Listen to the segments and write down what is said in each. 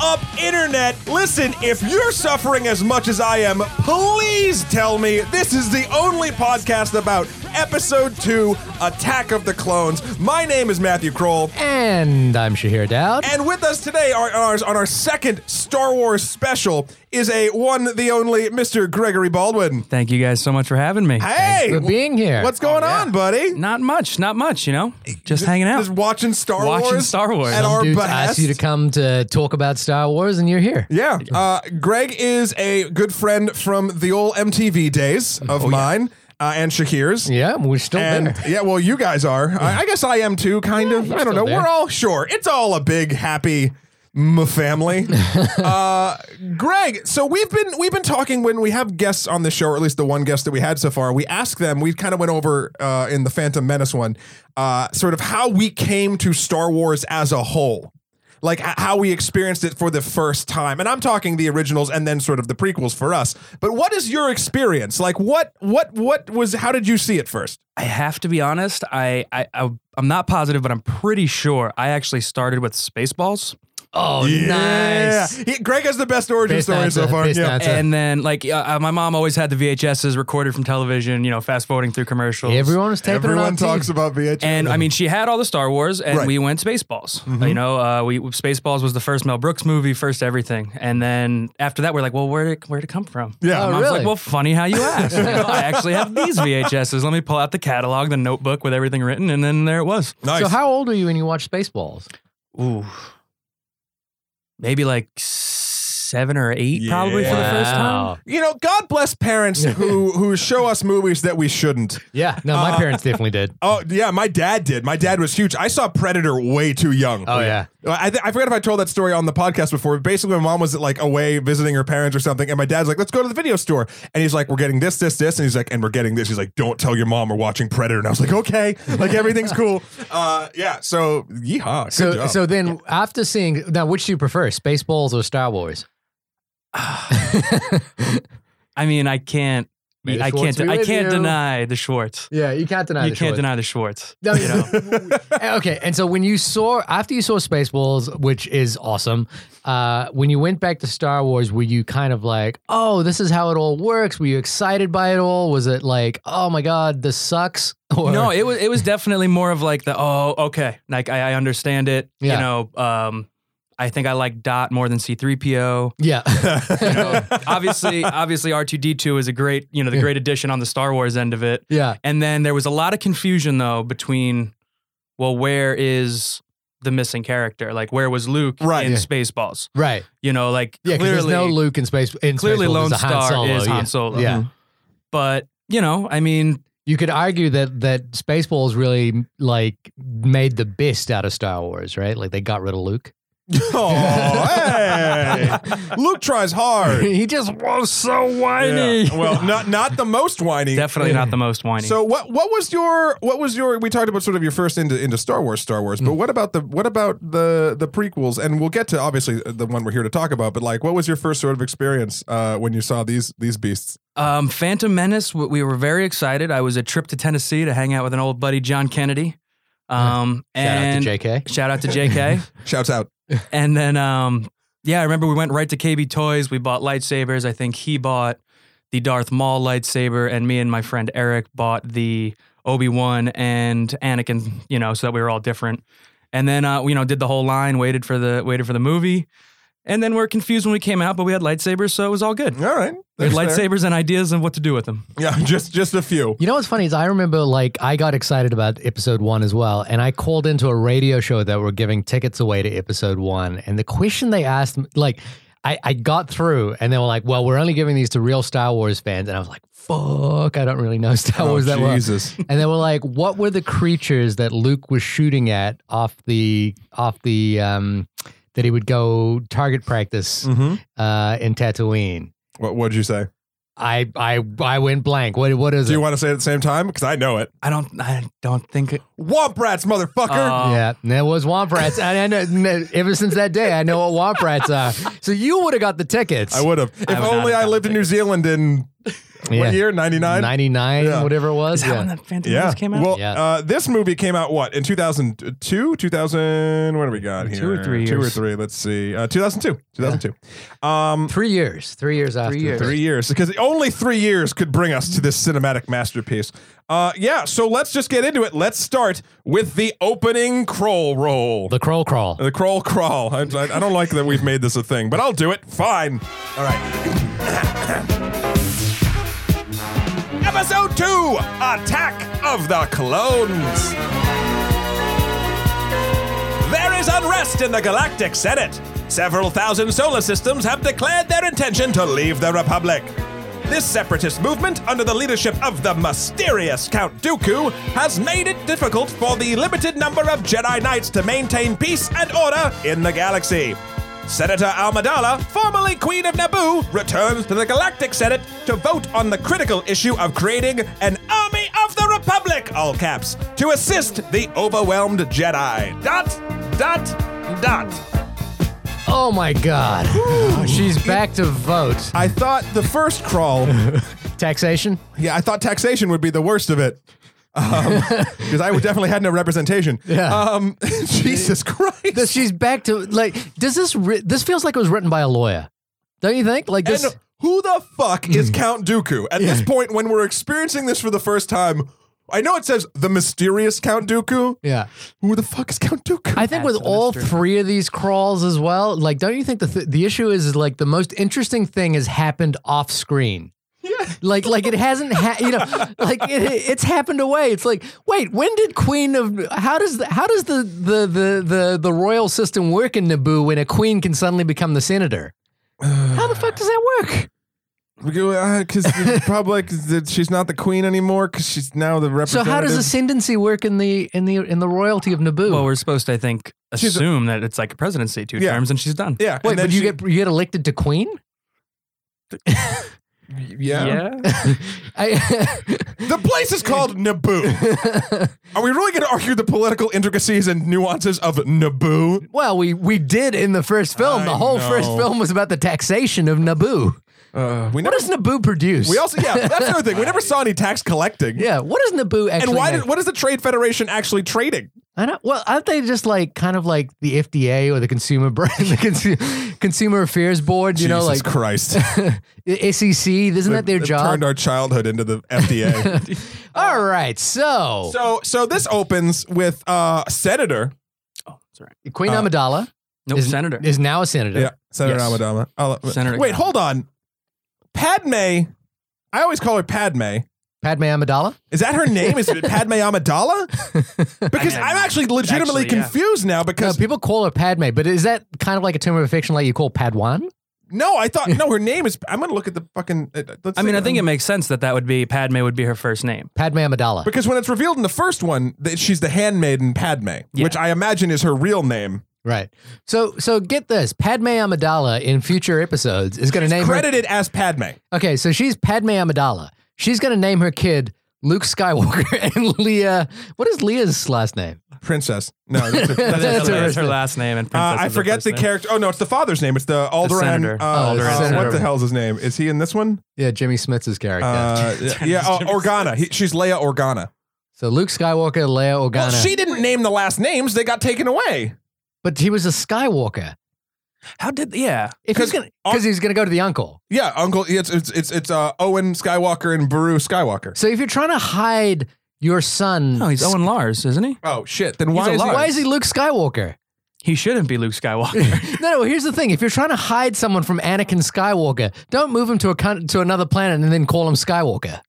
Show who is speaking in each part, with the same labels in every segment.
Speaker 1: up, internet? Listen, if you're suffering as much as I am, please tell me this is the only podcast about episode two Attack of the Clones. My name is Matthew Kroll.
Speaker 2: And I'm Shahir Dowd.
Speaker 1: And with us today on our, on our second Star Wars special is a one, the only Mr. Gregory Baldwin.
Speaker 3: Thank you guys so much for having me.
Speaker 1: Hey!
Speaker 2: for being here. Oh,
Speaker 1: What's going on, buddy?
Speaker 3: Not much, not much, you know? Just hanging out.
Speaker 1: Just watching Star
Speaker 3: Watching
Speaker 1: Wars.
Speaker 3: Star Wars.
Speaker 1: At
Speaker 3: Some
Speaker 1: our
Speaker 2: Dudes
Speaker 1: behest.
Speaker 2: asked you to come to talk about Star Wars, and you're here.
Speaker 1: Yeah. Uh, Greg is a good friend from the old MTV days of mine uh, and Shakir's.
Speaker 2: Yeah, we're still
Speaker 1: And
Speaker 2: there.
Speaker 1: yeah, well, you guys are. I, I guess I am too, kind of. I don't know.
Speaker 2: still there.
Speaker 1: We're all sure. It's all a big happy mm, family. uh, Greg, so we've been we've been talking when we have guests on the show, or at least the one guest that we had so far. We ask them. We kind of went over uh, in the Phantom Menace one, uh, sort of how we came to Star Wars as a whole. Like h- how we experienced it for the first time, and I'm talking the originals and then sort of the prequels for us. But what is your experience? Like, what, what, what was? How did you see it first?
Speaker 3: I have to be honest, I, I, I I'm not positive, but I'm pretty sure I actually started with Spaceballs.
Speaker 2: Oh,
Speaker 1: Yeah.
Speaker 2: nice.
Speaker 1: He- Greg has the best origin
Speaker 2: Based
Speaker 1: story
Speaker 2: on
Speaker 1: so
Speaker 2: the-
Speaker 1: far.
Speaker 2: based
Speaker 1: Yeah.
Speaker 2: on- That's a-
Speaker 3: and then, like, uh, uh, my mom always had the VHSs recorded from television, you know, fast forwarding through commercials.
Speaker 2: Everyone was taping it on
Speaker 1: Everyone talks
Speaker 2: tape.
Speaker 1: about VHS.
Speaker 3: And I mean, she had all the Star Wars, and
Speaker 1: Right. Mm-hmm.
Speaker 3: we went Spaceballs. You know, uh, we Spaceballs was the first Mel Brooks movie, first everything. And then after that, we're like, well, where did where did it come from?
Speaker 1: Yeah.
Speaker 3: And
Speaker 1: Oh,
Speaker 3: mom's
Speaker 2: really?
Speaker 3: like, well, funny how you asked. You know, I actually have these VHSs. Let me pull out the catalog, the notebook with everything written, and then there it was.
Speaker 1: nice.
Speaker 2: So, how old are you when you watch Spaceballs?
Speaker 3: Ooh, maybe like seven or eight, probably for the first
Speaker 2: Wow.
Speaker 3: time.
Speaker 1: you know, God bless parents who who show us movies that we shouldn't.
Speaker 2: Yeah, no, my parents definitely did.
Speaker 1: Oh yeah, my dad did. My dad was huge. I saw Predator way too young.
Speaker 2: Oh, yeah.
Speaker 1: I, th- I forgot if I told that story on the podcast before. But basically, my mom was like away visiting her parents or something, and my dad's like, "Let's go to the video store," and he's like, "We're getting this, this, this," and he's like, "And we're getting this." He's like, "Don't tell your mom we're watching Predator." And I was like, "Okay, like everything's cool." Uh, yeah. So yeehaw. Good
Speaker 2: So,
Speaker 1: job.
Speaker 2: so then after seeing now, which do you prefer, Spaceballs or Star Wars?
Speaker 3: I mean, I can't.
Speaker 2: May the
Speaker 3: I
Speaker 2: Schwartz
Speaker 3: can't.
Speaker 2: be
Speaker 3: I
Speaker 2: with
Speaker 3: can't
Speaker 2: you.
Speaker 3: deny the Schwartz.
Speaker 2: Yeah, you can't deny.
Speaker 3: you can't deny the Schwartz.
Speaker 2: No,
Speaker 3: you know?
Speaker 2: Eh, okay, and so when you saw after you saw Spaceballs, which is awesome, uh, when you went back to Star Wars, were you kind of like, "Oh, this is how it all works"? Were you excited by it all? Was it like, "Oh my god, this sucks"? Or,
Speaker 3: No, it was it was definitely more of like the oh okay, like I, I understand it.
Speaker 2: Yeah.
Speaker 3: You know, um, I think I like Dot more than C three PO.
Speaker 2: yeah,
Speaker 3: Obviously, obviously R two D two is a great you know the great addition on the Star Wars end of it.
Speaker 2: yeah,
Speaker 3: And then there was a lot of confusion though between well where is the missing character like where was Luke
Speaker 1: Right.
Speaker 3: in
Speaker 2: Yeah.
Speaker 3: Spaceballs?
Speaker 2: right,
Speaker 3: You know, like
Speaker 2: yeah. 'cause
Speaker 3: clearly
Speaker 2: there's no Luke in space. In
Speaker 3: clearly
Speaker 2: Spaceballs,
Speaker 3: Lone
Speaker 2: there's a Han
Speaker 3: Star
Speaker 2: Solo,
Speaker 3: is
Speaker 2: yeah.
Speaker 3: Han Solo.
Speaker 2: Yeah.
Speaker 3: But you know, I mean,
Speaker 2: You could argue that that Spaceballs really like made the best out of Star Wars, right? Like they got rid of Luke.
Speaker 1: Oh, hey. Luke tries hard.
Speaker 2: he just was so
Speaker 1: Yeah. Well, not not the most whiny.
Speaker 3: definitely not the most whiny.
Speaker 1: So what what was your what was your we talked about sort of your first into into Star Wars Star Wars,
Speaker 2: Mm.
Speaker 1: but what about the what about the the prequels? And we'll get to obviously the one we're here to talk about, but like what was your first sort of experience uh, when you saw these these beasts?
Speaker 3: Um, Phantom Menace, w- we were very excited. I was a trip to Tennessee to hang out with an old buddy, John Kennedy. Um, and
Speaker 2: Shout out to JK.
Speaker 3: shout out to JK.
Speaker 1: Shouts out.
Speaker 3: and then, um, yeah, I remember we went right to KB Toys. We bought lightsabers. I think he bought the Darth Maul lightsaber, and me and my friend Eric bought the Obi Wan and Anakin. You know, so that we were all different. And then, uh, you know, did the whole line. Waited for the waited for the movie. And then we are confused when we came out, but we had lightsabers, so it was all good.
Speaker 1: All right.
Speaker 3: We had
Speaker 1: That's fair.
Speaker 3: lightsabers and ideas and what to do with them.
Speaker 1: Yeah, just just a few.
Speaker 2: You know what's funny is I remember like I got excited about episode one as well, and I called into a radio show that were giving tickets away to episode one, and the question they asked, me- like, I, I got through, and they were like, "Well, we're only giving these to real Star Wars fans," and I was like, "Fuck, I don't really know
Speaker 1: Oh,
Speaker 2: Star Wars that well."
Speaker 1: Jesus.
Speaker 2: And they were like, "What were the creatures that Luke was shooting at off the off the um that he would go target practice
Speaker 1: hmm
Speaker 2: uh in Tatooine?"
Speaker 1: What what'd you say?
Speaker 2: I I I went blank. What what is
Speaker 1: Do
Speaker 2: it?
Speaker 1: you want to say it at the same time? Because I know it.
Speaker 3: I don't. I don't think. It,
Speaker 1: Womp rats, motherfucker.
Speaker 3: uh,
Speaker 2: Yeah, there was Womp Rats. And I know, n- ever since that day, I know what Womp Rats are. So you would have got the tickets.
Speaker 1: I would have. If
Speaker 3: would not
Speaker 1: only
Speaker 3: have
Speaker 1: I
Speaker 3: done
Speaker 1: lived in New Zealand in
Speaker 2: Yeah.
Speaker 1: What year? 99?
Speaker 2: 99,
Speaker 1: Yeah.
Speaker 2: whatever it was.
Speaker 3: Is that
Speaker 2: yeah.
Speaker 3: when that Phantom
Speaker 1: Yeah.
Speaker 3: Menace came out?
Speaker 1: Well,
Speaker 2: Yeah.
Speaker 1: Uh, this movie came out what in 2002, 2000. What do we got here?
Speaker 3: Two or three
Speaker 1: Two or
Speaker 3: years.
Speaker 1: three. Let's see. Uh, 2002. 2002. Um,
Speaker 2: Three years. Three years after.
Speaker 3: years.
Speaker 2: the first.
Speaker 1: three years because only three years could bring us to this cinematic masterpiece. Uh, yeah. So let's just get into it. Let's start with the opening crawl roll.
Speaker 2: The Crow Crawl.
Speaker 1: The crawl crawl. I, I I don't like that we've made this a thing, but I'll do it. Fine. All right. Episode 2 Attack of the Clones. There is unrest in the Galactic Senate. Several thousand solar systems have declared their intention to leave the Republic. This separatist movement, under the leadership of the mysterious Count Dooku, has made it difficult for the limited number of Jedi Knights to maintain peace and order in the galaxy. Senator Amidala, formerly Queen of Naboo, returns to the Galactic Senate to vote on the critical issue of creating an Army of the Republic, all caps, to assist the overwhelmed Jedi. Dot, dot, dot.
Speaker 2: Oh my God. She's back to vote.
Speaker 1: I thought the first crawl,
Speaker 2: Taxation?
Speaker 1: yeah, I thought taxation would be the worst of it. Because I definitely had no representation.
Speaker 2: Yeah.
Speaker 1: Um, Jesus Christ.
Speaker 2: That she's back to like. Does this ri- this feels like it was written by a lawyer? Don't you think? Like this.
Speaker 1: And who the fuck is
Speaker 2: Mm.
Speaker 1: Count Dooku? At this point, when we're experiencing this for the first time, I know it says the mysterious Count Dooku.
Speaker 2: yeah.
Speaker 1: Who the fuck is Count Dooku?
Speaker 2: I think with
Speaker 3: Adds to the
Speaker 2: all
Speaker 3: mystery.
Speaker 2: three of these crawls as well, like, don't you think the th- the issue is, is like the most interesting thing has happened off screen? Yeah. Like, like it hasn't, ha- you know, like it, it's happened away. It's like, wait, when did Queen of how does the, how does the, the the the the royal system work in Naboo when a queen can suddenly become the senator? How the fuck does that work?
Speaker 1: Because uh, the Republic, she's not the queen anymore because she's now the
Speaker 2: So
Speaker 1: representative.
Speaker 2: how does ascendancy work in the in the in the royalty of Naboo?
Speaker 3: Well, we're supposed to, I think,
Speaker 1: She's a-
Speaker 3: assume that it's like a presidency, two
Speaker 1: Yeah.
Speaker 3: terms, and she's done.
Speaker 1: Yeah.
Speaker 2: Wait,
Speaker 1: and then
Speaker 2: but you
Speaker 1: she-
Speaker 2: get you get elected to queen?
Speaker 3: Oh,
Speaker 1: Yeah.
Speaker 2: I,
Speaker 1: The place is called Naboo. Are we really going to argue the political intricacies and nuances of Naboo?
Speaker 2: well, we we did in the first film.
Speaker 1: I
Speaker 2: the whole
Speaker 1: know.
Speaker 2: first film was about the taxation of Naboo.
Speaker 1: Uh, we never.
Speaker 2: What does Naboo produce?
Speaker 1: We also yeah. That's another thing. We never saw any tax collecting.
Speaker 2: yeah. What does Naboo actually?
Speaker 1: And why?
Speaker 2: make?
Speaker 1: Did, what is the Trade Federation actually trading?
Speaker 2: I don't. Well, aren't they just like kind of like the FDA or the consumer Bra- the Consu- consumer affairs board? You know,
Speaker 1: Jesus
Speaker 2: like
Speaker 1: Christ.
Speaker 2: the SEC. Isn't that their
Speaker 1: They've
Speaker 2: job?
Speaker 1: Turned our childhood into the FDA.
Speaker 2: All right. So,
Speaker 1: so, so this opens with uh, Senator.
Speaker 3: Oh, sorry.
Speaker 2: Queen
Speaker 1: uh,
Speaker 2: Amidala
Speaker 3: Nope,
Speaker 2: is
Speaker 3: senator.
Speaker 2: is now a senator.
Speaker 1: Yeah, Senator
Speaker 2: Yes.
Speaker 1: Amidala. I'll- uh,
Speaker 3: Senator
Speaker 1: wait,
Speaker 3: Amidala.
Speaker 1: hold on. Padme. I always call her Padme.
Speaker 2: Padme Amidala.
Speaker 1: Is that her name? Is it Padme Amidala? Because
Speaker 3: I mean,
Speaker 1: I'm actually legitimately
Speaker 3: actually, yeah.
Speaker 1: confused now.
Speaker 2: No,
Speaker 1: Because
Speaker 2: people call her Padme, but is that kind of like a term of affection, like you call Padawan?
Speaker 1: no, I thought no, her name is. I'm gonna look at the fucking. uh, let's
Speaker 3: I mean,
Speaker 1: see.
Speaker 3: I think it makes sense that that would be Padme would be her first name.
Speaker 2: Padme Amidala.
Speaker 1: because when it's revealed in the first one that she's the handmaiden Padme, which I imagine is her real name,
Speaker 2: Right. So so get this. Padme Amidala in future episodes is going to name
Speaker 1: credited as Padme.
Speaker 2: her. Okay, so she's Padme Amidala. She's going to name her kid Luke Skywalker and Leia. What is Leia's last name?
Speaker 1: Princess. No, that's, her- that's her
Speaker 2: That's
Speaker 3: That's,
Speaker 1: real
Speaker 2: her
Speaker 3: her,
Speaker 1: name.
Speaker 2: first name.
Speaker 3: last name and
Speaker 1: Uh,
Speaker 3: princess.
Speaker 1: I
Speaker 3: is her
Speaker 1: forget
Speaker 3: first
Speaker 1: the
Speaker 3: name.
Speaker 1: character. Oh no, it's the father's name. It's the Alderan.
Speaker 3: senator.
Speaker 1: uh,
Speaker 2: Oh, the
Speaker 1: uh, what
Speaker 2: senator.
Speaker 1: the hell's his name? Is he in this one?
Speaker 2: Yeah, Jimmy Smith's character.
Speaker 1: Uh, yeah, oh, Organa. He, she's Leia Organa.
Speaker 2: so Luke Skywalker, Leia Organa.
Speaker 1: Well, she didn't name the last names. They got taken away
Speaker 2: but he was a Skywalker.
Speaker 3: How did? Yeah.
Speaker 2: If he's
Speaker 1: 'Cause-
Speaker 2: going because he's going to go to the uncle.
Speaker 1: Yeah, Uncle. It's it's it's, it's uh, Owen Skywalker and Baru Skywalker.
Speaker 2: So if you're trying to hide your son,
Speaker 3: No, he's Owen Lars, isn't he?
Speaker 1: Oh shit! Then why is he?
Speaker 3: alive.
Speaker 2: why is he Luke Skywalker?
Speaker 3: He shouldn't be Luke Skywalker.
Speaker 2: No, no. Here's the thing: if you're trying to hide someone from Anakin Skywalker, don't move him to a con- to another planet and then call him Skywalker.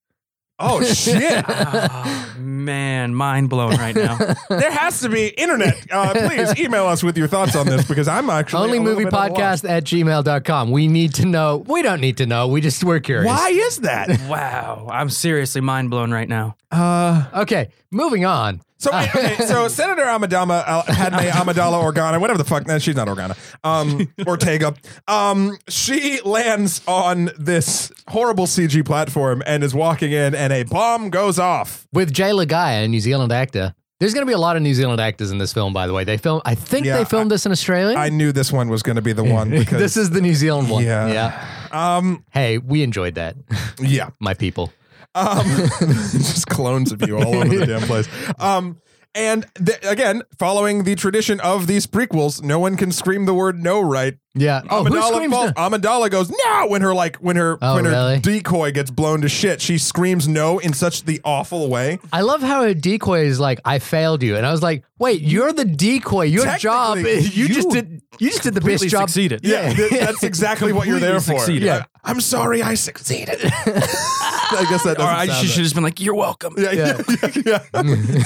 Speaker 1: Oh shit!
Speaker 3: oh, man, mind blown right now.
Speaker 1: there has to be internet. Uh, please email us with your thoughts on this because I'm actually
Speaker 2: Only
Speaker 1: a little
Speaker 2: movie
Speaker 1: bit at a loss.
Speaker 2: podcast at gmail.com. We need to know. We don't need to know. We just we're curious.
Speaker 1: Why is that?
Speaker 3: Wow, I'm seriously mind blown right now.
Speaker 1: Uh,
Speaker 2: Okay, moving on.
Speaker 1: So, wait, okay, so Senator Amadama Al- Padme Amidala Organa, whatever the fuck, no, she's not Organa, um, Ortega. Um, she lands on this horrible CG platform and is walking in, and a bomb goes off.
Speaker 2: With Jay Lagaya, a New Zealand actor. There's going to be a lot of New Zealand actors in this film, by the way. They film. I think
Speaker 1: Yeah,
Speaker 2: they filmed this in Australia.
Speaker 1: I knew this one was going to be the one because
Speaker 2: this is the New Zealand one.
Speaker 1: Yeah. um
Speaker 2: Hey, we enjoyed that,
Speaker 1: yeah
Speaker 2: my people.
Speaker 1: Um, just clones of you all over the damn place. Um, and th- again, following the tradition of these prequels, no one can scream the word "no" right.
Speaker 2: Yeah. Oh, who
Speaker 1: Amidala,
Speaker 2: screams
Speaker 1: falls,
Speaker 2: no?
Speaker 1: Amidala goes no when her like when her
Speaker 2: Oh,
Speaker 1: when her
Speaker 2: really?
Speaker 1: decoy gets blown to shit. She screams no in such the awful way.
Speaker 2: I love how a decoy is like, I failed you. And I was like, wait, you're the decoy. Your job
Speaker 1: Technically,
Speaker 2: is you, just
Speaker 3: you
Speaker 2: did you just did the best
Speaker 3: completely
Speaker 2: job.
Speaker 3: succeeded.
Speaker 1: Yeah, th- that's exactly what you're there
Speaker 3: Completely
Speaker 1: for.
Speaker 3: succeeded.
Speaker 2: Yeah.
Speaker 1: I, am sorry, I succeeded. I guess that doesn't
Speaker 3: Or I
Speaker 1: sound
Speaker 3: should have
Speaker 1: right.
Speaker 3: just been like, "You're welcome."
Speaker 1: Yeah, yeah, yeah. yeah.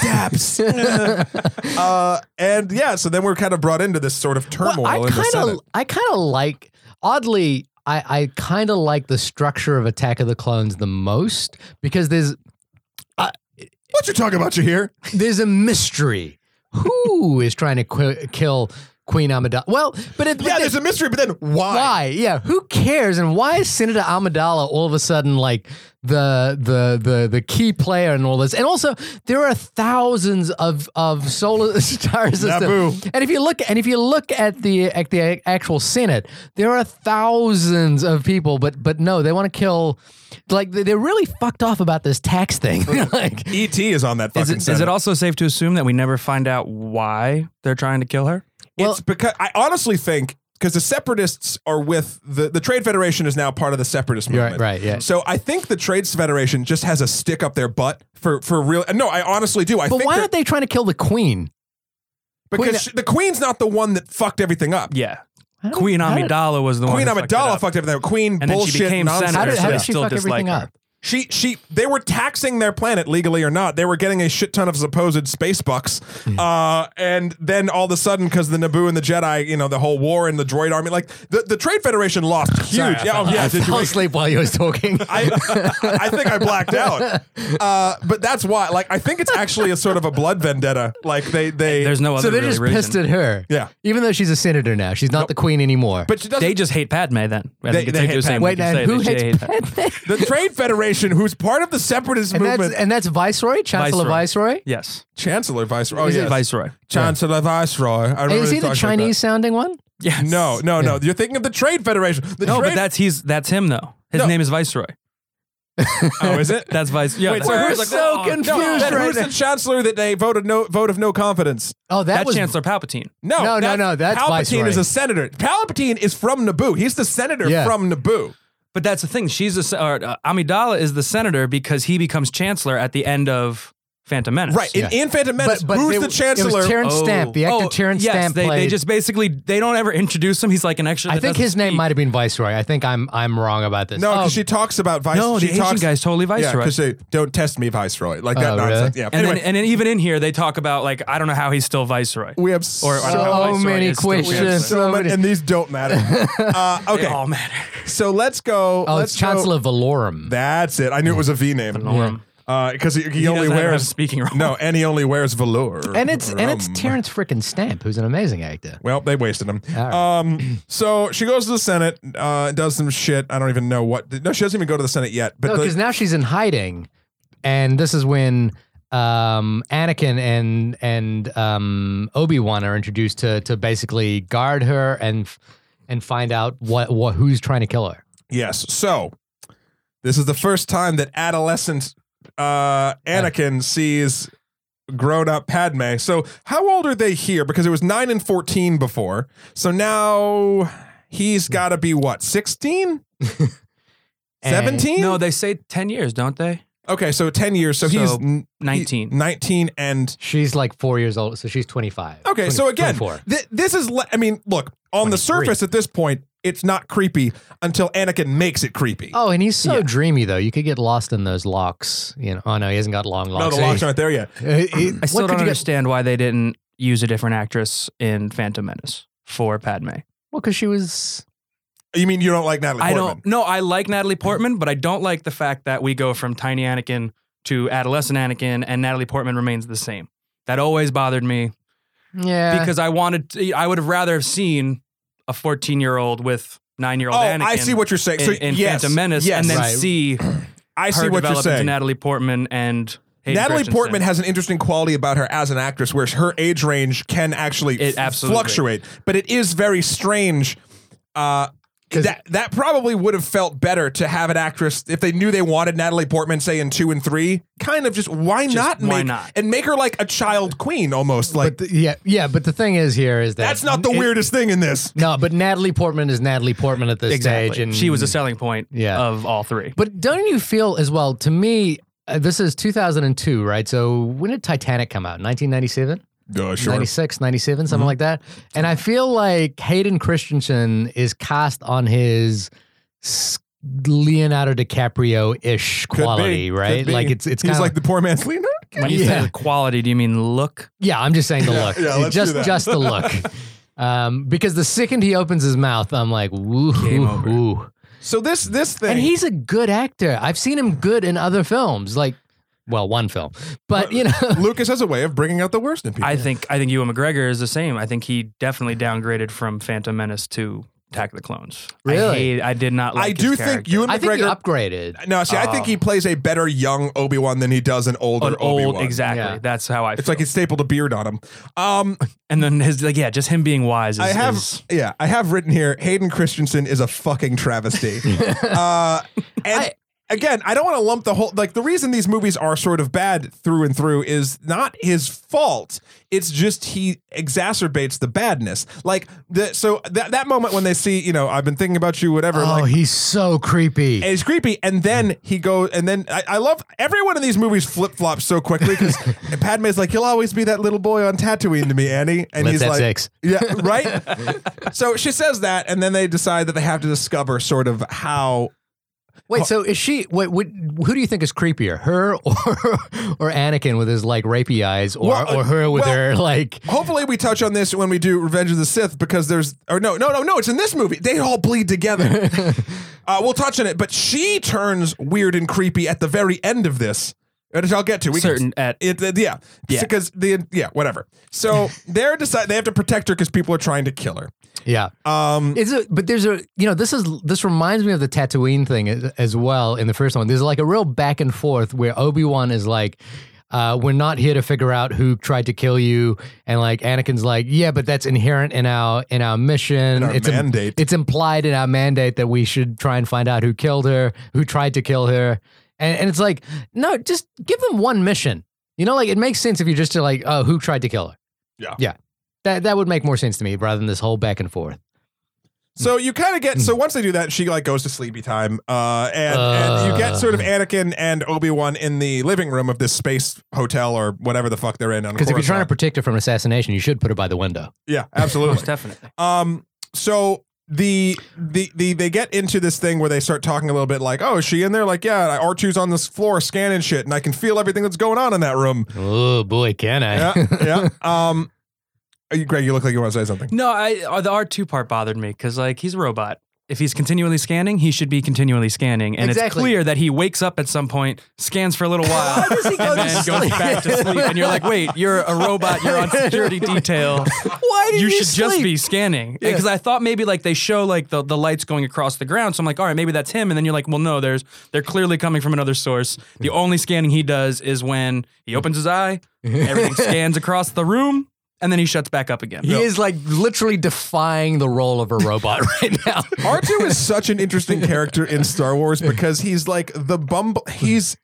Speaker 1: Daps. uh, and yeah, so then we're kind of brought into this sort of turmoil
Speaker 2: Well, I
Speaker 1: in the
Speaker 2: kind
Speaker 1: Senate.
Speaker 2: of I kind of like oddly I I kind of like the structure of Attack of the Clones the most because there's
Speaker 1: What you talking about? You here?
Speaker 2: there's a mystery. Who is trying to qu- kill Queen Amidala? Well, but it, but
Speaker 1: Yeah,
Speaker 2: the-
Speaker 1: there's a mystery, but then why?
Speaker 2: why? Yeah, who cares? And why is Senator Amidala all of a sudden like the the the the key player and all this? And also, there are thousands of of solar star systems.
Speaker 1: Naboo.
Speaker 2: And if you look and if you look at the at the actual Senate, there are thousands of people. But but no, they want to kill. Like they- they're really fucked off about this tax thing. like
Speaker 1: ET E is on that fucking
Speaker 3: Is it, is
Speaker 1: Senate.
Speaker 3: it also safe to assume that we never find out why they're trying to kill her?
Speaker 2: Well-
Speaker 1: it's because I honestly think because the separatists are with the the Trade Federation is now part of the separatist
Speaker 2: You're
Speaker 1: movement.
Speaker 2: right, right, yeah.
Speaker 1: So I think the Trade Federation just has a stick up their butt for for real. No, I honestly do. I
Speaker 2: but
Speaker 1: think
Speaker 2: why
Speaker 1: they're-
Speaker 2: aren't they trying to kill the queen?
Speaker 1: because
Speaker 2: Queen-
Speaker 1: she- the Queen's not the one that fucked everything up.
Speaker 3: Yeah.
Speaker 2: How did-
Speaker 3: Queen
Speaker 2: how did-
Speaker 3: Amidala was the
Speaker 1: Queen
Speaker 3: one. who fucked it
Speaker 1: Amidala
Speaker 3: up.
Speaker 1: fucked everything up. Queen
Speaker 3: And then she
Speaker 1: bullshit
Speaker 3: became
Speaker 1: nonsense.
Speaker 2: How did, how
Speaker 3: Yeah.
Speaker 2: did she
Speaker 3: Still
Speaker 2: fuck
Speaker 3: dislike
Speaker 2: everything
Speaker 3: her.
Speaker 2: up?
Speaker 1: She she they were taxing their planet legally or not. They were getting a shit ton of supposed space bucks.
Speaker 3: Hmm.
Speaker 1: Uh and then all of a sudden cuz the Naboo and the Jedi, you know, the whole war and the droid army like the, the Trade Federation lost huge.
Speaker 2: Sorry, I
Speaker 1: yeah,
Speaker 2: fell-
Speaker 1: oh, yeah,
Speaker 2: I
Speaker 1: did you
Speaker 2: fell
Speaker 1: wake-
Speaker 2: asleep while you was talking.
Speaker 1: I, I think I blacked out. Uh, but that's why like I think it's actually a sort of a blood vendetta. Like they they
Speaker 3: There's no other
Speaker 2: so they're
Speaker 3: really
Speaker 2: just
Speaker 3: reason.
Speaker 2: pissed at her.
Speaker 1: Yeah.
Speaker 2: Even though she's a senator now, she's not the queen anymore.
Speaker 1: but she doesn't
Speaker 3: They just hate Padme then.
Speaker 1: They-
Speaker 3: I think it's
Speaker 1: they
Speaker 3: safe
Speaker 1: hate
Speaker 3: to assume
Speaker 1: Padme.
Speaker 3: we
Speaker 2: wait, now
Speaker 3: can say
Speaker 2: who
Speaker 3: that she
Speaker 2: hates
Speaker 3: hates Padme.
Speaker 1: the Trade Federation who's part of the separatist
Speaker 2: and that's
Speaker 1: movement.
Speaker 2: and that's Viceroy, Chancellor Viceroy.
Speaker 3: Yes.
Speaker 1: Chancellor Viceroy. Oh,
Speaker 2: Is it
Speaker 1: yes.
Speaker 3: Viceroy.
Speaker 1: Chancellor Viceroy. I remember
Speaker 2: Is he
Speaker 1: talking
Speaker 2: the
Speaker 1: about
Speaker 2: Chinese sounding one?
Speaker 3: Yes.
Speaker 1: that. No, no, no. You're thinking of the Trade Federation. The
Speaker 3: No,
Speaker 1: Trade
Speaker 3: but that's he's that's him though. His
Speaker 1: No.
Speaker 3: name is Viceroy.
Speaker 1: Oh, is it?
Speaker 3: That's Vice. Yeah,
Speaker 1: Wait,
Speaker 3: that's-
Speaker 1: so
Speaker 2: We're
Speaker 1: who's like,
Speaker 2: so
Speaker 3: oh,
Speaker 2: confused
Speaker 1: No, then
Speaker 2: right
Speaker 1: who's
Speaker 2: now.
Speaker 1: the chancellor that they voted no vote of no confidence?
Speaker 2: Oh, that
Speaker 3: That's
Speaker 2: was
Speaker 3: Chancellor Palpatine.
Speaker 1: No,
Speaker 2: No, no,
Speaker 1: that's-
Speaker 2: no, that's
Speaker 1: Palpatine
Speaker 2: Viceroy.
Speaker 1: is a senator. Palpatine is from Naboo. He's the senator
Speaker 2: Yeah.
Speaker 1: from Naboo.
Speaker 3: But that's the thing. She's a se- or, uh, Amidala is the senator because he becomes chancellor at the end of Phantom Menace.
Speaker 1: Right. In, in Phantom Menace,
Speaker 2: But, but
Speaker 1: who's
Speaker 2: they-
Speaker 1: the
Speaker 2: It
Speaker 1: chancellor?
Speaker 2: was Terrence Stamp, the actor
Speaker 3: oh,
Speaker 2: Terrence
Speaker 3: yes,
Speaker 2: Stamp
Speaker 3: they,
Speaker 2: played.
Speaker 3: they just basically they don't ever introduce him. He's like an extra.
Speaker 2: I
Speaker 3: that
Speaker 2: think
Speaker 3: doesn't
Speaker 2: his name
Speaker 3: speak.
Speaker 2: might have been Viceroy. I think I'm I'm wrong about this.
Speaker 1: no,
Speaker 2: oh,
Speaker 1: because she talks about Viceroy.
Speaker 3: No, the
Speaker 1: she
Speaker 3: Asian
Speaker 1: talks,
Speaker 3: guy's totally
Speaker 1: Yeah,
Speaker 3: Viceroy.
Speaker 1: because they don't test me, Viceroy. Like that
Speaker 2: Oh,
Speaker 1: nonsense.
Speaker 2: really?
Speaker 1: Yeah.
Speaker 3: and
Speaker 1: anyway,
Speaker 3: then, and then even in here they talk about like I don't know how he's still viceroy.
Speaker 1: we have
Speaker 3: Or, I don't know,
Speaker 2: So
Speaker 3: Viceroy
Speaker 2: many
Speaker 3: is still- we have
Speaker 2: questions.
Speaker 3: so-
Speaker 1: so many, and these don't matter. uh,
Speaker 3: They
Speaker 1: okay,
Speaker 3: all matter.
Speaker 1: so let's go.
Speaker 2: oh
Speaker 1: let's
Speaker 2: it's Chancellor Valorum.
Speaker 1: Go, that's it. I knew it was a V name. Because he, he only
Speaker 3: doesn't have
Speaker 1: wears
Speaker 3: a speaking role.
Speaker 1: No, and he only wears velour.
Speaker 2: and it's and it's
Speaker 1: Rum.
Speaker 2: Terrence frickin' Stamp, who's an amazing actor.
Speaker 1: Well, they wasted him.
Speaker 2: All right.
Speaker 1: Um, so she goes to the Senate, uh, does some shit. I don't even know what. No, she doesn't even go to the Senate yet. But
Speaker 2: No,
Speaker 1: the-
Speaker 2: because now she's in hiding, and this is when um, Anakin and and um, Obi Wan are introduced to to basically guard her and and find out what what who's trying to kill her.
Speaker 1: yes, so this is the first time that adolescent uh, Anakin sees grown up Padme. So how old are they here? Because it was nine and fourteen before. So now he's got to be what sixteen?
Speaker 2: And-
Speaker 1: Seventeen?
Speaker 3: No, they say ten years, don't they?
Speaker 1: Okay, so ten years. So,
Speaker 3: So,
Speaker 1: he's n-
Speaker 3: Nineteen.
Speaker 1: nineteen and
Speaker 2: She's like four years old, so she's twenty five.
Speaker 1: Okay, so again,
Speaker 2: 24.
Speaker 1: th- this is. Le- I mean, look on the
Speaker 2: 23.
Speaker 1: surface at this point, it's not creepy until Anakin makes it creepy.
Speaker 2: Oh, and he's so
Speaker 3: Yeah.
Speaker 2: dreamy though. You could get lost in those locks. You know. Oh no, he hasn't got long
Speaker 1: no,
Speaker 2: locks.
Speaker 1: the locks aren't there yet.
Speaker 3: I still don't understand why they didn't use a different actress in Phantom Menace for Padme.
Speaker 2: Well, because she was.
Speaker 1: You mean you don't like Natalie
Speaker 3: I
Speaker 1: Portman?
Speaker 3: don't. No, I like Natalie Portman, but I don't like the fact that we go from tiny Anakin to adolescent Anakin, and Natalie Portman remains the same. That always bothered me
Speaker 2: Yeah.
Speaker 3: because I wanted. To, I would have rather have seen a fourteen-year-old with nine-year-old.
Speaker 1: Oh,
Speaker 3: Anakin
Speaker 1: I see what you're saying.
Speaker 3: in,
Speaker 1: so
Speaker 3: in
Speaker 1: yes,
Speaker 3: Phantom Menace,
Speaker 1: yes,
Speaker 3: and then
Speaker 2: Right.
Speaker 3: see
Speaker 1: I
Speaker 3: her
Speaker 1: see what
Speaker 3: develop
Speaker 1: you're
Speaker 3: into
Speaker 1: saying.
Speaker 3: Natalie Portman and Hayden
Speaker 1: Natalie
Speaker 3: Christensen.
Speaker 1: Portman has an interesting quality about her as an actress where her age range can actually
Speaker 3: It
Speaker 1: f-
Speaker 3: absolutely-
Speaker 1: fluctuate, but it is very strange. Uh,
Speaker 2: 'Cause-
Speaker 1: that that probably would have felt better to have an actress if they knew they wanted Natalie Portman, say in two and three, kind of just why not
Speaker 3: why
Speaker 1: make
Speaker 3: not?
Speaker 1: and make her like a child queen almost like
Speaker 2: But the, yeah, yeah. But the thing is, here is that
Speaker 1: that's not the
Speaker 2: it-
Speaker 1: weirdest thing in this.
Speaker 2: No, but Natalie Portman is Natalie Portman at this
Speaker 3: Exactly.
Speaker 2: stage, and
Speaker 3: she was a selling point
Speaker 2: Yeah.
Speaker 3: of all three.
Speaker 2: But don't you feel as well? To me, uh, this is 2002, right? So when did Titanic come out? 1997,
Speaker 1: Uh,
Speaker 2: 96, 97,
Speaker 1: Mm-hmm.
Speaker 2: something like that. And I feel like Hayden Christensen is cast on his s- Leonardo DiCaprio ish quality, right? Like it's it's kind
Speaker 1: he's
Speaker 2: of
Speaker 1: like the poor man's Leonardo.
Speaker 3: When you
Speaker 2: Yeah.
Speaker 3: say quality, do you mean look?
Speaker 2: Yeah, I'm just saying the look.
Speaker 1: yeah, let's
Speaker 2: just
Speaker 1: do that.
Speaker 2: just the look. Um, because the second he opens his mouth, I'm like, woo,
Speaker 3: Game over.
Speaker 2: woo.
Speaker 1: So this this thing
Speaker 2: And he's a good actor. I've seen him good in other films, like, well, one film, but you know,
Speaker 1: Lucas has a way of bringing out the worst in people.
Speaker 3: I think I think Ewan McGregor is the same. I think he definitely downgraded from Phantom Menace to Attack of the Clones. I,
Speaker 2: Really?
Speaker 3: hate, I did not. Like
Speaker 1: I
Speaker 3: his
Speaker 1: do think
Speaker 3: character.
Speaker 1: you and
Speaker 2: I think he
Speaker 1: McGregor
Speaker 2: upgraded.
Speaker 1: No, see, I think he plays a better young Obi Wan than he does an older
Speaker 3: Um, an
Speaker 1: Obi
Speaker 3: old
Speaker 1: Wan.
Speaker 3: exactly.
Speaker 2: Yeah.
Speaker 3: That's how I.
Speaker 1: It's
Speaker 3: feel.
Speaker 1: like he stapled a beard on him. Um,
Speaker 3: and then his like yeah, just him being wise. Is,
Speaker 1: I have,
Speaker 3: is-
Speaker 1: yeah, I have written here. Hayden Christensen is a fucking travesty. uh, and
Speaker 2: I-
Speaker 1: again, I don't want to lump the whole. Like the reason these movies are sort of bad through and through is not his fault. It's just he exacerbates the badness. Like the so that that moment when they see you know I've been thinking about you whatever.
Speaker 2: Oh,
Speaker 1: like,
Speaker 2: he's so creepy.
Speaker 1: And it's creepy. And then he goes, and then I, I love every one of these movies flip flops so quickly because Padme's like, "You'll always be that little boy on Tatooine to me, Annie," and
Speaker 2: Let's
Speaker 1: he's
Speaker 2: have
Speaker 1: like,
Speaker 2: sex.
Speaker 1: "Yeah, right." so she says that, and then they decide that they have to discover sort of how.
Speaker 2: Wait, so is she? Wait, what, who do you think is creepier, her or or Anakin with his like rapey eyes, or
Speaker 1: Well, uh,
Speaker 2: or her with
Speaker 1: well-
Speaker 2: her like?
Speaker 1: Hopefully, we touch on this when we do Revenge of the Sith because there's or no, no, no, no. It's in this movie. They all bleed together. uh, we'll touch on it, but she turns weird and creepy at the very end of this. Which I'll get to. We can-
Speaker 3: certain at
Speaker 1: It, it- yeah,
Speaker 3: Yeah.
Speaker 1: because the yeah whatever. So they're decide they have to protect her because people are trying to kill her.
Speaker 2: Yeah.
Speaker 1: Um,
Speaker 2: Is it? But there's a you know this is this reminds me of the Tatooine thing as, as well in the first one. There's like a real back and forth where Obi Wan is like. Uh, we're not here to figure out who tried to kill you, and like Anakin's like, yeah, but that's inherent in our in our mission.
Speaker 1: our
Speaker 2: it's im-
Speaker 1: mandate."
Speaker 2: it's implied in our mandate that we should try and find out who killed her, who tried to kill her, and, and it's like, no, just give them one mission. You know, like it makes sense if you just to like, oh, who tried to kill her?
Speaker 1: Yeah.
Speaker 2: yeah, that that would make more sense to me rather than this whole back and forth.
Speaker 1: so you kind of get so once they do that, she like goes to sleepy time, uh, and and you get sort of
Speaker 2: Uh.
Speaker 1: Anakin and Obi Wan in the living room of this space hotel or whatever the fuck they're in.
Speaker 2: Because if you're trying to protect her from assassination, you should put her by the window.
Speaker 1: yeah, absolutely.
Speaker 3: most definitely.
Speaker 1: Um, so the, the the they get into this thing where they start talking a little bit like, oh, is she in there? Like, yeah, R 2s on this floor scanning shit, and I can feel everything that's going on in that room.
Speaker 2: Oh boy, can I?
Speaker 1: yeah, yeah. Um, are you- Greg, you look like you want to say something.
Speaker 3: No, I uh, the R two part bothered me because like he's a robot. If he's continually scanning, he should be continually scanning, and it's
Speaker 2: Exactly.
Speaker 3: clear that he wakes up at some point, scans for a little while,
Speaker 2: does he
Speaker 3: and
Speaker 2: go to
Speaker 3: then goes
Speaker 2: sleep?
Speaker 3: back to sleep. And you're like, wait, you're a robot. You're on security detail.
Speaker 2: Why
Speaker 3: you should just be scanning because I thought maybe like they show like the, the lights going across the ground. So I'm like, all right, maybe that's him. And then you're like, well, no, there's they're clearly coming from another source. The only scanning he does is when he opens his eye, everything scans across the room, and then he shuts back up again.
Speaker 2: He is like literally defying the role of a robot right now.
Speaker 1: R2 is such an interesting character in Star Wars because he's like the bumble. He's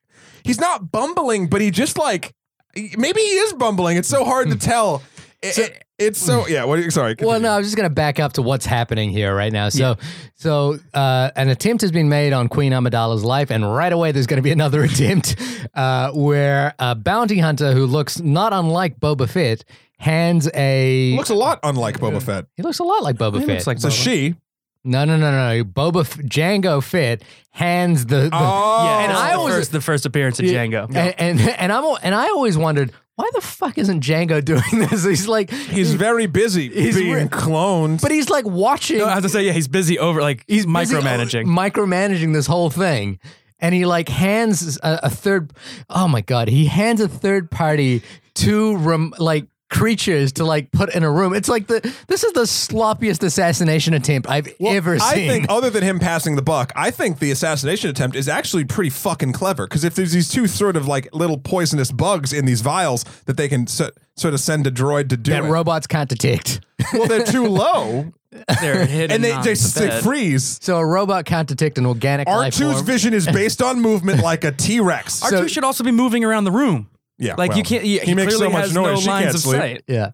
Speaker 1: he's not bumbling, but he just like maybe he is bumbling. It's so hard to tell. It- it- it's so yeah. What? Are you, sorry.
Speaker 2: Well,
Speaker 1: continue.
Speaker 2: no, I was just going to back up to what's happening here right now. So, so uh, an attempt has been made on Queen Amidala's life, and right away there's going to be another attempt uh, where a bounty hunter who looks not unlike Boba Fett hands a.
Speaker 1: looks a lot unlike Boba Fett.
Speaker 2: he looks a lot like Boba Fett.
Speaker 3: It's like
Speaker 1: So she.
Speaker 2: no, no, no, no. Boba F- Django Fett hands the. the
Speaker 1: Oh,
Speaker 3: yeah, and I
Speaker 2: I
Speaker 3: the
Speaker 2: was-
Speaker 3: first, the first appearance of
Speaker 2: Yeah.
Speaker 3: Django.
Speaker 2: and, and and I'm al- and I always wondered why the fuck isn't Django doing this? He's like
Speaker 1: he's very busy
Speaker 2: He's
Speaker 1: being
Speaker 2: re-
Speaker 1: cloned.
Speaker 2: but he's like watching
Speaker 3: No, I was gonna say, yeah, he's busy over like he's
Speaker 2: busy
Speaker 3: micromanaging.
Speaker 2: micromanaging this whole thing. And he like hands a, a third oh my god, he hands a third party to rem, like creatures to like put in a room. It's like the this is the sloppiest assassination attempt I've
Speaker 1: Well,
Speaker 2: ever
Speaker 1: I
Speaker 2: seen.
Speaker 1: think, other than him passing the buck, I think the assassination attempt is actually pretty fucking clever. Because if there's these two sort of like little poisonous bugs in these vials that they can so, sort of send a droid to do
Speaker 2: that
Speaker 1: it.
Speaker 2: robots can't detect.
Speaker 1: well, they're too low,
Speaker 3: They're hidden
Speaker 1: and they
Speaker 3: on
Speaker 1: they,
Speaker 3: the
Speaker 1: they
Speaker 3: bed.
Speaker 1: freeze.
Speaker 2: So a robot can't detect an organic
Speaker 1: R
Speaker 2: life form.
Speaker 1: two's vision is based on movement like a T Rex.
Speaker 3: R2 should also be moving around the room.
Speaker 1: Yeah,
Speaker 3: Like
Speaker 1: well,
Speaker 3: you can't. He,
Speaker 1: he makes so
Speaker 3: clearly
Speaker 1: much
Speaker 3: has
Speaker 1: noise, she
Speaker 3: No lines
Speaker 1: can't
Speaker 3: of
Speaker 1: sleep.
Speaker 3: sight.
Speaker 2: yeah.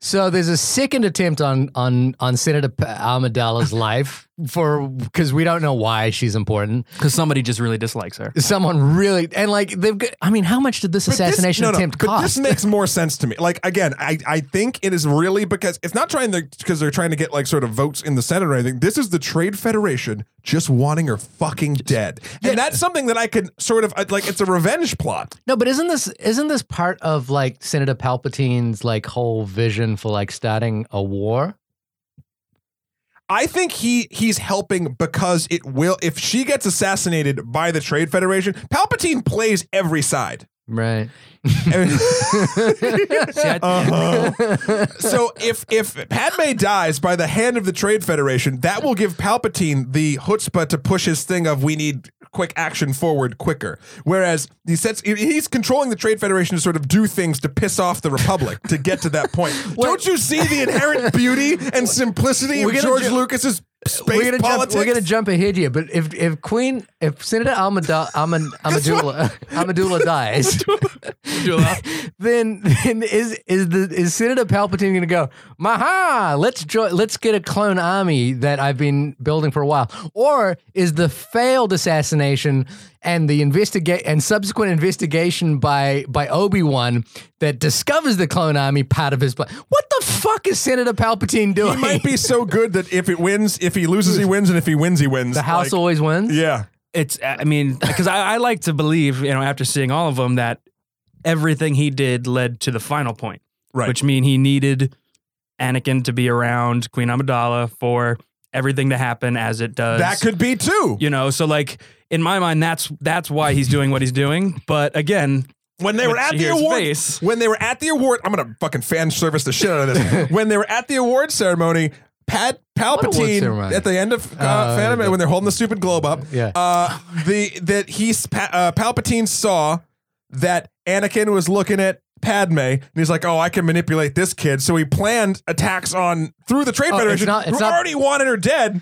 Speaker 2: So there's a second attempt on on on Senator P- Amidala's life for because we don't know why she's important.
Speaker 3: Because somebody just really dislikes her.
Speaker 2: Someone really and like they've. Got, I mean, how much did this
Speaker 1: But this-
Speaker 2: assassination
Speaker 1: no, no,
Speaker 2: attempt
Speaker 1: but
Speaker 2: cost?
Speaker 1: This makes more sense to me. Like again, I, I think it is really because it's not trying to because they're trying to get like sort of votes in the Senate or anything. This is the Trade Federation just wanting her fucking dead, and that's something that I could sort of I'd like. It's a revenge plot.
Speaker 2: No, but isn't this isn't this part of like Senator Palpatine's like whole vision for like starting a war?
Speaker 1: I think he he's helping because it will. If she gets assassinated by the Trade Federation, Palpatine plays every side.
Speaker 2: Right.
Speaker 3: See, I-
Speaker 2: Uh-huh.
Speaker 1: so if if Padme dies by the hand of the Trade Federation, that will give Palpatine the chutzpah to push his thing of we need quick action forward quicker. Whereas he sets he- he's controlling the Trade Federation to sort of do things to piss off the Republic to get to that point. Don't you see the inherent beauty and simplicity
Speaker 2: We're
Speaker 1: of
Speaker 2: gonna
Speaker 1: George
Speaker 2: ju-
Speaker 1: Lucas's space
Speaker 2: we're gonna
Speaker 1: politics?
Speaker 2: jump. We're gonna jump ahead here, but if if Queen, if Senator Amada, Amad, Amadula, Amadula dies, then then is is the is Senator Palpatine gonna go? Maha, let's join. Let's get a clone army that I've been building for a while, or is the failed assassination and the investigate and subsequent investigation by by Obi Wan that discovers the clone army part of his plan? What the fuck is Senator Palpatine doing?
Speaker 1: He might be so good that if it wins, if he loses, he wins, and if he wins, he wins.
Speaker 2: the house
Speaker 1: Like,
Speaker 2: always wins.
Speaker 1: yeah.
Speaker 3: it's i mean because I, I like to believe you know after seeing all of them that everything he did led to the final point
Speaker 1: Right.
Speaker 3: which mean he needed anakin to be around queen amidala for everything to happen as it does
Speaker 1: That could be too.
Speaker 3: you know so like in my mind that's that's why he's doing what he's doing but again
Speaker 1: When they were
Speaker 3: When
Speaker 1: at
Speaker 3: she
Speaker 1: the
Speaker 3: hears
Speaker 1: award,
Speaker 3: bass.
Speaker 1: when they were at the award, I'm gonna fucking fan service the shit out of this. when they were at the award ceremony, Pat
Speaker 2: award
Speaker 1: Palpatine
Speaker 2: ceremony?
Speaker 1: at the end of uh,
Speaker 2: Uh,
Speaker 1: Phantom
Speaker 2: the-
Speaker 1: when they're holding the stupid globe up,
Speaker 2: Yeah.
Speaker 1: uh, the that he s- Pa- uh, Palpatine saw that Anakin was looking at Padme, and he's like, "Oh, I can manipulate this kid." So he planned attacks on through the Trade
Speaker 2: Oh, it's
Speaker 1: Federation,
Speaker 2: not- it's
Speaker 1: who
Speaker 2: not-
Speaker 1: already wanted her dead.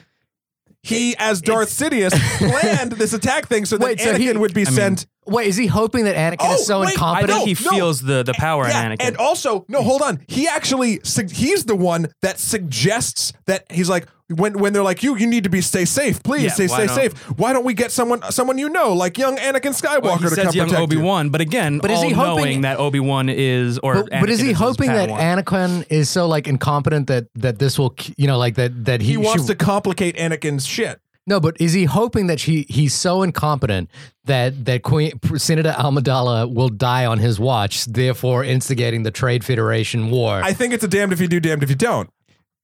Speaker 1: He, as Darth Sidious, planned this attack thing so that
Speaker 2: Wait,
Speaker 1: Anakin
Speaker 2: so he-
Speaker 1: would be
Speaker 3: I mean,
Speaker 1: sent.
Speaker 2: Wait, is he hoping that Anakin
Speaker 1: Oh,
Speaker 2: is so
Speaker 1: wait,
Speaker 3: i
Speaker 2: incompetent?
Speaker 1: no,
Speaker 3: think he
Speaker 1: no.
Speaker 3: feels the the power
Speaker 1: yeah,
Speaker 3: in anakin
Speaker 1: and also no, hold on. He actually sug- he's the one that suggests that he's like when when they're like you you need to be stay safe, please
Speaker 3: Yeah,
Speaker 1: stay
Speaker 3: why
Speaker 1: stay
Speaker 3: not?
Speaker 1: safe. Why don't we get someone someone you know like young Anakin Skywalker
Speaker 3: Well, he
Speaker 1: to
Speaker 3: says
Speaker 1: come
Speaker 3: young
Speaker 1: protect
Speaker 3: Obi
Speaker 1: you?
Speaker 3: Wan, but again,
Speaker 2: But is
Speaker 3: all
Speaker 2: he hoping-
Speaker 3: knowing that Obi Wan is, or
Speaker 2: But, but is
Speaker 3: Anakin
Speaker 2: he
Speaker 3: his
Speaker 2: hoping that
Speaker 3: Padawan.
Speaker 2: Anakin is so like incompetent that that this will k- you know like that that he,
Speaker 1: He wants
Speaker 2: she-
Speaker 1: to complicate Anakin's shit.
Speaker 2: no? But is he hoping that she he's so incompetent that that Queen Senator Amidala will die on his watch, therefore instigating the Trade Federation war?
Speaker 1: I think it's a damned if you do, damned if you don't.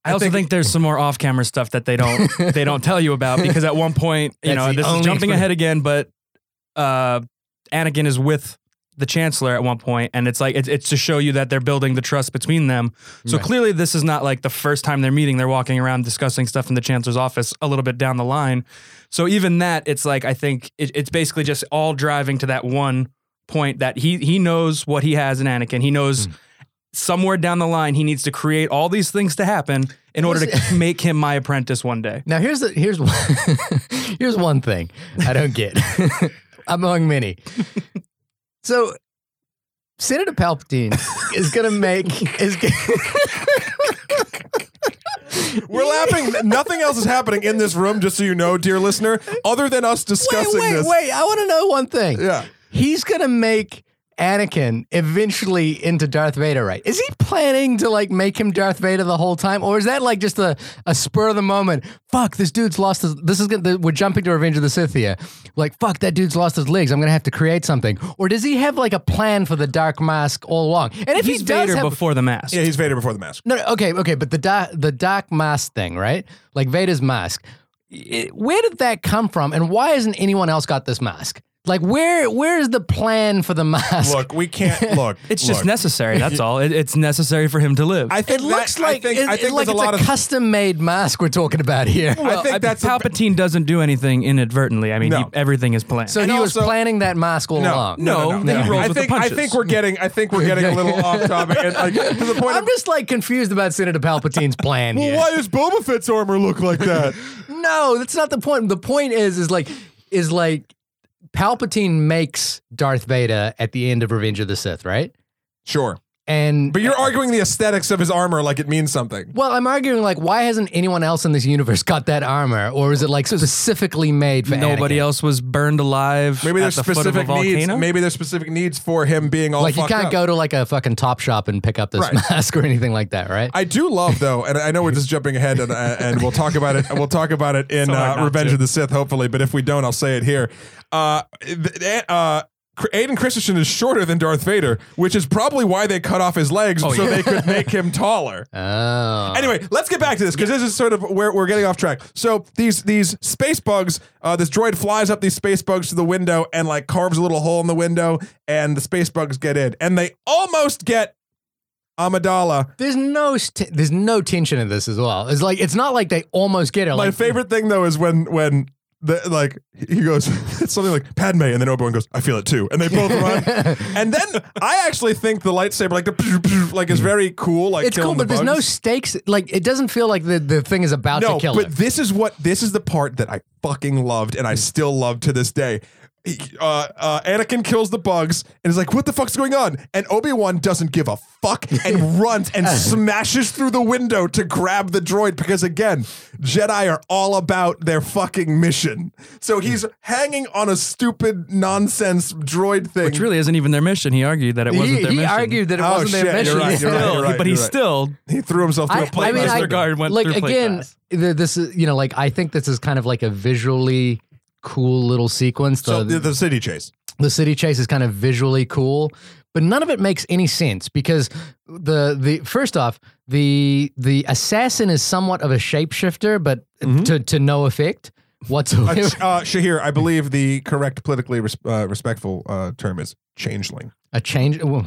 Speaker 3: I also
Speaker 1: think-
Speaker 3: think, there's some more off-camera stuff that they don't they don't tell you about because at one point, you
Speaker 2: That's
Speaker 3: know,
Speaker 2: the
Speaker 3: this is
Speaker 2: only
Speaker 3: jumping
Speaker 2: explanation.
Speaker 3: ahead again, but uh, Anakin is with the Chancellor at one point, and it's like it's, it's to show you that they're building the trust between them. So
Speaker 2: Right.
Speaker 3: clearly, this is not like the first time they're meeting. They're walking around discussing stuff in the Chancellor's office a little bit down the line. So even that, it's like I think it, it's basically just all driving to that one point that he he knows what he has in Anakin. He knows
Speaker 1: Hmm.
Speaker 3: somewhere down the line he needs to create all these things to happen in order to make him my apprentice one day.
Speaker 2: Now here's the here's one here's one thing I don't get among many. So Senator Palpatine is gonna make is g-
Speaker 1: We're laughing. Nothing else is happening in this room, just so you know, dear listener, other than us
Speaker 2: wait
Speaker 1: discussing
Speaker 2: wait
Speaker 1: this.
Speaker 2: wait I want to know one thing.
Speaker 1: Yeah.
Speaker 2: He's gonna make Anakin eventually into Darth Vader, right? Is he planning to like make him Darth Vader the whole time, or is that like just a, a spur of the moment? Fuck, this dude's lost his. This is gonna. We're jumping to Revenge of the Sith here. Like, fuck, that dude's lost his legs. I'm gonna have to create something. Or does he have like a plan for the Dark Mask all along? And if
Speaker 3: He's
Speaker 2: he does
Speaker 3: Vader
Speaker 2: have,
Speaker 3: before the mask.
Speaker 1: Yeah, he's Vader before the mask.
Speaker 2: no, no, okay, okay, but the da- the dark mask thing, right? Like Vader's mask. It- where did that come from, and why hasn't anyone else got this mask? Like where where is the plan for the mask?
Speaker 1: Look, we can't look.
Speaker 3: It's just
Speaker 1: look.
Speaker 3: necessary. That's all. It, it's necessary for him to live.
Speaker 1: I think
Speaker 2: it looks
Speaker 1: that,
Speaker 2: like
Speaker 1: I think,
Speaker 2: it,
Speaker 1: I think
Speaker 2: like
Speaker 1: there's
Speaker 2: it's
Speaker 1: a lot of
Speaker 2: custom made mask we're talking about here.
Speaker 1: I think that's a-
Speaker 3: Palpatine doesn't do anything inadvertently. I mean, he,
Speaker 1: No.
Speaker 3: everything is planned.
Speaker 2: So
Speaker 1: And
Speaker 2: he was
Speaker 1: also-
Speaker 2: planning that mask all
Speaker 1: no,
Speaker 2: along.
Speaker 1: no, no,
Speaker 3: No, he rolls
Speaker 1: I
Speaker 3: with the
Speaker 1: think I
Speaker 3: punches.
Speaker 1: think we're getting I think we're getting a little off topic and like to the point
Speaker 2: I'm
Speaker 1: of
Speaker 2: just like confused about Senator Palpatine's plan
Speaker 1: well,
Speaker 2: here.
Speaker 1: why does Boba Fett's armor look like that?
Speaker 2: No, that's not the point. The point is, is like, is like, Palpatine makes Darth Vader at the end of Revenge of the Sith, right?
Speaker 1: sure,
Speaker 2: And
Speaker 1: but you're arguing the aesthetics of his armor like it means something.
Speaker 2: well, I'm arguing like, why hasn't anyone else in this universe got that armor, or is it like specifically made for
Speaker 3: Nobody
Speaker 2: Anakin?
Speaker 3: else was burned alive
Speaker 1: Maybe
Speaker 3: at
Speaker 1: there's
Speaker 3: the foot of a
Speaker 1: specific needs.
Speaker 3: volcano.
Speaker 1: Maybe there's specific needs for him being all
Speaker 2: Like you
Speaker 1: fucked
Speaker 2: can't
Speaker 1: up.
Speaker 2: go to like a fucking Top Shop and pick up this
Speaker 1: Right.
Speaker 2: mask or anything like that, right?
Speaker 1: I do love though, and I know we're just jumping ahead, and, uh, and we'll talk about it. We'll talk about it in
Speaker 3: So hard
Speaker 1: uh,
Speaker 3: not
Speaker 1: Revenge
Speaker 3: to.
Speaker 1: of the Sith, hopefully. But if we don't, I'll say it here. Uh, th- uh, Aiden Christensen is shorter than Darth Vader, which is probably why they cut off his legs
Speaker 3: Oh,
Speaker 1: so they could make him taller.
Speaker 2: oh,
Speaker 1: Anyway, let's get back to this because this is sort of where we're getting off track. So these these space bugs, uh, this droid flies up these space bugs to the window and like carves a little hole in the window, and the space bugs get in, and they almost get Amidala.
Speaker 2: there's no st- there's no tension in this as well. It's like it's not like they almost get it.
Speaker 1: My
Speaker 2: like,
Speaker 1: favorite thing though is when when the like he goes it's something like Padme and then Obi Wan goes I feel it too and they both run and then I actually think the lightsaber like the like is very cool like
Speaker 2: it's cool,
Speaker 1: killing the
Speaker 2: but there's no
Speaker 1: bugs.
Speaker 2: stakes. Like it doesn't feel like the, the thing is about
Speaker 1: no
Speaker 2: to kill
Speaker 1: but
Speaker 2: him. Mm.
Speaker 1: this is what this is the part that I fucking loved and I still love to this day. He- Uh, uh, Anakin kills the bugs and is like, "What the fuck's going on?" And Obi Wan doesn't give a fuck and runs
Speaker 2: Uh-huh.
Speaker 1: and smashes through the window to grab the droid because again, Jedi are all about their fucking mission.
Speaker 2: Mm.
Speaker 1: So he's hanging on a stupid nonsense droid thing.
Speaker 3: which really isn't even their mission. He argued that it
Speaker 2: he
Speaker 3: wasn't their
Speaker 2: he
Speaker 3: mission.
Speaker 2: argued that it
Speaker 1: Oh,
Speaker 2: wasn't
Speaker 1: shit,
Speaker 2: their mission.
Speaker 1: you're right, you're right,
Speaker 3: Still,
Speaker 1: you're right.
Speaker 3: but he still
Speaker 1: he threw himself through a
Speaker 2: I,
Speaker 1: plate.
Speaker 2: I mean,
Speaker 1: glass
Speaker 2: I,
Speaker 1: window.
Speaker 3: guard went
Speaker 2: like
Speaker 3: through plate
Speaker 2: again,
Speaker 3: glass.
Speaker 2: th- this is you know, like I think this is kind of like a visually cool little sequence.
Speaker 1: so
Speaker 2: the,
Speaker 1: the, the city chase.
Speaker 2: the city chase is kind of visually cool, but none of it makes any sense because the the first off the the assassin is somewhat of a shapeshifter, but
Speaker 1: Mm-hmm.
Speaker 2: to to no effect
Speaker 1: Uh,
Speaker 2: whatsoever.
Speaker 1: Sh- uh, Shahir, I believe the correct politically res- uh, respectful uh, term is changeling.
Speaker 2: a change. well,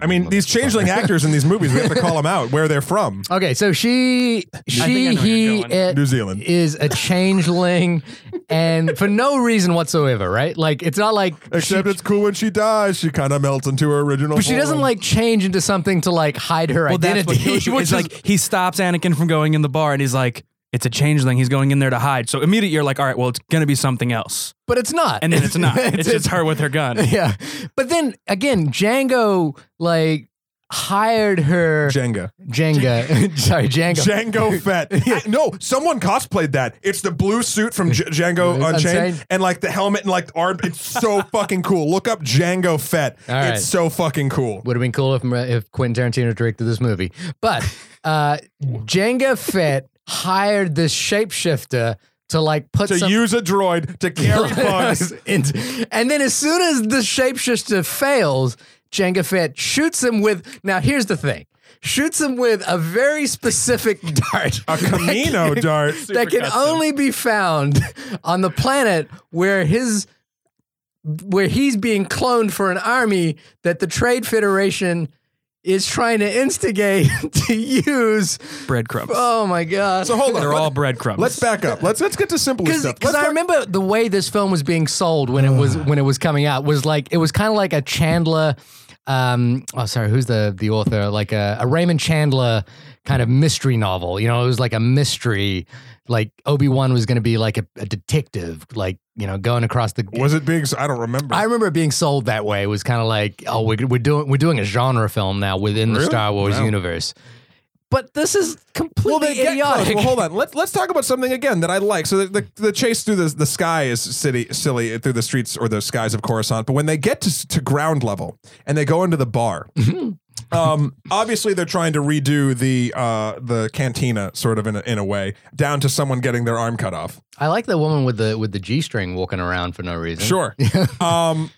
Speaker 1: I mean, these changeling actors in these movies, we have to call them out where they're from.
Speaker 2: Okay, so she
Speaker 3: I
Speaker 2: she
Speaker 3: know where
Speaker 2: he
Speaker 3: you're going.
Speaker 2: Uh, it,
Speaker 1: New Zealand.
Speaker 2: is a changeling, and for no reason whatsoever, right? Like it's not like
Speaker 1: Except it's cool when she dies. She kind of melts into her original.
Speaker 2: but she doesn't
Speaker 1: form.
Speaker 2: like change into something to like hide her
Speaker 3: Well, that's what
Speaker 2: identity.
Speaker 3: kills you.
Speaker 2: which
Speaker 3: It's
Speaker 2: is-
Speaker 3: like he stops Anakin from going in the bar, and he's like, "It's a changeling. He's going in there to hide." So immediately you're like, "All right, well, it's gonna be something else."
Speaker 2: but it's not.
Speaker 3: And then it's not. it's just her with her gun.
Speaker 2: Yeah, but then again, Django like hired her
Speaker 1: Jenga.
Speaker 2: Jenga. Sorry, Django.
Speaker 1: Django Fett. I- no, someone cosplayed that. It's the blue suit from J- Django Unchained,
Speaker 2: Unchained.
Speaker 1: and like the helmet and like the arm. It's so fucking cool. Look up Django Fett.
Speaker 2: All right.
Speaker 1: It's so fucking cool.
Speaker 2: Would have been cool if if Quentin Tarantino directed this movie. But uh, Jenga Fett hired this shapeshifter to like put
Speaker 1: To
Speaker 2: some.
Speaker 1: use a droid to carry bugs.
Speaker 2: into- and then as soon as the shapeshifter fails, Jenga Fett shoots him with. Now here's the thing. Shoots him with a very specific dart.
Speaker 1: A Camino dart.
Speaker 2: that can only be found on the planet where his where he's being cloned for an army that the Trade Federation is trying to instigate to use.
Speaker 3: Breadcrumbs.
Speaker 2: Oh my god.
Speaker 1: So hold on.
Speaker 3: They're
Speaker 1: Let-
Speaker 3: all breadcrumbs.
Speaker 1: Let's back up. Let's let's get to simpler stuff.
Speaker 2: because
Speaker 1: Let's
Speaker 2: I
Speaker 1: talk-
Speaker 2: remember the way this film was being sold when it was when it was coming out was like it was kind of like a Chandler, um, oh sorry, who's the the author? Like a, a Raymond Chandler kind of mystery novel. You know, it was like a mystery. Like Obi Wan was going to be like a, a detective, like you know, going across the.
Speaker 1: was it big? I don't remember.
Speaker 2: I remember it being sold that way. It was kind of like, oh, we're, we're doing we're doing a genre film now within the
Speaker 1: Really?
Speaker 2: Star Wars
Speaker 1: Wow.
Speaker 2: universe. But this is completely
Speaker 1: get
Speaker 2: idiotic.
Speaker 1: close. Well, hold on. Let's let's talk about something again that I like. So the, the, the chase through the the sky is city silly through the streets or the skies of Coruscant. But when they get to to ground level and they go into the bar. Um, obviously they're trying to redo the uh the cantina sort of in a, in a way down to someone getting their arm cut off.
Speaker 2: I like the woman with the with the g string walking around for no reason.
Speaker 1: Sure. um,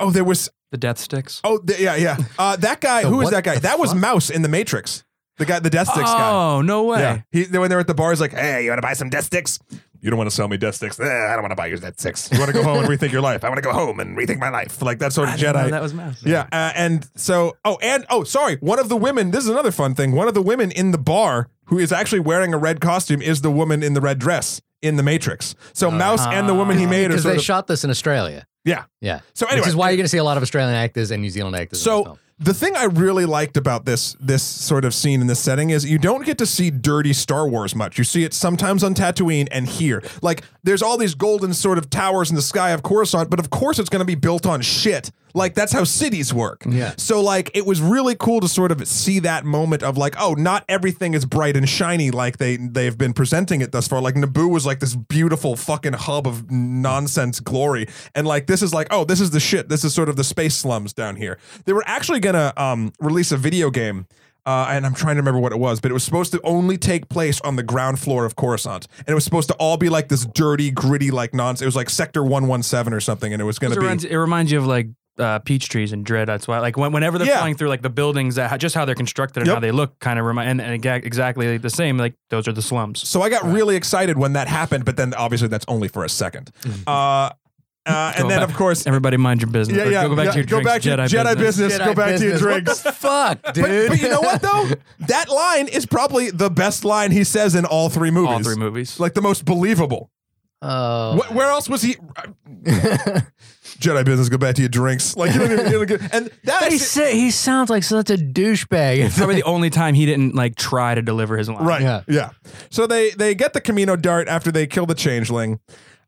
Speaker 1: oh there was
Speaker 3: the death sticks.
Speaker 1: oh th- yeah yeah uh that guy
Speaker 2: The
Speaker 1: who is
Speaker 2: what
Speaker 1: that guy
Speaker 2: the
Speaker 1: that was
Speaker 2: fuck?
Speaker 1: Mouse in the Matrix the guy the Death Sticks guy.
Speaker 3: Oh no way!
Speaker 1: Yeah. He, then when they're at the bar, he's like, hey, you want to buy some death sticks? you don't want to sell me death sticks. Eh, I don't want to buy your death sticks. You want to go home and rethink your life. I want to go home and rethink my life. Like that sort of
Speaker 3: I didn't know
Speaker 1: Jedi.
Speaker 3: that was Mouse.
Speaker 1: Yeah, uh, and so oh, and oh, sorry. One of the women. This is another fun thing. One of the women in the bar who is actually wearing a red costume is the woman in the red dress in the Matrix. So Mouse and the
Speaker 3: Ah,
Speaker 1: woman he made are
Speaker 2: because
Speaker 1: sort
Speaker 2: they
Speaker 1: of
Speaker 2: shot this in Australia.
Speaker 1: yeah.
Speaker 2: Yeah.
Speaker 1: So anyway,
Speaker 2: Which is why you're going to see a lot of Australian actors and New Zealand actors. in the
Speaker 1: So
Speaker 2: film.
Speaker 1: the thing I really liked about this this sort of scene in this setting is you don't get to see dirty Star Wars much. You see it sometimes on Tatooine and here. Like there's all these golden sort of towers in the sky of Coruscant, but of course it's going to be built on shit. Like that's how cities work.
Speaker 2: Yeah.
Speaker 1: So like it was really cool to sort of see that moment of like, oh, not everything is bright and shiny like they they've been presenting it thus far. Like Naboo was like this beautiful fucking hub of nonsense glory, and like this is like, oh, this is the shit. This is sort of the space slums down here. They were actually gonna um, release a video game. Uh, and I'm trying to remember what it was, but it was supposed to only take place on the ground floor of Coruscant, and it was supposed to all be like this dirty, gritty, like nonsense. It was like Sector 117 or something, and it was going
Speaker 3: It
Speaker 1: to be
Speaker 3: reminds, it reminds you of like uh, peach trees and dread. That's why, like, when, whenever they're
Speaker 1: Yeah.
Speaker 3: flying through, like the buildings, that just how they're constructed and
Speaker 1: Yep.
Speaker 3: how they look, kind of remind, and, and exact- exactly the same. Like those are the slums.
Speaker 1: So I got really excited when that happened, but then obviously that's only for a second. Uh, uh, and
Speaker 3: Mm-hmm. Go
Speaker 1: then
Speaker 3: back-
Speaker 1: of course,
Speaker 3: Everybody mind your business.
Speaker 1: yeah,
Speaker 3: Or
Speaker 1: yeah,
Speaker 3: Go back
Speaker 1: yeah,
Speaker 3: to your
Speaker 1: go
Speaker 3: drinks,
Speaker 1: back to
Speaker 3: Jedi,
Speaker 1: Jedi
Speaker 3: business.
Speaker 1: business. Go
Speaker 2: Jedi
Speaker 1: back to your
Speaker 2: business. What
Speaker 1: drinks.
Speaker 2: the fuck, dude?
Speaker 1: But, but you know what though? that line is probably the best line he says in all three movies.
Speaker 3: All three movies.
Speaker 1: Like the most believable.
Speaker 2: oh,
Speaker 1: Wh- where else was he? Jedi business. Go back to your drinks. Like you don't even. You don't get, and that
Speaker 2: But he,
Speaker 1: is
Speaker 2: sa- he sounds like such a douchebag.
Speaker 3: probably the only time he didn't like try to deliver his line.
Speaker 1: Right. Yeah.
Speaker 2: Yeah.
Speaker 1: So they they get the Camino dart after they kill the changeling.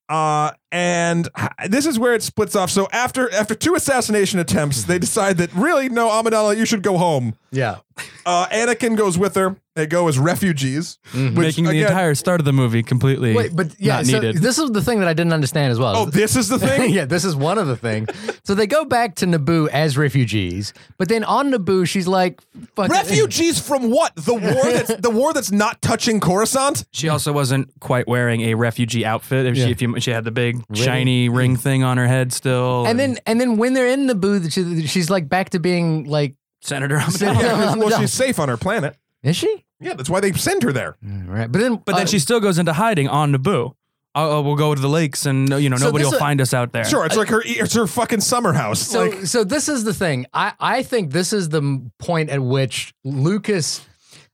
Speaker 1: Uh, and h- this is where it splits off. So after after two assassination attempts, they decide that really no, Amidala, you should go home.
Speaker 2: yeah.
Speaker 1: Uh, Anakin goes with her. They go as refugees, which
Speaker 3: Making the
Speaker 1: again-
Speaker 3: entire start of the movie completely
Speaker 2: Wait, but yeah,
Speaker 3: not
Speaker 2: so
Speaker 3: needed.
Speaker 2: this is the thing that I didn't understand as well.
Speaker 1: Oh, this is the thing.
Speaker 2: yeah, this is one of the things. So they go back to Naboo as refugees, but then on Naboo, she's like, fucking,
Speaker 1: Refugees from what? The war that's the war that's not touching Coruscant.
Speaker 3: She also wasn't quite wearing a refugee outfit. If
Speaker 2: Yeah.
Speaker 3: she, if you, she had the big shiny
Speaker 1: Mm.
Speaker 3: ring thing on her head still,
Speaker 2: And then, and then when they're in Naboo, she, she's like back to being like,
Speaker 3: Senator
Speaker 2: Senator-
Speaker 3: Amidala.
Speaker 1: Yeah, well,
Speaker 2: no.
Speaker 1: she's safe on her planet.
Speaker 2: is she?
Speaker 1: Yeah, that's why they send her there.
Speaker 2: Right. But then,
Speaker 3: But then
Speaker 2: uh,
Speaker 3: she still goes into hiding on Naboo. Oh, oh, we'll go to the lakes, and you know
Speaker 2: So
Speaker 3: nobody
Speaker 2: this
Speaker 3: will
Speaker 2: a-
Speaker 3: find us out there.
Speaker 1: Sure, it's like her. It's her fucking summer house.
Speaker 2: So,
Speaker 1: like,
Speaker 2: so this is the thing. I, I think this is the m- point at which Lucas,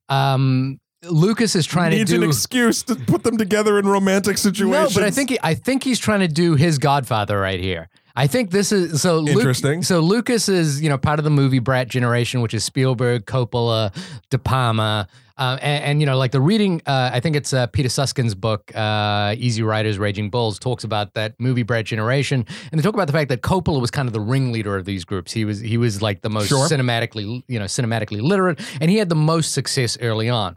Speaker 2: um, Lucas is trying
Speaker 1: needs
Speaker 2: to
Speaker 1: an
Speaker 2: do.
Speaker 1: excuse to put them together in romantic
Speaker 2: No,
Speaker 1: situations.
Speaker 2: but I think he, I think he's trying to do his Godfather right here. I think this is so Luke-
Speaker 1: Interesting.
Speaker 2: so Lucas is you know part of the movie brat generation, which is Spielberg, Coppola, De Palma, um, and, and you know like the reading. Uh, I think it's uh, Peter Susskind's book, uh, Easy Riders, Raging Bulls, talks about that movie brat generation, and they talk about the fact that Coppola was kind of the ringleader of these groups. He was he was like the most
Speaker 1: Sure.
Speaker 2: cinematically you know cinematically literate, and he had the most success early on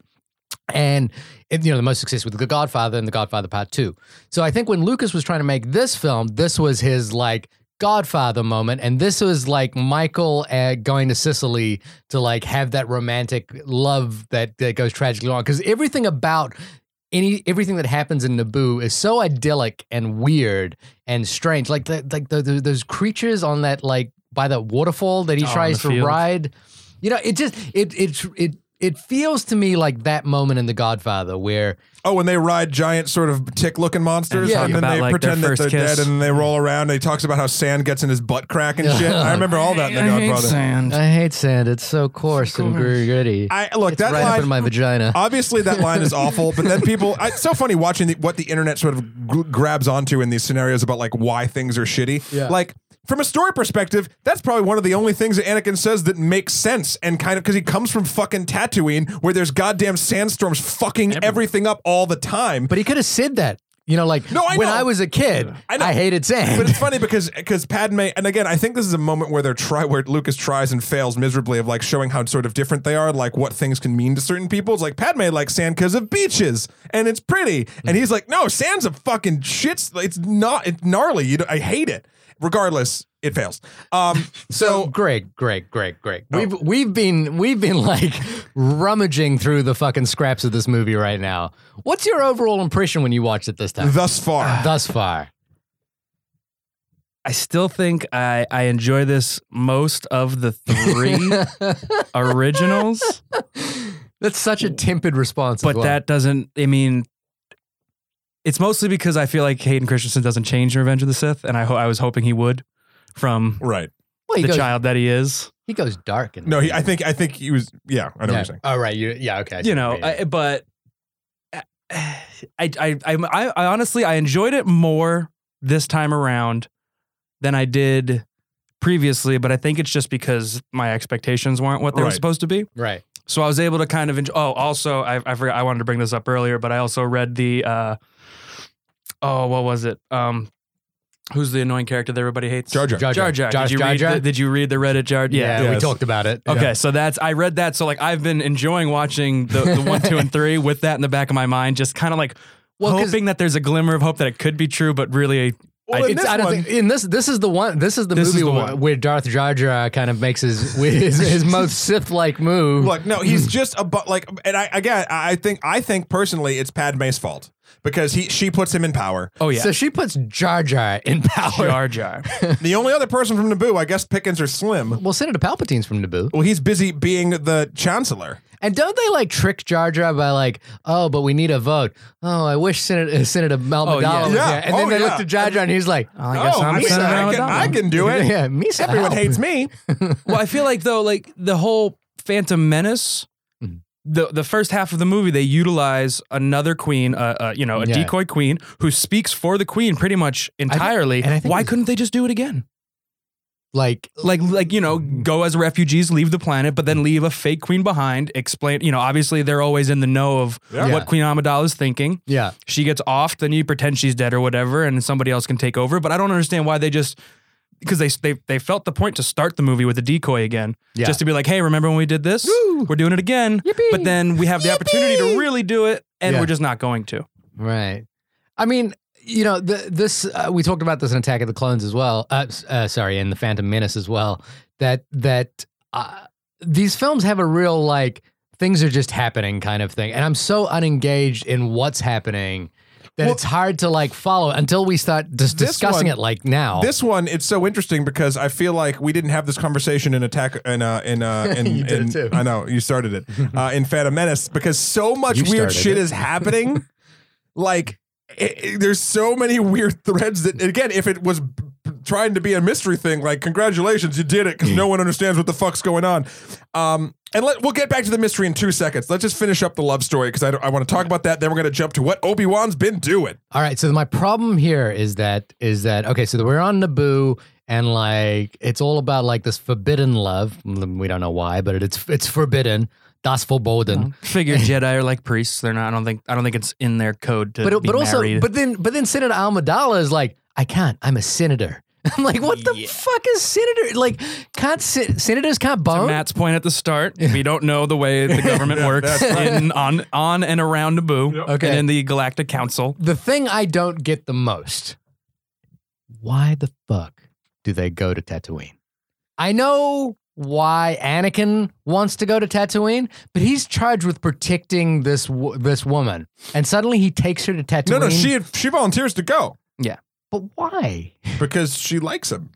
Speaker 2: and it- you know the most success with The Godfather and The Godfather Part Two. So I think when Lucas was trying to make this film, this was his like Godfather moment, and this was like Michael uh, going to Sicily to like have that romantic love that that goes tragically on because everything about any everything that happens in Naboo is so idyllic and weird and strange. Like the, like the, the, those creatures on that like by that waterfall that he
Speaker 3: Oh, on
Speaker 2: tries
Speaker 3: the
Speaker 2: to
Speaker 3: field.
Speaker 2: ride. You know, it just it it it it feels to me like that moment in The Godfather where
Speaker 1: Oh, when they ride giant sort of tick-looking monsters,
Speaker 2: Yeah.
Speaker 1: and then
Speaker 3: About,
Speaker 1: they
Speaker 3: like, their
Speaker 1: pretend that
Speaker 3: first
Speaker 1: they're
Speaker 3: kiss.
Speaker 1: dead, and they roll around. And he talks about how sand gets in his butt crack and shit. I remember all that in The
Speaker 3: I hate
Speaker 1: Godfather.
Speaker 3: sand.
Speaker 2: I hate sand. It's so coarse, and gritty.
Speaker 1: I look
Speaker 2: it's
Speaker 1: that
Speaker 2: right
Speaker 1: line.
Speaker 2: up in my vagina.
Speaker 1: Obviously, that line is awful, but then people. It's so funny watching the, what the internet sort of g- grabs onto in these scenarios about like why things are shitty.
Speaker 2: Yeah.
Speaker 1: Like, from a story perspective, that's probably one of the only things that Anakin says that makes sense and kind of because he comes from fucking Tatooine where there's goddamn sandstorms fucking everything up all the time.
Speaker 2: but he could have said that. You know, like
Speaker 1: No, I
Speaker 2: when
Speaker 1: know.
Speaker 2: I was a kid,
Speaker 1: I
Speaker 2: I,
Speaker 1: know.
Speaker 2: hated sand.
Speaker 1: But it's funny because because Padme and again I think this is a moment where they're try where Lucas tries and fails miserably of like showing how sort of different they are, like what things can mean to certain people. It's like Padme likes sand because of beaches and it's pretty, and he's like, no, sand's a fucking shit. It's not it's gnarly. You don't- I hate it. Regardless, it fails. Um,
Speaker 2: So
Speaker 1: so. Oh.
Speaker 2: Greg, Greg, Greg, Greg. We've we've been we've been like rummaging through the fucking scraps of this movie right now. What's your overall impression when you watched it this time?
Speaker 1: Thus far,
Speaker 2: Thus far.
Speaker 3: I still think I, I enjoy this most of the three originals,
Speaker 2: That's such a tempered response. as
Speaker 3: but
Speaker 2: well.
Speaker 3: that doesn't. I mean, It's mostly because I feel like Hayden Christensen doesn't change in Revenge of the Sith, and I ho- I was hoping he would from
Speaker 1: Right.
Speaker 2: Well, he
Speaker 3: the
Speaker 2: goes,
Speaker 3: child that he is.
Speaker 2: He goes dark. In
Speaker 1: No,
Speaker 2: the
Speaker 1: he, I think I think he was. Yeah, I know what
Speaker 2: yeah.
Speaker 1: you're saying.
Speaker 2: Oh, right. You, yeah. Okay. I see
Speaker 3: you
Speaker 2: what
Speaker 3: know,
Speaker 2: mean.
Speaker 3: I, but eh, I, I, I, I, I honestly, I enjoyed it more this time around than I did previously. But I think it's just because my expectations weren't what they were
Speaker 1: Right.
Speaker 3: supposed to be.
Speaker 2: right.
Speaker 3: So I was able to kind of enjoy. Oh, also, I, I forgot. I wanted to bring this up earlier, but I also read the. Uh, oh, what was it? Um, who's the annoying character that everybody hates?
Speaker 1: Jar Jar.
Speaker 2: Jar
Speaker 3: Jar
Speaker 2: Jar. Jar
Speaker 3: Jar. Did you
Speaker 2: Jar
Speaker 3: read?
Speaker 2: Jar?
Speaker 3: The, did you read the Reddit Jar?
Speaker 2: Yeah. We
Speaker 1: Yes.
Speaker 2: talked about it.
Speaker 3: Okay, so that's I read that. So like I've been enjoying watching the, the one, two, and three with that in the back of my mind, just kind of like
Speaker 2: Well, 'cause-
Speaker 3: hoping that there's a glimmer of hope that it could be true, but really,
Speaker 1: Well,
Speaker 3: I,
Speaker 1: in
Speaker 2: It's,
Speaker 1: this
Speaker 2: I don't
Speaker 1: one-
Speaker 2: think in this. This is the one. This is the
Speaker 3: This is
Speaker 2: movie
Speaker 3: the
Speaker 2: wh-
Speaker 3: one.
Speaker 2: where Darth Jar Jar kind of makes his his, his most Sith like move.
Speaker 1: Look, no, he's just a but like, and I again, I think I think personally, it's Padme's fault because he she puts him in power.
Speaker 3: oh yeah,
Speaker 2: So she puts Jar Jar in power.
Speaker 3: Jar Jar.
Speaker 1: the only other person from Naboo, I guess, Pickens or Slim.
Speaker 2: Well, Senator Palpatine's from Naboo,
Speaker 1: Well, he's busy being the chancellor.
Speaker 2: and don't they like trick Jar Jar by like, oh, but we need a vote. Oh, I wish Senator Senator Malmadala
Speaker 3: Oh, yeah.
Speaker 2: was
Speaker 1: Yeah.
Speaker 2: there. And then
Speaker 1: Oh,
Speaker 2: they
Speaker 1: yeah.
Speaker 2: look to Jar Jar, and he's like,
Speaker 3: I guess
Speaker 1: oh,
Speaker 3: I'm
Speaker 1: Misa,
Speaker 3: Senator
Speaker 1: I, can,
Speaker 3: Amidala.
Speaker 1: I can do it.
Speaker 2: yeah, Misa,
Speaker 1: Everyone
Speaker 2: help.
Speaker 1: hates me.
Speaker 3: well, I feel like though, like the whole Phantom Menace,
Speaker 2: Mhm.
Speaker 3: the the first half of the movie, they utilize another queen, uh, uh, you know, a
Speaker 2: Yeah.
Speaker 3: decoy queen who speaks for the queen pretty much entirely.
Speaker 2: and I think
Speaker 3: Why
Speaker 2: it was-
Speaker 3: couldn't they just do it again?
Speaker 2: Like,
Speaker 3: like like you know go as refugees leave the planet but then leave a fake queen behind explain you know obviously they're always in the know of
Speaker 1: Yeah.
Speaker 2: Yeah.
Speaker 3: what queen Amidala is thinking
Speaker 2: yeah,
Speaker 3: she gets off then you pretend she's dead or whatever and somebody else can take over but i don't understand why they just because they, they they felt the point to start the movie with a decoy again
Speaker 2: yeah.
Speaker 3: just to be like hey remember when we did this
Speaker 2: Woo.
Speaker 3: we're doing it again
Speaker 2: Yippee.
Speaker 3: but then we have the opportunity to
Speaker 2: Yippee.
Speaker 3: really do it and
Speaker 2: Yeah.
Speaker 3: we're just not going to
Speaker 2: Right. I mean, you know, the, this uh, we talked about this in Attack of the Clones as well. Uh, s- uh, sorry, in the Phantom Menace as well. That that uh, these films have a real like things are just happening kind of thing, and I'm so unengaged in what's happening that
Speaker 1: Well-
Speaker 2: it's hard to like follow until we start just
Speaker 1: This
Speaker 2: discussing
Speaker 1: one-
Speaker 2: it like now.
Speaker 1: This one, it's so interesting because I feel like we didn't have this conversation in attack in uh in uh in,
Speaker 2: You did it
Speaker 1: in-
Speaker 2: too.
Speaker 1: I know you started it uh, in Phantom Menace because so much
Speaker 2: You
Speaker 1: weird
Speaker 2: started
Speaker 1: shit
Speaker 2: it.
Speaker 1: is happening. like it, it- there's so many weird threads that again, if it was b- b- trying to be a mystery thing, like congratulations, you did it because
Speaker 2: Hmm.
Speaker 1: no one understands what the fuck's going on. Um. And let, we'll get back to the mystery in two seconds. Let's just finish up the love story because I, don't- I want to talk about that. Then we're going to jump to what Obi Wan's been doing.
Speaker 2: All right. So my problem here is that is that okay? So we're on Naboo, and like it's all about like this forbidden love. We don't know why, but it's it's forbidden. Das verboten.
Speaker 3: figure jedi are like priests they're not i don't think i don't think it's in their code to
Speaker 2: but
Speaker 3: be
Speaker 2: but also
Speaker 3: married.
Speaker 2: but then but then Senator Almadala is like, I can't. I'm a senator. I'm like, what the
Speaker 3: Yeah.
Speaker 2: fuck is senator? Like, can't sen- senators can't
Speaker 3: to
Speaker 1: Oh.
Speaker 2: bone?
Speaker 3: Matt's point at the start, we don't know the way the government works in, on on and around Naboo
Speaker 2: Okay.
Speaker 3: and in the Galactic Council.
Speaker 2: the thing I don't get the most. Why the fuck do they go to Tatooine? I know why Anakin wants to go to Tatooine, but he's charged with protecting this wo- this woman, and suddenly he takes her to Tatooine.
Speaker 1: No, no, she she volunteers to go
Speaker 2: But why?
Speaker 1: because she likes him.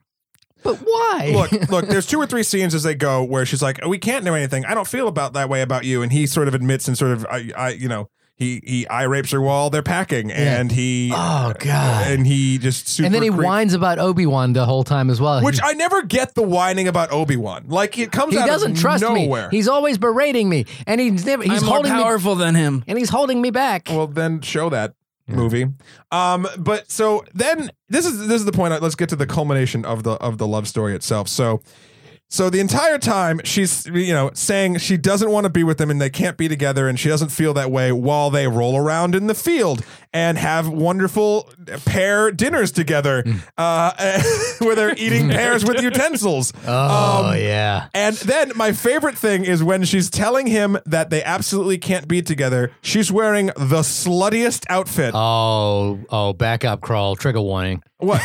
Speaker 2: But why?
Speaker 1: look, look, there's two or three scenes as they go where she's like, "We can't do anything. I don't feel about that way about you." And he sort of admits and sort of, I, I you know, he he eye rapes her while they're packing, and he,
Speaker 2: Oh god.
Speaker 1: and he just super
Speaker 2: and then he
Speaker 1: creep-
Speaker 2: whines about Obi Wan the whole time as well.
Speaker 1: Which
Speaker 2: he,
Speaker 1: I never get the whining about Obi Wan. Like it comes
Speaker 2: he
Speaker 1: out
Speaker 2: doesn't
Speaker 1: of
Speaker 2: trust
Speaker 1: nowhere.
Speaker 2: me. He's always berating me, and he's never. He's
Speaker 3: I'm more
Speaker 2: holding me,
Speaker 3: powerful than him.
Speaker 2: and he's holding me back.
Speaker 1: well, then show that
Speaker 2: Yeah.
Speaker 1: movie. Um, but so then this is this is the point. Let's get to the culmination of the of the love story itself. So. So the entire time she's you know saying she doesn't want to be with them and they can't be together and she doesn't feel that way while they roll around in the field and have wonderful pair dinners together
Speaker 2: Mm.
Speaker 1: uh, where they're eating pears with utensils.
Speaker 2: oh
Speaker 1: Um,
Speaker 2: yeah.
Speaker 1: And then my favorite thing is when she's telling him that they absolutely can't be together. She's wearing the sluttiest outfit.
Speaker 2: Oh oh, back up, crawl. Trigger warning.
Speaker 1: what?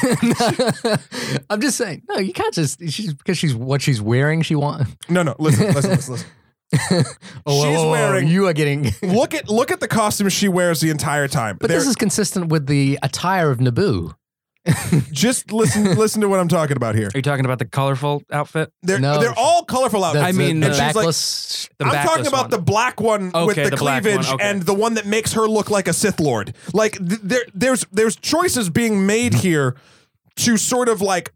Speaker 2: I'm just saying. No, you can't just. She's because she's what she's wearing. She wants.
Speaker 1: No, no. Listen, listen, listen, listen.
Speaker 2: Oh,
Speaker 1: She's wearing-
Speaker 2: You are getting.
Speaker 1: Look at look at the costume she wears the entire time.
Speaker 2: But
Speaker 1: They're-
Speaker 2: this is consistent with the attire of Naboo.
Speaker 1: Just listen listen to what I'm talking about here.
Speaker 3: Are you talking about the colorful outfit?
Speaker 1: They're
Speaker 2: No.
Speaker 1: they're all colorful outfits.
Speaker 2: The-
Speaker 3: I mean,
Speaker 2: the,
Speaker 3: uh,
Speaker 1: And she's like-
Speaker 2: backless.
Speaker 3: The
Speaker 1: I'm talking
Speaker 3: backless
Speaker 1: about
Speaker 3: one.
Speaker 1: the black one with
Speaker 3: Okay,
Speaker 1: the,
Speaker 3: the black one,
Speaker 1: cleavage
Speaker 3: okay.
Speaker 1: and the one that makes her look like a Sith Lord. Like th- there, there's there's choices being made here to sort of like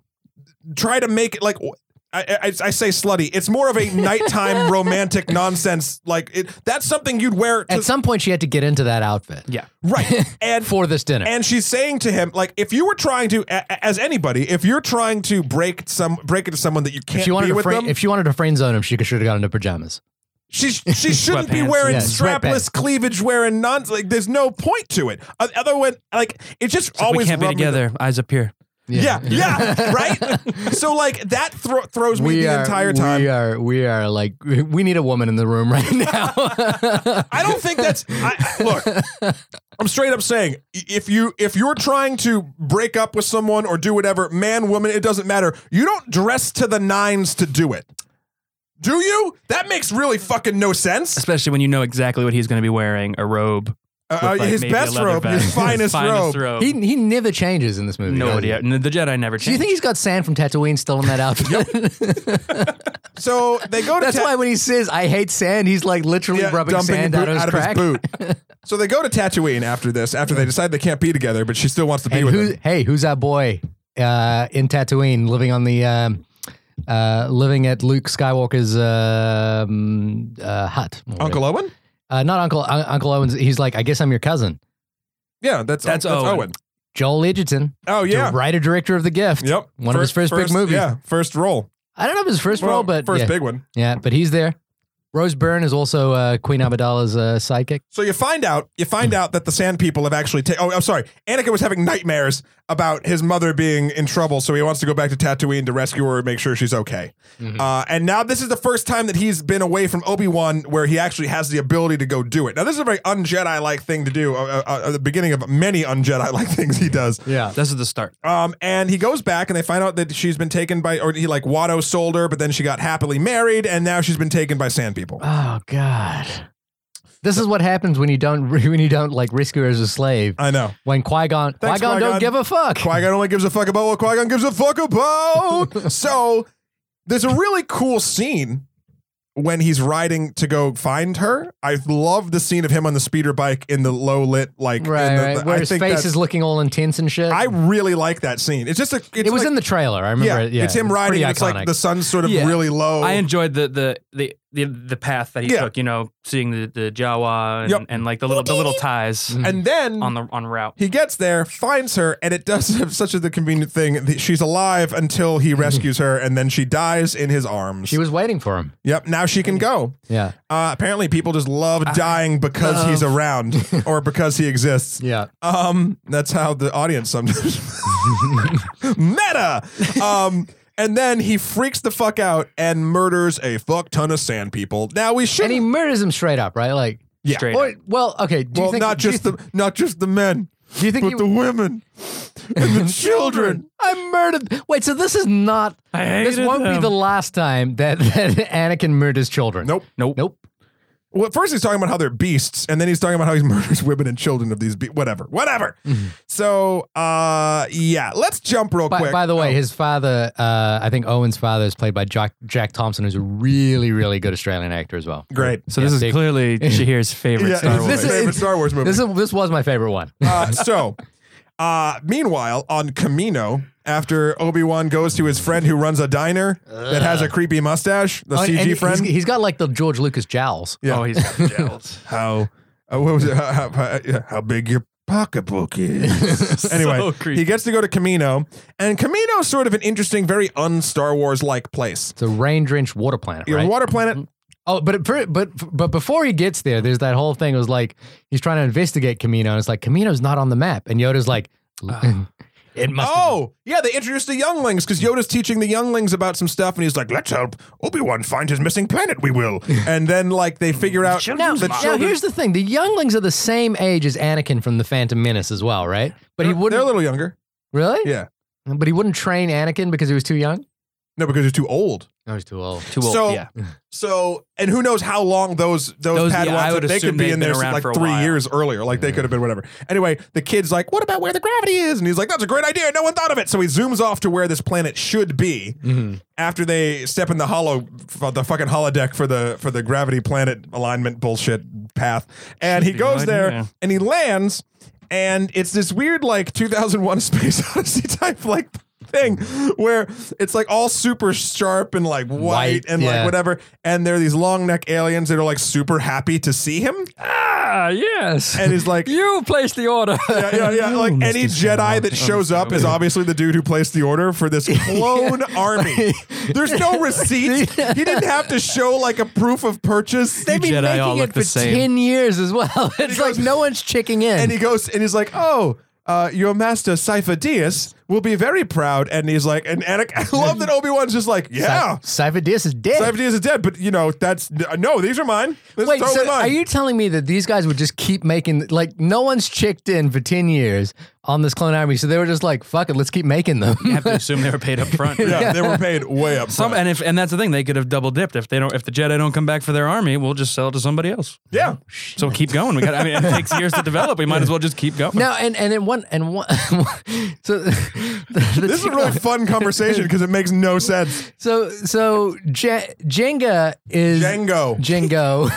Speaker 1: try to make it like. I, I, I say slutty. It's more of a nighttime romantic nonsense. Like it, that's something you'd wear. To,
Speaker 2: At some point, she had to get into that outfit
Speaker 3: Yeah.
Speaker 1: right. And
Speaker 2: for this dinner.
Speaker 1: and she's saying to him, like, if you were trying to, a- a- as anybody, if you're trying to break some, break it to someone that you
Speaker 2: if
Speaker 1: can't
Speaker 2: she wanted
Speaker 1: be
Speaker 2: to
Speaker 1: with
Speaker 2: fra-
Speaker 1: them,
Speaker 2: if she wanted to friend zone him, she should have gotten into pajamas.
Speaker 1: she sh- she shouldn't be
Speaker 3: Sweatpants.
Speaker 1: wearing
Speaker 2: Yeah,
Speaker 1: strapless
Speaker 2: sweatpants.
Speaker 1: cleavage wearing non. Like, there's no point to it. O- Other one, like, it just
Speaker 3: It's like
Speaker 1: always
Speaker 3: we can't be
Speaker 1: rubbed me the-
Speaker 3: together. Eyes up here.
Speaker 1: Yeah, yeah, right. so like that thro- throws me the entire time.
Speaker 2: We are, we are like, we need a woman in the room right now.
Speaker 1: I don't think that's. I, I- look, I'm straight up saying i- if you if you're trying to break up with someone or do whatever, man, woman, it doesn't matter. You don't dress to the nines to do it. Do you? That makes really fucking no sense.
Speaker 3: Especially when you know exactly what he's going to be wearing a robe.
Speaker 1: Uh,
Speaker 3: with, like,
Speaker 1: his
Speaker 3: maybe a
Speaker 1: best
Speaker 3: leather
Speaker 1: robe, his
Speaker 3: vest.
Speaker 1: finest, robe.
Speaker 2: he he never changes in this movie.
Speaker 3: no
Speaker 2: does he?
Speaker 3: idea. No, the Jedi never
Speaker 2: Do you
Speaker 3: changed.
Speaker 2: think he's got sand from Tatooine still in that outfit?
Speaker 1: So they go to
Speaker 2: That's
Speaker 1: Ta-
Speaker 2: why when he says "I hate sand," he's like literally
Speaker 1: yeah,
Speaker 2: rubbing
Speaker 1: dumping
Speaker 2: sand
Speaker 1: boot
Speaker 2: out of his crack.
Speaker 1: boot. so they go to Tatooine after this. After they decide they can't be together, but she still wants to be
Speaker 2: And
Speaker 1: with
Speaker 2: who,
Speaker 1: him.
Speaker 2: hey, who's that boy uh, in Tatooine living on the um, uh, living at Luke Skywalker's um, uh, hut? or
Speaker 1: Uncle Owen.
Speaker 2: whatever. uh, not Uncle Un- Uncle Owen's. He's like, I guess I'm your cousin,
Speaker 1: Yeah, that's
Speaker 3: That's
Speaker 1: Owen.
Speaker 3: Owen.
Speaker 2: Joel Edgerton,
Speaker 1: Oh yeah.
Speaker 2: writer director of The Gift.
Speaker 1: Yep.
Speaker 2: One of his first big movies.
Speaker 1: Yeah, first role.
Speaker 2: I don't know if his first
Speaker 1: Well,
Speaker 2: role, but
Speaker 1: first
Speaker 2: yeah,
Speaker 1: big one.
Speaker 2: yeah, but he's there. Rose Byrne is also uh, Queen Amidala's uh, sidekick.
Speaker 1: So you find out, you find out that the Sand People have actually taken. Oh, I'm sorry. Anakin was having nightmares about his mother being in trouble, so he wants to go back to Tatooine to rescue her and make sure she's okay. Uh, and now this is the first time that he's been away from Obi Wan, where he actually has the ability to go do it. Now this is a very un-Jedi like thing to do. Uh, uh, uh, at the beginning of many un-Jedi like things he does.
Speaker 2: Yeah.
Speaker 3: This is the start.
Speaker 1: Um, and he goes back, and they find out that she's been taken by, or he like Watto sold her, but then she got happily married, and now she's been taken by Sand People.
Speaker 2: Oh God. This is what happens when you don't when you don't like risk her as a slave.
Speaker 1: I know.
Speaker 2: When Qui Gon Qui
Speaker 1: Thanks,
Speaker 2: Gon
Speaker 1: Qui-Gon.
Speaker 2: don't give a fuck.
Speaker 1: Qui Gon only gives a fuck about what Qui Gon gives a fuck about. so there's a really cool scene when he's riding to go find her. I love the scene of him on the speeder bike in the low lit like. in
Speaker 2: Right,
Speaker 1: the-
Speaker 2: right.
Speaker 1: the-
Speaker 2: Where
Speaker 1: I
Speaker 2: his
Speaker 1: think
Speaker 2: face
Speaker 1: that's-
Speaker 2: is looking all intense and shit.
Speaker 1: I really like that scene. It's just a. It's
Speaker 2: it was
Speaker 1: like-
Speaker 2: in the trailer. I remember
Speaker 1: yeah,
Speaker 2: it. Yeah,
Speaker 1: it's him riding.
Speaker 2: pretty
Speaker 1: and It's like
Speaker 2: iconic.
Speaker 1: the sun's sort of
Speaker 3: Yeah.
Speaker 1: really low.
Speaker 3: I enjoyed the the the the, the path that he
Speaker 1: Oh. Yeah.
Speaker 3: took. You know, seeing the, the Jawa and,
Speaker 1: Yep.
Speaker 3: and like the little the little ties
Speaker 1: and then
Speaker 3: on the on route.
Speaker 1: He gets there, finds her, and it does have such a the convenient thing. that She's alive until he rescues her, and then she dies in his arms.
Speaker 2: she was waiting for him.
Speaker 1: yep, now she can go.
Speaker 2: Yeah,
Speaker 1: Uh, apparently, people just love dying because he's around or because he exists.
Speaker 2: yeah.
Speaker 1: Um, that's how the audience sometimes meta. Um, and then he freaks the fuck out and murders a fuck ton of sand people. Now we should,
Speaker 2: And he murders him straight up, right? Like,
Speaker 1: yeah.
Speaker 3: Straight
Speaker 2: or, well, okay. Do
Speaker 1: Well,
Speaker 2: you think
Speaker 1: not
Speaker 2: do you
Speaker 1: just
Speaker 2: th-
Speaker 1: the not just the men,
Speaker 2: Do you think
Speaker 1: but
Speaker 2: he-
Speaker 1: the women and the children.
Speaker 2: I murdered? Wait, so this is not.
Speaker 3: I
Speaker 2: This
Speaker 3: hated
Speaker 2: won't be
Speaker 3: them.
Speaker 2: the last time that, that Anakin murders children.
Speaker 1: Nope.
Speaker 3: Nope.
Speaker 2: Nope.
Speaker 1: Well, first he's talking about how they're beasts, and then he's talking about how he murders women and children of these be- whatever, whatever. So, uh, yeah, let's jump real
Speaker 2: Mm-hmm. By,
Speaker 1: quick.
Speaker 2: by the way,
Speaker 1: Oh.
Speaker 2: his father, uh, I think Owen's father, is played by Jack, Jack Thompson, who's a really, really good Australian actor as well.
Speaker 1: Oh, great.
Speaker 3: So this
Speaker 2: Yeah,
Speaker 3: is
Speaker 2: big-
Speaker 3: clearly Shahir's favorite
Speaker 1: Yeah,
Speaker 3: Star
Speaker 1: it's
Speaker 3: Wars.
Speaker 1: his
Speaker 2: This is-
Speaker 1: favorite Star Wars movie.
Speaker 2: This is this was my favorite one.
Speaker 1: Uh, so, uh, meanwhile, on Camino, after Obi Wan goes to his friend who runs a diner that has a creepy mustache, the
Speaker 2: Oh, And-
Speaker 1: CG
Speaker 2: and he's-
Speaker 1: friend.
Speaker 2: he's got like the George Lucas jowls.
Speaker 1: yeah.
Speaker 3: Oh, he's got the jowls.
Speaker 1: how uh, what was it? How, how, how, yeah, how big your pocketbook is. anyway,
Speaker 3: creepy.
Speaker 1: he gets to go to Camino, and Camino is sort of an interesting, very un Star Wars like place.
Speaker 2: It's a rain drenched water planet,
Speaker 1: Your
Speaker 2: right?
Speaker 1: water planet.
Speaker 2: oh, but, it, but but before he gets there, there's that whole thing. It was like he's trying to investigate Camino, and it's like Camino's not on the map, and Yoda's like,
Speaker 1: Uh.
Speaker 2: it must. have-
Speaker 1: Oh, yeah, they introduced the younglings because Yoda's teaching the younglings about some stuff, and he's like, "Let's help Obi Wan find his missing planet. We will." and then, like, they figure out
Speaker 2: Now,
Speaker 1: the
Speaker 2: now
Speaker 1: children-
Speaker 2: here's the thing: the younglings are the same age as Anakin from the Phantom Menace as well, right? But he
Speaker 1: they're a
Speaker 2: wouldn't
Speaker 1: little younger.
Speaker 2: really,
Speaker 1: Yeah.
Speaker 2: But he wouldn't train Anakin because he was too young.
Speaker 1: No, because you're too old.
Speaker 2: I was too old.
Speaker 3: Too old.
Speaker 1: So-
Speaker 3: yeah.
Speaker 1: So, and who knows how long those those,
Speaker 3: Those- yeah,
Speaker 1: Padawans
Speaker 3: I would
Speaker 1: they
Speaker 3: assume
Speaker 1: could be
Speaker 3: they've
Speaker 1: in
Speaker 3: been
Speaker 1: there
Speaker 3: around
Speaker 1: like
Speaker 3: for a
Speaker 1: three
Speaker 3: while.
Speaker 1: years earlier. Like they could have been whatever. Anyway, the kid's like, "What about where the gravity is?" And he's like, "That's a great idea. No one thought of it." So he zooms off to where this planet should be.
Speaker 3: Mm-hmm.
Speaker 1: After they step in the hollow, f- the fucking holodeck for the for the gravity planet alignment bullshit path, and he
Speaker 3: be
Speaker 1: goes
Speaker 3: right
Speaker 1: there
Speaker 3: here.
Speaker 1: and he lands, and it's this weird like 2001 Space Odyssey type like thing where it's like all super sharp and like white,
Speaker 2: White,
Speaker 1: and like
Speaker 2: yeah.
Speaker 1: whatever, and there are these long neck aliens that are like super happy to see him,
Speaker 3: Ah, yes.
Speaker 1: and he's like.
Speaker 3: you placed the order.
Speaker 1: Yeah, yeah, yeah. Like any Jedi that shows up is obviously the dude who placed the order for this clone army. There's no receipt. He didn't have to show like a proof of purchase.
Speaker 2: They've been
Speaker 3: Jedi all
Speaker 2: making
Speaker 3: look
Speaker 2: it
Speaker 3: the
Speaker 2: for
Speaker 3: same.
Speaker 2: ten years as well. It's like
Speaker 1: goes-
Speaker 2: no one's checking in.
Speaker 1: And he goes and he's like, "Oh, uh, your master Sypha Diaz will be very proud." And he's like, and Anakin, I love that Obi Wan's just like, "Yeah,
Speaker 2: Cypher Diaz is dead.
Speaker 1: Sypha Diaz is dead, but you know that's no, these are mine. This
Speaker 2: Wait,
Speaker 1: is totally
Speaker 2: so
Speaker 1: mine."
Speaker 2: are you telling me that these guys would just keep making like no one's checked in for ten years on this clone army? So they were just like, "Fuck it, let's keep making them."
Speaker 3: I have to assume they were paid up front.
Speaker 1: yeah, they were paid way up.
Speaker 3: Some,
Speaker 1: front.
Speaker 3: and if and that's the thing, they could have double dipped. If they don't if the Jedi don't come back for their army, we'll just sell it to somebody else.
Speaker 1: yeah,
Speaker 3: So keep going. We got I mean it takes years to develop. We might as well just keep going.
Speaker 2: No, and and then one and one. so the, the
Speaker 1: this is a
Speaker 2: two-
Speaker 1: really fun conversation because it makes no sense.
Speaker 2: So so Je- Jenga is
Speaker 1: Django,
Speaker 2: Jengo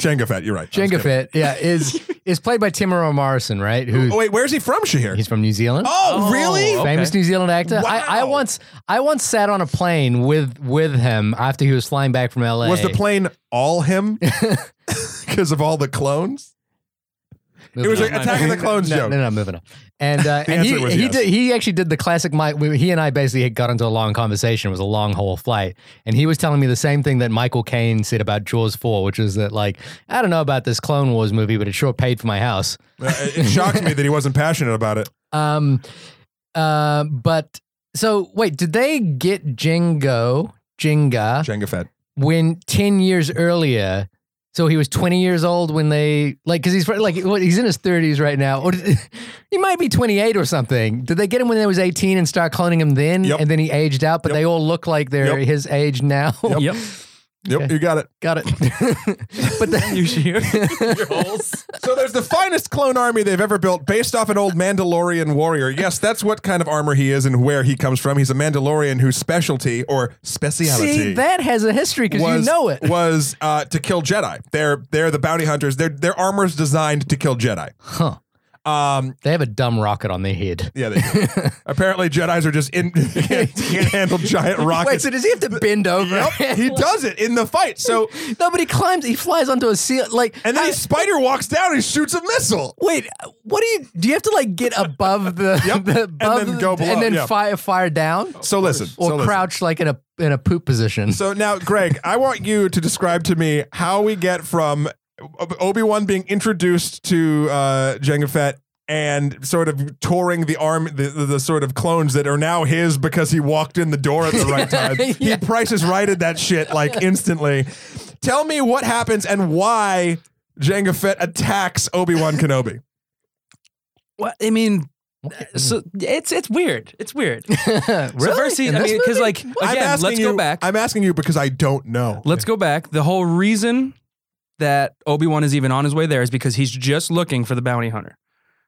Speaker 1: Jango Fett, you're right. I was kidding.
Speaker 2: Jenga Fit. Yeah, is is played by Timur Morrison, right?
Speaker 1: Oh
Speaker 2: Who
Speaker 1: wait, where's he from, Shahir?
Speaker 2: he's from New Zealand.
Speaker 1: oh, really?
Speaker 3: okay.
Speaker 2: Famous New Zealand actor. I, I
Speaker 1: Wow.
Speaker 2: once I once sat on a plane with with him after he was flying back from LA.
Speaker 1: Was the plane all him? Because of all the clones? It was
Speaker 2: Moving
Speaker 1: like
Speaker 2: on.
Speaker 1: Attack of the Clones
Speaker 2: no,
Speaker 1: joke.
Speaker 2: No, no, moving on. And, uh, and he,
Speaker 1: answer was
Speaker 2: he,
Speaker 1: yes.
Speaker 2: did, he actually did the classic. Mike, we- he and I basically had got into a long conversation. It was a long whole flight, and he was telling me the same thing that Michael Caine said about Jaws Four, which is that like I don't know about this Clone Wars movie, but it sure paid for my house.
Speaker 1: Uh, it it shocks me that he wasn't passionate about it.
Speaker 2: Um, uh, but so wait, did they get Jingo Jenga
Speaker 1: Jango Fett.
Speaker 2: when ten years earlier? So he was twenty years old when they like because he's fr- like what, he's in his thirties right now, or did- he might be twenty eight or something. Did they get him when they was eighteen and start cloning him then,
Speaker 1: Yep.
Speaker 2: and then he aged out? But
Speaker 1: Yep.
Speaker 2: they all look like they're
Speaker 1: Yep.
Speaker 2: his age now.
Speaker 3: Yep.
Speaker 1: Yep,
Speaker 2: Okay.
Speaker 1: you got it.
Speaker 2: Got it. but then
Speaker 3: You should hear your holes.
Speaker 1: So there's the finest clone army they've ever built based off an old Mandalorian warrior. Yes, that's what kind of armor he is and where he comes from. He's a Mandalorian whose specialty or speciality.
Speaker 2: see that has a history because you know it.
Speaker 1: was uh, to kill Jedi. They're they're the bounty hunters. Their their armor's designed to kill Jedi.
Speaker 2: Huh.
Speaker 1: Um,
Speaker 2: They have a dumb rocket on their head.
Speaker 1: yeah, they do. apparently Jedi's are just in can't, can't handle giant
Speaker 2: Wait,
Speaker 1: rockets.
Speaker 2: so does he have to bend over?
Speaker 1: Yep, he does it in the fight. So
Speaker 2: No, but he climbs. He flies onto a seal. Like,
Speaker 1: and then
Speaker 2: I-
Speaker 1: he spider walks down and shoots a missile.
Speaker 2: wait. What do you do? You have to like get above the,
Speaker 1: Yep,
Speaker 2: the
Speaker 1: and
Speaker 2: above
Speaker 1: then
Speaker 2: the-
Speaker 1: go below,
Speaker 2: and then
Speaker 1: yeah.
Speaker 2: fire fire
Speaker 3: Oh.
Speaker 2: down
Speaker 1: So listen,
Speaker 2: or
Speaker 1: so listen.
Speaker 2: crouch like in a in a poop position.
Speaker 1: So now, Greg, I want you to describe to me how we get from Obi Wan being introduced to uh, Jango Fett and sort of touring the arm, the, the, the sort of clones that are now his because he walked in the door at the right time. He
Speaker 2: Yeah.
Speaker 1: prices righted that shit like instantly. Tell me what happens and why Jango Fett attacks Obi Wan Kenobi.
Speaker 3: Well, I mean so it's it's weird. It's weird.
Speaker 2: really?
Speaker 3: So first he,
Speaker 2: In
Speaker 3: I
Speaker 2: this
Speaker 3: mean, because
Speaker 2: movie?
Speaker 3: like again, let's
Speaker 1: you,
Speaker 3: go back.
Speaker 1: I'm asking you because I don't know.
Speaker 3: Let's go back. The whole reason that Obi Wan is even on his way there is because he's just looking for the bounty hunter.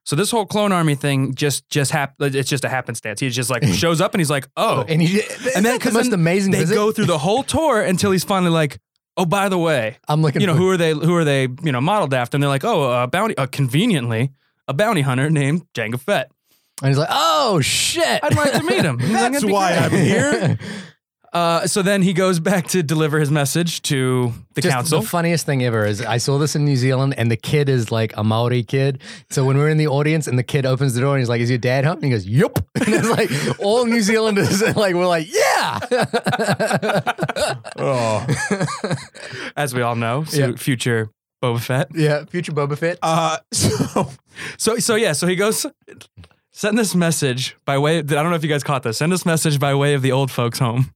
Speaker 3: So this whole clone army thing just just hap- It's just a happenstance. He just like shows up and he's like, oh.
Speaker 2: and he and
Speaker 3: then-
Speaker 2: that's the
Speaker 3: 'cause
Speaker 2: most
Speaker 3: then
Speaker 2: amazing.
Speaker 3: They
Speaker 2: visit.
Speaker 3: go through the whole tour until he's finally like, oh, by the way,
Speaker 2: I'm looking.
Speaker 3: you know
Speaker 2: for,
Speaker 3: who are they? Who are they? You know, modeled after? And they're like, oh, a bounty. Uh, conveniently, a bounty hunter named Jango Fett.
Speaker 2: and he's like, oh shit.
Speaker 3: I'd like to meet him. He's like,
Speaker 1: That's
Speaker 3: "That'd be
Speaker 1: why
Speaker 3: great."
Speaker 1: I'm here.
Speaker 3: Uh, so then he goes back to deliver his message to the
Speaker 2: Just
Speaker 3: council.
Speaker 2: The funniest thing ever is I saw this in New Zealand, and the kid is like a Maori kid. So when we're in the audience, and the kid opens the door, and he's like, "Is your dad home?" And he goes, "Yup." And it's like all New Zealanders, are like we're like, "Yeah."
Speaker 1: Oh.
Speaker 3: as we all know, so
Speaker 2: Yeah.
Speaker 3: future Boba Fett.
Speaker 2: yeah, future Boba Fett.
Speaker 1: Uh, so
Speaker 3: So so yeah, so he goes send this message by way I don't know if you guys caught this. Send this message by way of the old folks home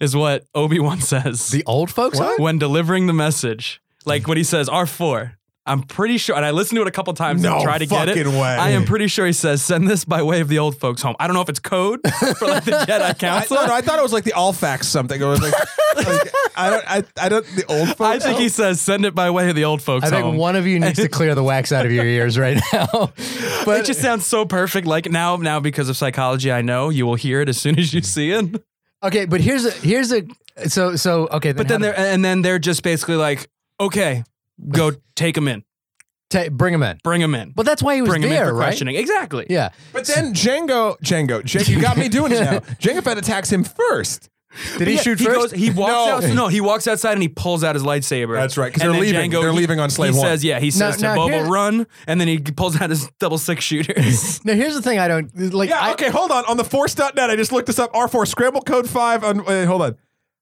Speaker 3: is what Obi-Wan says
Speaker 2: The old folks. home?
Speaker 3: when delivering the message. Like what he says, R4. I'm pretty sure, and I listened to it a couple times
Speaker 1: No
Speaker 3: and tried to get it.
Speaker 1: fucking way.
Speaker 3: I am pretty sure he says, "Send this by way of the old folks' home." I don't know if it's code for like the Jedi
Speaker 1: I,
Speaker 3: Council.
Speaker 1: no, no, I thought it was like the all facts something. It was like, like, I don't, I, I don't. The old folks.
Speaker 3: I think he says, "Send it by way of the old folks'
Speaker 2: I think
Speaker 3: home."
Speaker 2: one of you needs to clear the wax out of your ears right now.
Speaker 3: it just sounds so perfect. Like now, now because of psychology, I know you will hear it as soon as you see it.
Speaker 2: Okay, but here's a here's a so so okay.
Speaker 3: But
Speaker 2: how
Speaker 3: then
Speaker 2: do-
Speaker 3: they're and then they're just basically like, "Okay, go take him in,
Speaker 2: ta- bring him in.
Speaker 3: bring him in,
Speaker 2: But that's why he was
Speaker 3: bring him in
Speaker 2: there,
Speaker 3: for
Speaker 2: right?
Speaker 3: questioning." Exactly.
Speaker 2: Yeah.
Speaker 1: But then Django, Django, Django, you got me doing it now. Jango Fett attacks him first.
Speaker 2: Did he
Speaker 3: Yeah,
Speaker 2: shoot
Speaker 3: he
Speaker 2: first?
Speaker 3: Goes, he walks
Speaker 1: No.
Speaker 3: out. No, he walks outside and he pulls out his lightsaber.
Speaker 1: That's right, 'cause
Speaker 3: And
Speaker 1: they're
Speaker 3: then
Speaker 1: leaving. They're
Speaker 3: he-
Speaker 1: leaving on Slave
Speaker 3: He
Speaker 1: One.
Speaker 3: says, "Yeah." He
Speaker 2: Now-
Speaker 3: says
Speaker 2: now
Speaker 3: to Boba,
Speaker 2: here-
Speaker 3: "Run!" And then he pulls out his double six shooters.
Speaker 2: now here's the thing I don't like.
Speaker 1: Yeah,
Speaker 2: I,
Speaker 1: okay, hold on. On the force.net, I just looked this up. R4 scramble code 5 on wait, hold on.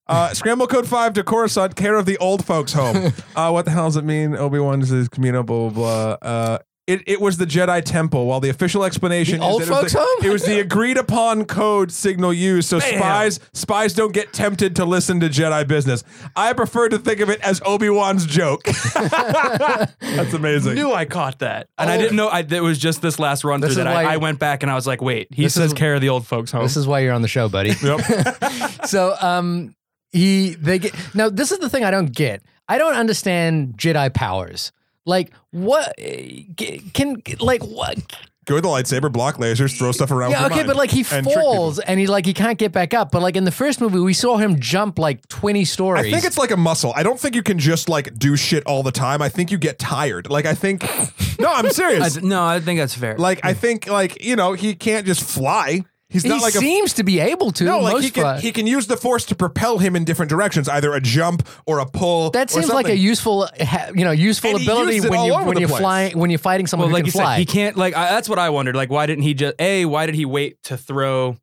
Speaker 1: Uh, scramble code 5 to Coruscant, care of the old folks home. uh, what the hell does it mean? Obi-Wan's is communal blah blah. blah. Uh it, it was the Jedi Temple, while the official explanation
Speaker 2: The
Speaker 1: is
Speaker 2: old
Speaker 1: that it, was
Speaker 2: folks
Speaker 1: the,
Speaker 2: home?
Speaker 1: it was the agreed upon code signal used, so
Speaker 3: Bam.
Speaker 1: spies spies don't get tempted to listen to Jedi business. I prefer to think of it as Obi Wan's joke. That's amazing.
Speaker 3: Knew I caught that, and I
Speaker 2: Oh.
Speaker 3: didn't know. I, it was just this last run
Speaker 2: This
Speaker 3: through
Speaker 2: is
Speaker 3: that
Speaker 2: why-
Speaker 3: I, I went back and I was like, "Wait, he
Speaker 2: This
Speaker 3: says
Speaker 2: is-
Speaker 3: care of the old folks home."
Speaker 2: This is why you're on the show, buddy.
Speaker 1: Yep.
Speaker 2: so um he they get now this is the thing i don't get i don't understand jedi powers like what eh, can like what
Speaker 1: Go with the lightsaber, block lasers, throw stuff around.
Speaker 2: yeah
Speaker 1: with your
Speaker 2: okay
Speaker 1: mind,
Speaker 2: but like he
Speaker 1: and trick people.
Speaker 2: falls and he like he can't get back up but like in the first movie we saw him jump like 20 stories
Speaker 1: I think it's like a muscle. I don't think you can just like do shit all the time. I think you get tired. Like I think No, I'm
Speaker 3: I
Speaker 1: serious.
Speaker 3: d- no, I think that's fair.
Speaker 1: like I think like, you know, he can't just fly. He's
Speaker 2: he
Speaker 1: not like a
Speaker 2: seems to be able to
Speaker 1: no, like
Speaker 2: most
Speaker 1: he can
Speaker 2: part.
Speaker 1: he can use the force to propel him in different directions, either a jump or a pull.
Speaker 2: that
Speaker 1: or
Speaker 2: seems like a
Speaker 1: something.
Speaker 2: useful eh, ha- you know useful
Speaker 1: And he
Speaker 2: ability
Speaker 1: used it
Speaker 2: when
Speaker 1: all
Speaker 2: you
Speaker 1: over
Speaker 2: when
Speaker 1: the
Speaker 2: you're
Speaker 1: place.
Speaker 2: flying when you're fighting someone
Speaker 3: well,
Speaker 2: who
Speaker 3: like
Speaker 2: can
Speaker 3: you
Speaker 2: fly
Speaker 3: said, he can't. Like I, that's what I wondered. Like, why didn't he just a? Why did he wait to throw?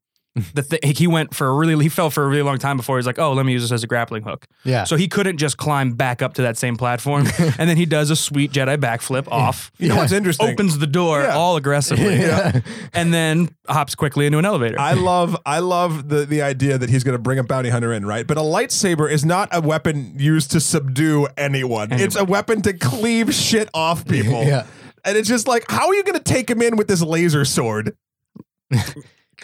Speaker 3: The thi- he went for a really he fell for a really long time before he's like, oh, let me use this as a grappling hook.
Speaker 2: yeah
Speaker 3: So he couldn't just climb back up to that same platform, and then he does a sweet Jedi backflip off,
Speaker 1: You know what's interesting?
Speaker 3: opens the door
Speaker 1: Yeah.
Speaker 3: all aggressively,
Speaker 1: Yeah.
Speaker 3: and then hops quickly into an elevator.
Speaker 1: I love I love the the idea that he's going to bring a bounty hunter in, right? But a lightsaber is not a weapon used to subdue anyone. It's a weapon to cleave shit off people.
Speaker 2: Yeah.
Speaker 1: And it's just like, how are you going to take him in with this laser sword?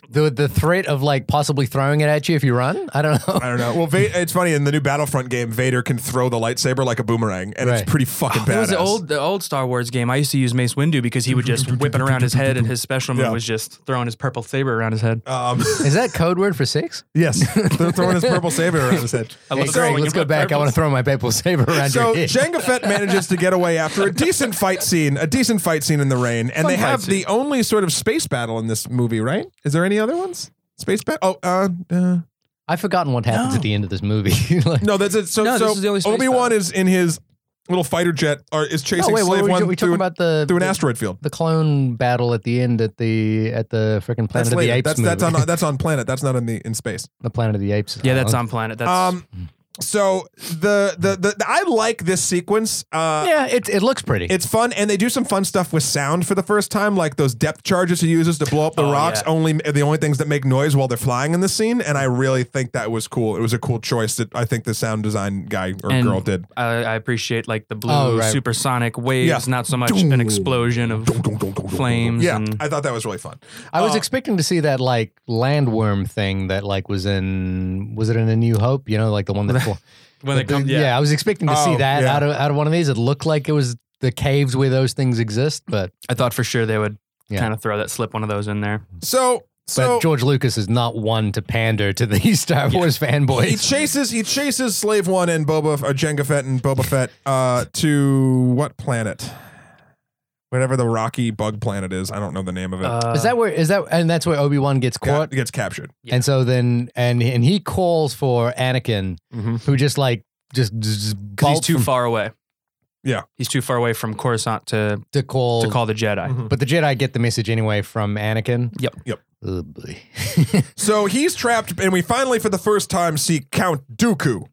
Speaker 2: the the threat of like possibly throwing it at you if you run i don't know
Speaker 1: I don't know. Well, Va- it's funny in the new Battlefront game, Vader can throw the lightsaber like a boomerang, and
Speaker 2: Right.
Speaker 1: it's pretty fucking badass.
Speaker 3: It was the old the old Star Wars game. I used to use Mace Windu because he would just whip it around his head, and his special move
Speaker 1: Yeah.
Speaker 3: was just throwing his purple saber around his head.
Speaker 1: Um,
Speaker 2: is that code word for six
Speaker 1: yes, they're throwing his purple saber around his head.
Speaker 3: I
Speaker 2: Hey, Greg,
Speaker 3: love throwing
Speaker 2: let's
Speaker 3: him
Speaker 2: go
Speaker 3: at
Speaker 2: back. I want to
Speaker 3: purpose.
Speaker 2: throw my maple saber around
Speaker 1: So
Speaker 2: your head.
Speaker 1: Jango Fett manages to get away after a decent fight scene, a decent fight scene in the rain, and
Speaker 3: Fun
Speaker 1: they
Speaker 3: fight
Speaker 1: have
Speaker 3: scene.
Speaker 1: the only sort of space battle in this movie, right? Is there any other ones? Space battle? Oh, uh, uh,
Speaker 2: I've forgotten what happens at the end of this movie. like,
Speaker 1: no, that's it. So,
Speaker 3: No, this
Speaker 1: so
Speaker 3: is the only space
Speaker 1: Obi Wan is in his little fighter jet, or is
Speaker 2: no,
Speaker 1: chasing
Speaker 2: wait, what
Speaker 1: Slave
Speaker 2: were we,
Speaker 1: One
Speaker 2: ju- we
Speaker 1: through,
Speaker 2: talking
Speaker 1: an-
Speaker 2: about the
Speaker 1: through an
Speaker 2: the,
Speaker 1: asteroid field.
Speaker 2: the clone battle at the end at the at the freaking Planet
Speaker 1: That's
Speaker 2: of the
Speaker 1: later.
Speaker 2: Apes
Speaker 1: That's
Speaker 2: movie.
Speaker 1: that's on that's on planet. That's not in the in space.
Speaker 2: the Planet of the Apes.
Speaker 3: Yeah, that's
Speaker 2: Oh.
Speaker 3: on planet. That's
Speaker 1: Um, so the, the the the- I like this sequence. Uh,
Speaker 2: yeah, it it looks pretty.
Speaker 1: It's fun, and they do some fun stuff with sound for the first time, like those depth charges he uses to blow up the
Speaker 3: Oh,
Speaker 1: rocks.
Speaker 3: yeah.
Speaker 1: Only are the only things that make noise while they're flying in the scene, and I really think that was cool. It was a cool choice that I think the sound design guy or
Speaker 3: And-
Speaker 1: girl did.
Speaker 3: I, I appreciate like the blue
Speaker 2: Oh, right.
Speaker 3: supersonic waves,
Speaker 1: Yeah.
Speaker 3: not so much
Speaker 1: Doom.
Speaker 3: an explosion of flames.
Speaker 1: Yeah,
Speaker 3: and, Oh.
Speaker 1: I thought that was really fun.
Speaker 2: I was
Speaker 1: uh,
Speaker 2: expecting to see that like landworm thing that like was in was it in A New Hope? You know, like the one that fl-
Speaker 3: when they
Speaker 2: the-
Speaker 3: come, yeah.
Speaker 2: I was expecting to see
Speaker 1: Oh,
Speaker 2: that
Speaker 1: yeah.
Speaker 2: out of out of one of these. It looked like it was the caves where those things exist, but
Speaker 3: I thought for sure they would
Speaker 2: Yeah.
Speaker 3: kind of throw that slip one of those in there.
Speaker 1: So so
Speaker 2: but George Lucas is not one to pander to these Star Wars fanboys.
Speaker 1: he chases he chases Slave One and Boba or Jango Fett and Boba Fett uh, to what planet? Whatever the rocky bug planet is, I don't know the name of it.
Speaker 3: Uh,
Speaker 2: Is that where is that and that's where Obi Wan gets
Speaker 1: Ca-
Speaker 2: caught?
Speaker 1: gets captured.
Speaker 3: yeah.
Speaker 2: And so then and and he calls for Anakin,
Speaker 1: Mm-hmm.
Speaker 2: who just like just, just
Speaker 3: because he's
Speaker 2: bolts
Speaker 3: too
Speaker 2: from-
Speaker 3: far away?
Speaker 1: Yeah.
Speaker 3: he's too far away from Coruscant to
Speaker 2: to call,
Speaker 3: to call the Jedi.
Speaker 2: But the Jedi get the message anyway from Anakin.
Speaker 3: Yep.
Speaker 1: Yep.
Speaker 2: Oh boy.
Speaker 1: So he's trapped, and we finally, for the first time, see Count Dooku,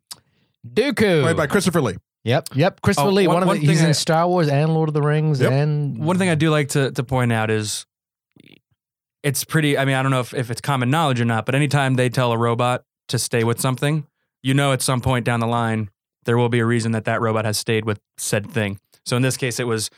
Speaker 2: Dooku.
Speaker 1: played by Christopher Lee.
Speaker 2: Yep. Yep. Christopher
Speaker 3: Oh,
Speaker 2: Lee.
Speaker 3: one-
Speaker 2: One, of
Speaker 3: one
Speaker 2: the, he's
Speaker 3: thing I-
Speaker 2: in Star Wars and Lord of the Rings
Speaker 1: Yep.
Speaker 2: and
Speaker 3: One thing I do like to, to point out is it's pretty. I mean, I don't know if, if it's common knowledge or not, but anytime they tell a robot to stay with something, you know, at some point down the line, there will be a reason that that robot has stayed with said thing. So in this case, it was,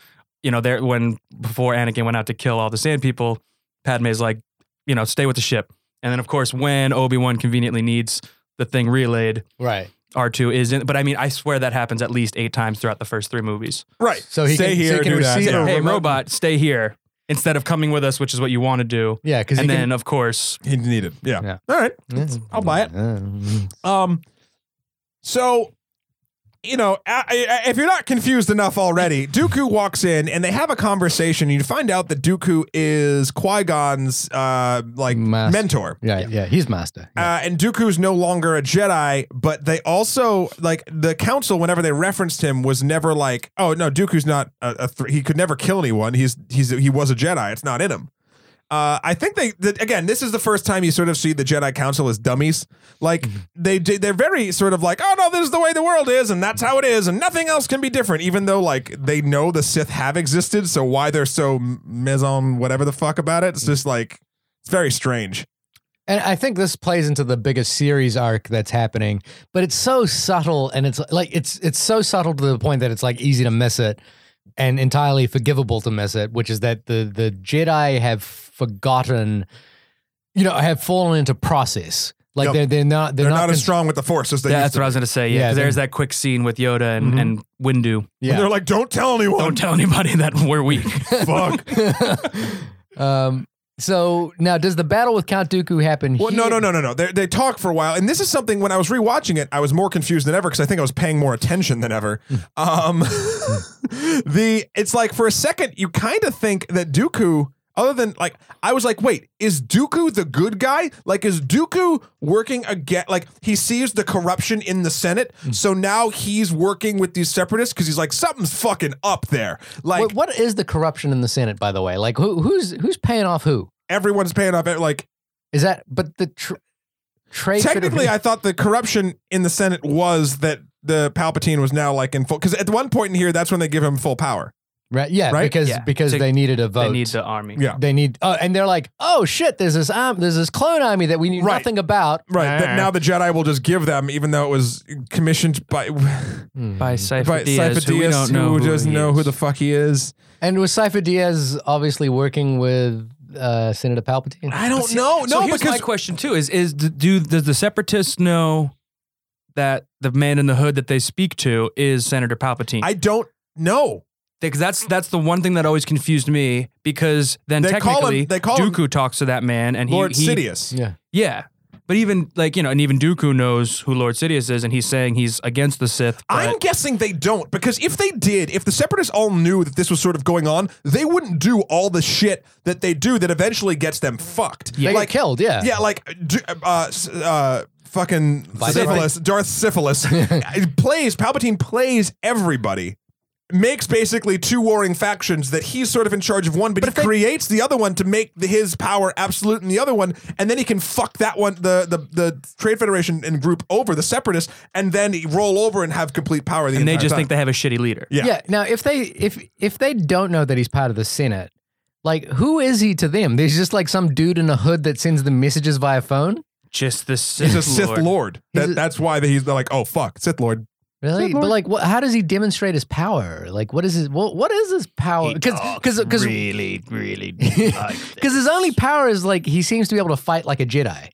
Speaker 3: you know, there when before Anakin went out to kill all the Sand People, Padme's like, you know, stay with the ship. And then of course, when Obi Wan conveniently needs the thing relayed,
Speaker 2: Right.
Speaker 3: R two is in. But I mean, I swear that happens at least eight times throughout the first three movies.
Speaker 1: Right.
Speaker 2: So he
Speaker 1: Stay
Speaker 2: can,
Speaker 1: here,
Speaker 2: so he can
Speaker 1: do that.
Speaker 2: receive
Speaker 1: Yeah.
Speaker 2: a
Speaker 3: Hey,
Speaker 2: remote-
Speaker 3: robot, stay here instead of coming with us, which is what you want to do.
Speaker 2: Yeah, because
Speaker 3: And then, of course,
Speaker 1: He needed. Yeah.
Speaker 2: Yeah.
Speaker 1: All right.
Speaker 2: can,
Speaker 1: I'll buy it. Um, so, you know, I, I, if you're not confused enough already, Dooku walks in and they have a conversation. And you find out that Dooku is Qui Gon's uh, like
Speaker 2: Master.
Speaker 1: mentor.
Speaker 2: Yeah, yeah, he's master. Yeah.
Speaker 1: Uh, and Dooku's no longer a Jedi, but they also like the council. Whenever they referenced him, was never like, "Oh no, Dooku's not a, a thr he could never kill anyone. He's he's he was a Jedi. It's not in him." Uh, I think they that, again. This is the first time you sort of see the Jedi Council as dummies. Like they di- they're very sort of like, "Oh no, this is the way the world is, and that's how it is, and nothing else can be different." Even though like they know the Sith have existed, so why they're so meson whatever the fuck about it? It's just like it's very strange.
Speaker 2: And I think this plays into the bigger series arc that's happening, but it's so subtle and it's like it's it's so subtle to the point that it's like easy to miss it and entirely forgivable to miss it, which is that the the Jedi have forgotten you know, have fallen into process. Like
Speaker 1: Yep.
Speaker 2: they're they're not they're,
Speaker 1: They're, not,
Speaker 2: cons-
Speaker 1: as strong with the Force as they.
Speaker 3: yeah,
Speaker 1: used
Speaker 3: that's
Speaker 1: to
Speaker 3: what I was gonna say. Yeah,
Speaker 2: Yeah,
Speaker 3: 'cause
Speaker 2: then-
Speaker 3: there's that quick scene with Yoda and,
Speaker 1: Mhm.
Speaker 3: and Windu.
Speaker 1: And
Speaker 2: Yeah.
Speaker 1: they're like, don't tell anyone.
Speaker 3: Don't tell anybody that we're weak.
Speaker 1: Fuck.
Speaker 2: um so now does the battle with Count Dooku happen
Speaker 1: Well,
Speaker 2: here?
Speaker 1: no, no, no, no, no. They, they talk for a while, and this is something. When I was rewatching it, I was more confused than ever because I think I was paying more attention than ever. um, the it's like for a second you kind of think that Dooku, other than like I was like, wait, is Dooku the good guy? Like, is Dooku working again? Like he sees the corruption in the Senate, so now he's working with these separatists because he's like something's fucking up there. Like
Speaker 2: What- what is the corruption in the Senate, by the way? Like who who's who's paying off who?
Speaker 1: everyone's paying off. e-, Like
Speaker 2: Is that but the tr- trade
Speaker 1: technically
Speaker 2: federation-
Speaker 1: i thought the corruption in the senate was that the palpatine was now like in full because at one point in here that's when they give him full power
Speaker 2: right? Yeah,
Speaker 1: right?
Speaker 2: because
Speaker 3: Yeah.
Speaker 2: because
Speaker 3: They-
Speaker 2: they needed a vote.
Speaker 3: they need the army.
Speaker 1: Yeah.
Speaker 2: They need- oh, and they're like, oh shit, there's this um, there's this clone army that we knew
Speaker 1: Right.
Speaker 2: nothing about.
Speaker 1: right that now the jedi will just give them even though it was commissioned by
Speaker 3: By Cypher
Speaker 1: by
Speaker 3: Diaz,
Speaker 1: Cypher
Speaker 3: who we
Speaker 1: Diaz,
Speaker 3: don't
Speaker 1: who,
Speaker 3: know who
Speaker 1: doesn't
Speaker 3: he
Speaker 1: know who
Speaker 3: is.
Speaker 1: the fuck he is
Speaker 2: And was Cipher Diaz obviously working with uh, Senator Palpatine?
Speaker 3: Ah.
Speaker 1: i don't know
Speaker 3: So
Speaker 1: no
Speaker 3: here's my
Speaker 1: because
Speaker 3: question too is is d- do does the separatists know that the man in the hood that they speak to is Senator Palpatine?
Speaker 1: i don't know
Speaker 3: Because that's that's the one thing that always confused me. Because then
Speaker 1: They call him-
Speaker 3: technically,
Speaker 1: they call him
Speaker 3: Dooku talks to that man, and he-
Speaker 1: lord
Speaker 3: he,
Speaker 1: sidious
Speaker 2: Yeah,
Speaker 3: Yeah. But even like, you know, and even Dooku knows who Lord Sidious is and he's saying he's against the Sith. But
Speaker 1: I'm guessing they don't because if they did, if the separatists all knew that this was sort of going on, they wouldn't do all the shit that they do that eventually gets them fucked.
Speaker 2: they
Speaker 1: Like,
Speaker 2: got killed. Yeah,
Speaker 1: Yeah, like d- uh, s- uh, fucking
Speaker 2: By
Speaker 1: syphilis, Darth syphilis It plays Palpatine plays everybody. Makes basically two warring factions that he's sort of in charge of one, but, he creates the other one to make the, his power absolute in the other one, and then he can fuck that one, the the, the Trade Federation and group over the separatists, and then he roll over and have complete power. The
Speaker 3: and they
Speaker 1: entire
Speaker 3: just
Speaker 1: time.
Speaker 3: think they have a shitty leader.
Speaker 1: Yeah.
Speaker 2: yeah. Now, if they if if they don't know that he's part of the Senate, like who is he to them? There's just like some dude in a hood that sends them messages via phone.
Speaker 3: Just the Sith.
Speaker 1: he's a Sith Lord.
Speaker 2: He's
Speaker 1: That,
Speaker 2: a-
Speaker 1: that's why they, he's they're like, oh fuck, Sith Lord.
Speaker 2: Really? But like, what, how does he demonstrate his power? Like, what is his what, what is his power?
Speaker 1: Oh,
Speaker 2: Because because
Speaker 3: really, really
Speaker 2: Because his only power is like he seems to be able to fight like a Jedi,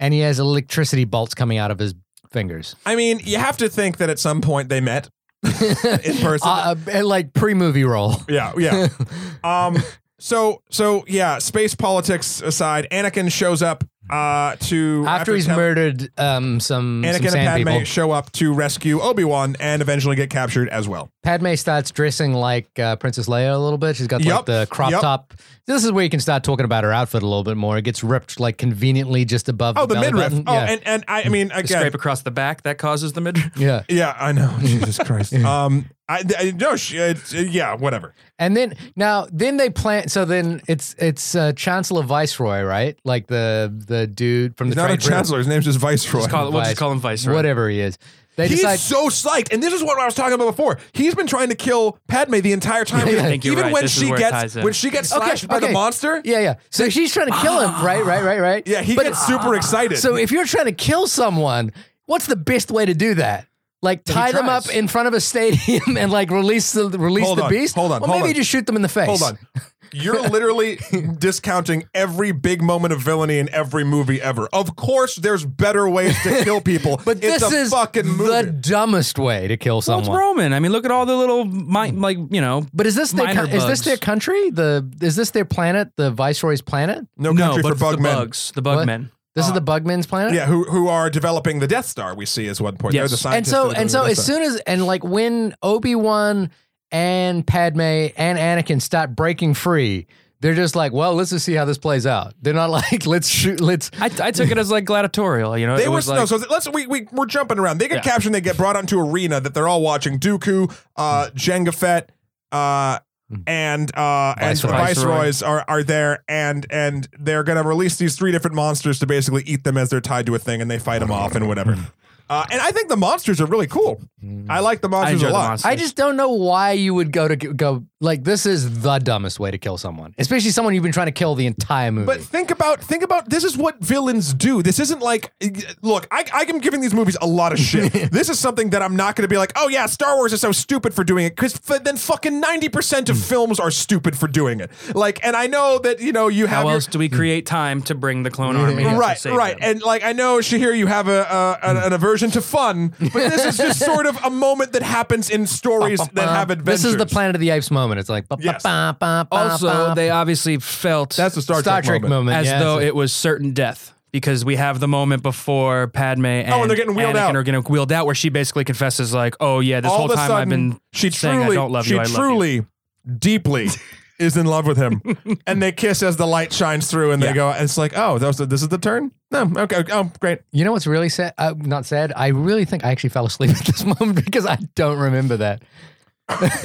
Speaker 2: and he has electricity bolts coming out of his fingers
Speaker 1: I mean, you have to think that at some point they met in person.
Speaker 2: uh, uh, like pre-movie role.
Speaker 1: yeah, yeah. Um. So so yeah. Space politics aside, Anakin shows up uh to
Speaker 2: after he's
Speaker 1: Tal-
Speaker 2: murdered um, some, some
Speaker 1: Anakin and
Speaker 2: sand
Speaker 1: Padme
Speaker 2: people,
Speaker 1: show up to rescue Obi Wan and eventually get captured as well.
Speaker 2: Padme starts dressing like uh, Princess Leia a little bit. She's got like
Speaker 1: Yup,
Speaker 2: the crop
Speaker 1: yup.
Speaker 2: top. This is where you can start talking about her outfit a little bit more. It gets ripped like conveniently just above.
Speaker 1: Oh, the
Speaker 2: belly
Speaker 1: midriff.
Speaker 2: button.
Speaker 1: Oh,
Speaker 2: yeah.
Speaker 1: and and I, I mean again,
Speaker 3: Scrape across the back, that causes the mid.
Speaker 2: yeah.
Speaker 1: yeah, I know. Jesus Christ. Um. I, I no. She, it's- uh, yeah. Whatever.
Speaker 2: And then now, then they plan. So then it's it's uh, Chancellor Viceroy, right? Like the the dude from
Speaker 1: He's
Speaker 2: the
Speaker 1: not a
Speaker 2: trade group,
Speaker 1: chancellor. His name's just Viceroy.
Speaker 3: Just call it, we'll
Speaker 2: Vice.
Speaker 3: just call him Vice. Right?
Speaker 2: whatever he is. They
Speaker 1: He's
Speaker 2: decide.
Speaker 1: so psyched, and this is what I was talking about before. He's been trying to kill Padme the entire time,
Speaker 3: I think you're
Speaker 1: even
Speaker 3: right.
Speaker 1: when
Speaker 3: This is
Speaker 1: she
Speaker 3: where it
Speaker 1: gets
Speaker 3: ties in.
Speaker 1: when she gets slashed by the
Speaker 2: okay.
Speaker 1: monster.
Speaker 2: yeah, yeah. So she's trying to kill him, right? Right? Right? Right?
Speaker 1: Yeah, he
Speaker 2: But- uh,
Speaker 1: gets super excited.
Speaker 2: So if you're trying to kill someone, what's the best way to do that? Like
Speaker 1: he
Speaker 2: tie them up
Speaker 1: tries.
Speaker 2: in front of a stadium and like release the release
Speaker 1: Hold
Speaker 2: the
Speaker 1: on,
Speaker 2: beast.
Speaker 1: hold on,
Speaker 2: Well,
Speaker 1: hold
Speaker 2: maybe
Speaker 1: on.
Speaker 2: just shoot them in the face.
Speaker 1: Hold on. You're literally discounting every big moment of villainy in every movie ever. Of course, there's better ways to kill people.
Speaker 2: But
Speaker 1: it's
Speaker 2: this
Speaker 1: a
Speaker 2: is
Speaker 1: fucking
Speaker 2: the
Speaker 1: movie.
Speaker 2: dumbest way to kill
Speaker 3: Well, it's
Speaker 2: someone.
Speaker 3: Roman. I mean, look at all the little, mi- like you know,
Speaker 2: but is this their
Speaker 3: Minor
Speaker 2: co- is this
Speaker 3: bugs.
Speaker 2: their country? The is this their planet? The viceroy's planet?
Speaker 1: no
Speaker 3: no,
Speaker 1: country
Speaker 3: but
Speaker 1: for
Speaker 3: it's
Speaker 1: bug
Speaker 3: the
Speaker 1: men.
Speaker 3: bugs, the bug
Speaker 2: What?
Speaker 3: men.
Speaker 2: This
Speaker 3: Uh,
Speaker 2: is the Bugman's planet.
Speaker 1: Yeah, who who are developing the Death Star? We see is one point. They're
Speaker 3: Yes.
Speaker 1: the
Speaker 2: and
Speaker 1: scientists.
Speaker 2: so
Speaker 1: that are
Speaker 2: and so
Speaker 1: doing the
Speaker 2: as
Speaker 1: Death
Speaker 2: soon as and like when Obi Wan and Padme and Anakin start breaking free, they're just like, well, let's just see how this plays out. They're not like, let's shoot, let's.
Speaker 3: I, I took it as like gladiatorial. You know,
Speaker 1: Star.
Speaker 3: it
Speaker 1: they were
Speaker 3: was like,
Speaker 1: no, so let's we we we're jumping around. They get
Speaker 3: Yeah.
Speaker 1: captured. They get brought onto arena that they're all watching. Dooku, uh,
Speaker 3: Hmm.
Speaker 1: Jenga Fett, uh, and uh, and the
Speaker 3: Viceroy.
Speaker 1: viceroys are are there, and and they're gonna release these three different monsters to basically eat them as they're tied to a thing, and they fight them off and whatever. Uh, and I think the monsters are really cool. I like the
Speaker 3: Hmm. I
Speaker 1: monsters
Speaker 3: enjoy
Speaker 1: a
Speaker 3: the
Speaker 1: lot.
Speaker 3: monsters.
Speaker 2: I just don't know why you would go to go like this is the dumbest way to kill someone, especially someone you've been trying to kill the entire movie.
Speaker 1: But think about think about this is what villains do. This isn't like look, I I am giving these movies a lot of shit. this is something that I'm not going to be like, "Oh yeah, Star Wars is so stupid for doing it." Cuz then fucking 90% of films are stupid for doing it. Like and I know that, you know, you have
Speaker 3: how
Speaker 1: your-
Speaker 3: else do we create time to bring the clone army? up to
Speaker 1: Right,
Speaker 3: save
Speaker 1: right,
Speaker 3: them?
Speaker 1: and like I know, Shahir, you have a, uh, an, an aversion to fun, but this is just sort of a moment that happens in stories that have adventures.
Speaker 2: This is the Planet of the Apes moment. It's like ba- ba-
Speaker 1: Yes.
Speaker 2: ba- ba- ba-
Speaker 3: Also,
Speaker 2: ba-
Speaker 3: they obviously felt
Speaker 1: That's the Star,
Speaker 2: Star Trek moment,
Speaker 3: as
Speaker 2: yeah,
Speaker 3: though
Speaker 2: it's
Speaker 3: it was certain death because we have the moment before Padme and,
Speaker 1: Oh, they're getting wheeled
Speaker 3: Anakin
Speaker 1: out.
Speaker 3: are getting wheeled out where she basically confesses like, "Oh yeah, this whole
Speaker 1: of a
Speaker 3: time I've been
Speaker 1: she
Speaker 3: saying
Speaker 1: truly,
Speaker 3: I don't love
Speaker 1: she
Speaker 3: you. I love you."
Speaker 1: truly, deeply is in love with him, and they kiss as the light shines through, and they
Speaker 3: Yeah.
Speaker 1: go. And it's like, oh, that was the, this is the turn. No, okay, oh, great.
Speaker 2: you know what's really sad? Uh, not sad. I really think I actually fell asleep at this moment because I don't remember that.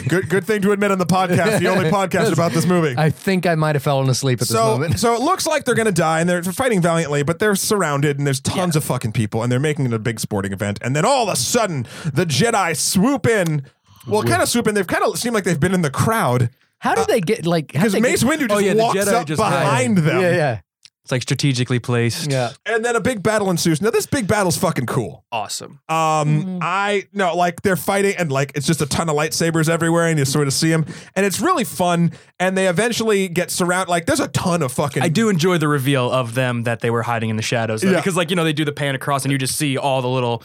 Speaker 1: Good, good thing to admit on the podcast, the only podcast about this movie.
Speaker 2: I think I might have fallen asleep at this
Speaker 1: so,
Speaker 2: moment.
Speaker 1: so it looks like they're gonna die, and they're fighting valiantly, but they're surrounded, and there's tons of fucking people, and they're making it a big sporting event, and then all of a sudden, the Jedi swoop in. Well, kind of swoop in. They've kind of seemed like they've been in the crowd
Speaker 2: How did they get like? how did
Speaker 1: because
Speaker 2: they
Speaker 1: Mace
Speaker 2: get,
Speaker 1: Windu just
Speaker 3: Oh, yeah, the
Speaker 1: walks
Speaker 3: Jedi
Speaker 1: up
Speaker 3: just hide.
Speaker 1: behind them.
Speaker 2: Yeah, yeah,
Speaker 3: It's like strategically placed.
Speaker 2: yeah.
Speaker 1: and then a big battle ensues. Now this big battle's fucking cool.
Speaker 3: Awesome.
Speaker 1: Um,
Speaker 2: Mm-hmm.
Speaker 1: I no, like they're fighting and like it's just a ton of lightsabers everywhere, and you sort of see them, and it's really fun. And they eventually get surrounded. Like there's a ton of fucking.
Speaker 3: I do enjoy the reveal of them that they were hiding in the shadows though,
Speaker 1: Yeah.
Speaker 3: because like you know they do the pan across and you just see all the little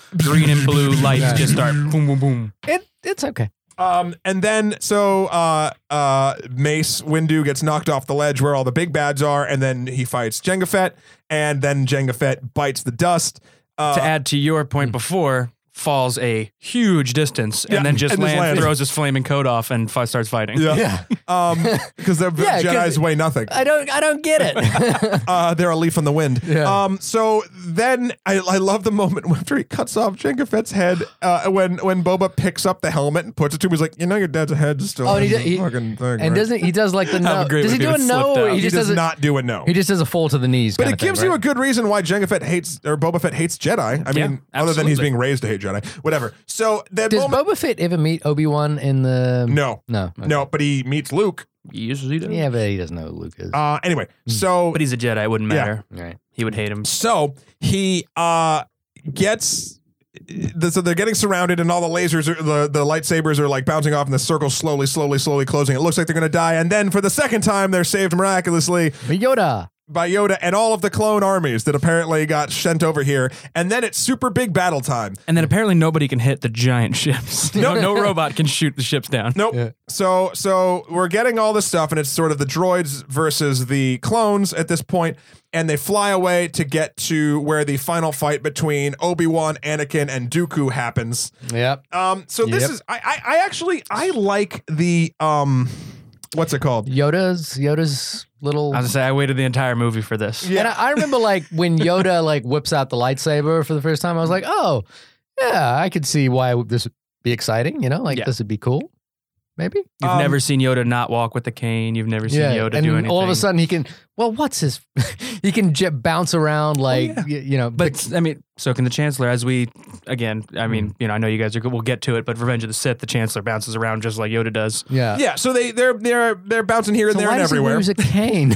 Speaker 3: green and blue lights just start boom boom boom.
Speaker 2: It it's okay.
Speaker 1: Um, and then so uh, uh, Mace Windu gets knocked off the ledge where all the big bads are, and then he fights Jenga Fett, and then Jenga Fett bites the dust. Uh,
Speaker 3: to add to your point before, falls a huge distance
Speaker 1: Yeah,
Speaker 3: and then just
Speaker 1: and just
Speaker 3: lands,
Speaker 1: lands.
Speaker 3: throws his flaming coat off and fi- starts fighting.
Speaker 1: yeah, um, because the
Speaker 2: Yeah, 'cause-
Speaker 1: Jedi's weigh nothing.
Speaker 2: I don't I don't get it.
Speaker 1: uh, they're a leaf in the wind.
Speaker 2: Yeah.
Speaker 1: Um, so then I, I love the moment after he cuts off Jango Fett's head uh, when when Boba picks up the helmet and puts it to him. He's like, you know, your dad's head is still
Speaker 2: Oh, and
Speaker 1: in
Speaker 2: he,
Speaker 1: the
Speaker 2: d- he
Speaker 1: fucking thing,
Speaker 2: and
Speaker 1: right?"
Speaker 2: doesn't he does like the no?
Speaker 3: agree
Speaker 2: Does he
Speaker 3: with you,
Speaker 2: do a
Speaker 3: it
Speaker 2: no?
Speaker 3: slipped
Speaker 2: or
Speaker 3: out.
Speaker 2: He
Speaker 1: he,
Speaker 2: just
Speaker 1: does
Speaker 2: does a-
Speaker 1: not do a no.
Speaker 2: He just does a fall to the knees.
Speaker 1: But it gives you a good reason why Jango Fett hates or Boba Fett hates Jedi. I mean,
Speaker 3: Yeah,
Speaker 1: other than he's
Speaker 3: absolutely.
Speaker 1: being raised to hate Jedi, whatever. So that
Speaker 2: Does
Speaker 1: moment,
Speaker 2: Boba Fett ever meet Obi Wan in the?
Speaker 1: no,
Speaker 2: no, okay.
Speaker 1: no, but he meets Luke.
Speaker 3: Yes, he does.
Speaker 2: Yeah, but he doesn't know who Luke is.
Speaker 1: Uh, anyway,
Speaker 2: Mm.
Speaker 1: so
Speaker 3: But he's a Jedi. It wouldn't
Speaker 1: Yeah.
Speaker 3: matter.
Speaker 2: right.
Speaker 3: He would hate him.
Speaker 1: So he uh gets the, so they're getting surrounded and all the lasers are the, the lightsabers are like bouncing off in the circle slowly slowly slowly closing it looks like they're gonna die and then for the second time they're saved miraculously
Speaker 2: But Yoda.
Speaker 1: by yoda and all of the clone armies that apparently got sent over here and then it's super big battle time
Speaker 3: And then apparently nobody can hit the giant ships. No, no robot can shoot the ships down.
Speaker 1: Nope. So so we're getting all this stuff, and it's sort of the droids versus the clones at this point, and they fly away to get to where the final fight between Obi Wan, Anakin, and Dooku happens.
Speaker 2: Yep.
Speaker 1: Um. So this
Speaker 2: Yep.
Speaker 1: is I, I I actually I like the um, what's it called?
Speaker 2: Yoda's Yoda's little.
Speaker 3: I was gonna say I waited the entire movie for this.
Speaker 1: Yeah.
Speaker 2: And I, I remember like when Yoda like whips out the lightsaber for the first time, I was like, oh, yeah, I could see why this would be exciting. You know, like
Speaker 3: Yeah.
Speaker 2: this would be cool. Maybe.
Speaker 3: You've
Speaker 1: Um,
Speaker 3: never seen Yoda not walk with the cane. You've never seen Yoda
Speaker 2: and
Speaker 3: do anything.
Speaker 2: all of a sudden he can well, what's his? he can j- bounce around
Speaker 1: Oh,
Speaker 2: like
Speaker 3: yeah.
Speaker 2: y- you know, but
Speaker 3: But I mean, so can the Chancellor. As we again, I mean, you know, I know you guys are. good. We'll get to it, but Revenge of the Sith, the Chancellor bounces around just like Yoda does.
Speaker 2: yeah,
Speaker 1: Yeah, so they they're they're they're bouncing here and
Speaker 2: So
Speaker 1: there
Speaker 2: why
Speaker 1: and
Speaker 2: does
Speaker 1: everywhere.
Speaker 2: he use a cane?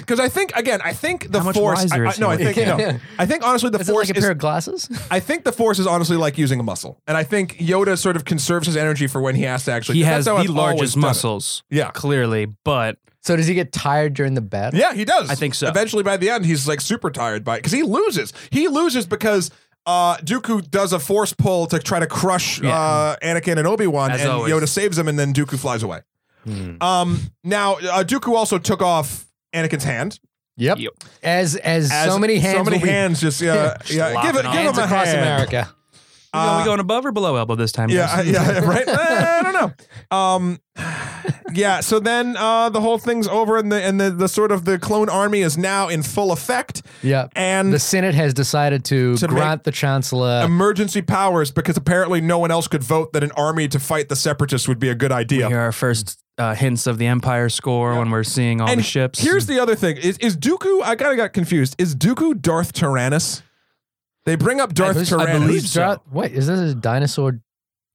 Speaker 1: Because I think again, I think the
Speaker 3: How much
Speaker 1: force. I,
Speaker 3: wiser
Speaker 1: I-
Speaker 3: is he
Speaker 1: no, I
Speaker 3: with
Speaker 1: think
Speaker 2: it?
Speaker 1: no. I think honestly, the
Speaker 2: Is it
Speaker 1: force
Speaker 2: like a
Speaker 1: is.
Speaker 2: pair of glasses?
Speaker 1: I think the force is honestly like using a muscle, and I think Yoda sort of conserves his energy for when he has to actually.
Speaker 3: He
Speaker 1: that's
Speaker 3: has the
Speaker 1: how I've always
Speaker 3: largest
Speaker 1: done it.
Speaker 3: muscles,
Speaker 1: Yeah,
Speaker 3: clearly, but
Speaker 2: so does he get tired during the battle?
Speaker 1: yeah, he does.
Speaker 3: I think so.
Speaker 1: Eventually, by the end, he's like super tired by because he loses. He loses because. Uh, Dooku does a force pull to try to crush
Speaker 3: Yeah.
Speaker 1: uh, Anakin and Obi Wan,
Speaker 3: As
Speaker 1: and
Speaker 3: always.
Speaker 1: Yoda saves him, and then Dooku flies away.
Speaker 2: Hmm.
Speaker 1: Um, now, uh, Dooku also took off Anakin's hand,
Speaker 2: Yep.
Speaker 3: Yep.
Speaker 2: As, as
Speaker 1: As
Speaker 2: so many hands,
Speaker 1: So many
Speaker 2: will be-
Speaker 1: hands, just yeah,
Speaker 3: Just
Speaker 1: yeah. Give
Speaker 3: lopping
Speaker 1: it,
Speaker 3: off.
Speaker 1: give him
Speaker 2: hands
Speaker 1: a
Speaker 2: across
Speaker 1: hand.
Speaker 2: America.
Speaker 3: are
Speaker 1: Uh,
Speaker 3: we going above or below elbow this time?
Speaker 1: yeah,
Speaker 3: guys?
Speaker 1: I- yeah, right. Eh, I don't know. Um, yeah. So then uh, the whole thing's over, and the and the, the sort of the clone army is now in full effect,
Speaker 2: Yep.
Speaker 1: and
Speaker 2: The Senate has decided to,
Speaker 1: To make-
Speaker 2: grant the chancellor.
Speaker 1: emergency powers because apparently no one else could vote that an army to fight the separatists would be a good idea.
Speaker 3: Here are our first uh, hints of the Empire score when we're seeing all
Speaker 1: And
Speaker 3: the ships.
Speaker 1: Here's the other thing: is is Dooku? I kind of got confused. Is Dooku Darth Tyrannus? They bring up Darth
Speaker 2: Who's-
Speaker 1: Tyrannus.
Speaker 2: who's Dar- Wait, is this a dinosaur?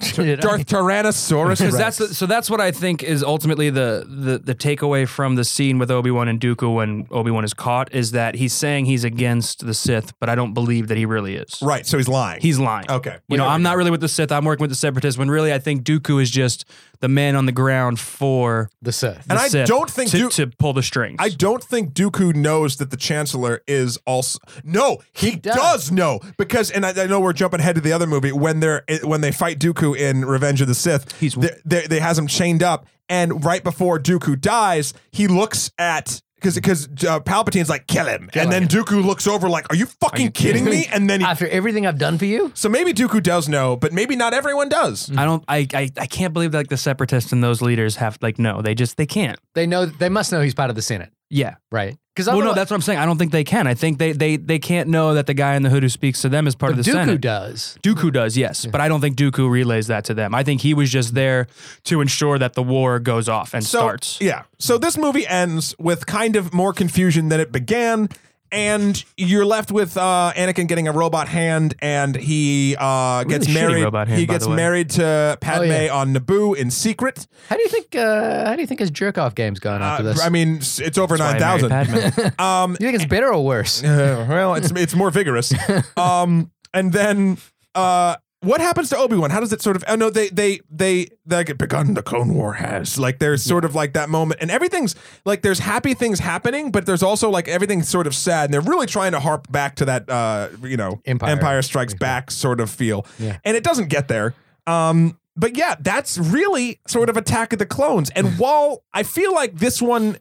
Speaker 1: Darth Tyrannosaurus.
Speaker 3: because that's the, so that's what I think is ultimately the the, the takeaway from the scene with Obi Wan and Dooku when Obi Wan is caught is that he's saying he's against the Sith, but I don't believe that he really is.
Speaker 1: right. So he's lying.
Speaker 3: He's lying.
Speaker 1: okay.
Speaker 3: You know, I'm not really with the Sith. I'm working with the Separatists. When really, I think Dooku is just the man on the ground for
Speaker 2: the Sith.
Speaker 3: the
Speaker 1: And I
Speaker 3: Sith
Speaker 1: don't think
Speaker 3: to,
Speaker 1: Doo-
Speaker 3: to pull the strings.
Speaker 1: I don't think Dooku knows that the Chancellor is also. No, he, does.
Speaker 2: does.
Speaker 1: know because, and I, I know we're jumping ahead to the other movie when they're when they fight Dooku in Revenge of the Sith.
Speaker 3: He's-
Speaker 1: they, they, they has him chained up, and right before Dooku dies, he looks at. Because because uh, Palpatine's like kill him, and then Dooku looks over like, "Are you fucking kidding me?" And then he,
Speaker 2: After everything I've done for you,
Speaker 1: so maybe Dooku does know, but maybe not everyone does.
Speaker 3: I don't. I, I. I can't believe that like the separatists and those leaders have like no. They just they can't.
Speaker 2: they know they must know he's part of the Senate,
Speaker 3: Yeah.
Speaker 2: right? Because
Speaker 3: Well, no, that's what I'm saying. I don't think they can. I think they they they can't know that the guy in the hood who speaks to them is part of the
Speaker 2: Dooku
Speaker 3: Senate.
Speaker 2: does.
Speaker 3: Dooku does, yes, but I don't think Dooku relays that to them. I think he was just there to ensure that the war goes off and
Speaker 1: so,
Speaker 3: starts.
Speaker 1: Yeah. So this movie ends with kind of more confusion than it began. And you're left with uh, Anakin getting a robot hand, and he uh, gets
Speaker 3: shitty
Speaker 1: married.
Speaker 3: robot hand,
Speaker 1: he
Speaker 3: by
Speaker 1: gets
Speaker 3: the way.
Speaker 1: married to Padme
Speaker 2: Oh, yeah.
Speaker 1: on Naboo in secret.
Speaker 2: How do you think? Uh, how do you think his jerk off game's gone after
Speaker 1: Uh,
Speaker 2: this?
Speaker 1: I mean, s- it's over
Speaker 3: That's
Speaker 1: nine
Speaker 3: why I married
Speaker 1: thousand.
Speaker 3: Padme.
Speaker 1: Um,
Speaker 2: you think it's better or worse?
Speaker 1: uh, well, it's it's more vigorous. Um, and then uh, what happens to Obi Wan? How does it sort of? Oh no, they they they like it begun. The Clone War has like there's sort of like that moment, and everything's like there's happy things happening, but there's also like everything's sort of sad, and they're really trying to harp back to that uh, you know
Speaker 2: Empire.
Speaker 1: Strikes Back sort of feel,
Speaker 2: Yeah.
Speaker 1: and it doesn't get there. Um, but yeah, that's really sort of Attack of the Clones, and while I feel like this one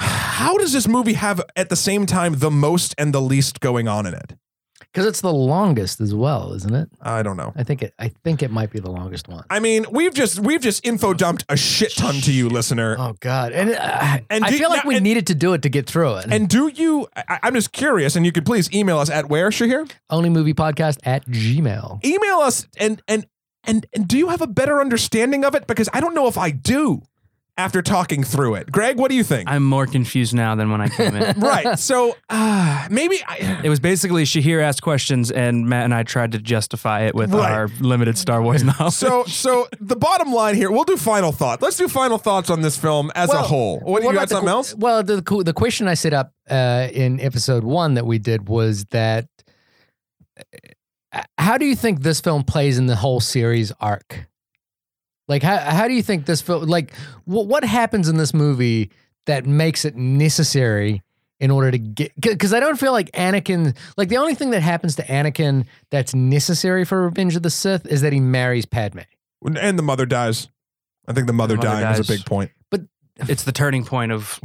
Speaker 1: how does this movie have at the same time the most and the least going on in it?
Speaker 2: Because it's the longest as well, isn't it?
Speaker 1: I don't know.
Speaker 2: I think it. I think it might be the longest one.
Speaker 1: I mean, we've just we've just info dumped a shit ton to you, listener.
Speaker 2: Oh God! And, uh,
Speaker 1: And
Speaker 2: I
Speaker 1: do-
Speaker 2: feel like
Speaker 1: now-
Speaker 2: we
Speaker 1: and-
Speaker 2: needed to do it to get through it.
Speaker 1: And do you? I, I'm just curious, and you could please email us at where Shahir.
Speaker 2: only movie podcast at Gmail.
Speaker 1: Email us and and and and do you have a better understanding of it? Because I don't know if I do. After talking through it, Greg, what do you think?
Speaker 3: I'm more confused now than when I came in.
Speaker 1: right. So uh, maybe I,
Speaker 3: It was basically Shahir asked questions, and Matt and I tried to justify it with
Speaker 1: Right.
Speaker 3: our limited Star Wars knowledge.
Speaker 1: so so the bottom line here. We'll do final thought. Let's do final thoughts on this film as a
Speaker 2: Well,
Speaker 1: whole. What, you got?
Speaker 2: about the
Speaker 1: Something
Speaker 2: qu-
Speaker 1: else?
Speaker 2: Well, the qu- the question I set up uh, in episode one that we did was that uh, how do you think this film plays in the whole series arc? Like how how do you think this film like what what happens in this movie that makes it necessary in order to get because I don't feel like Anakin like the only thing that happens to Anakin that's necessary for Revenge of the Sith is that he marries Padme.
Speaker 1: And the mother dies. I think the mother,
Speaker 3: The mother
Speaker 1: dying was
Speaker 3: dies.
Speaker 1: a big point.
Speaker 3: it's the turning point of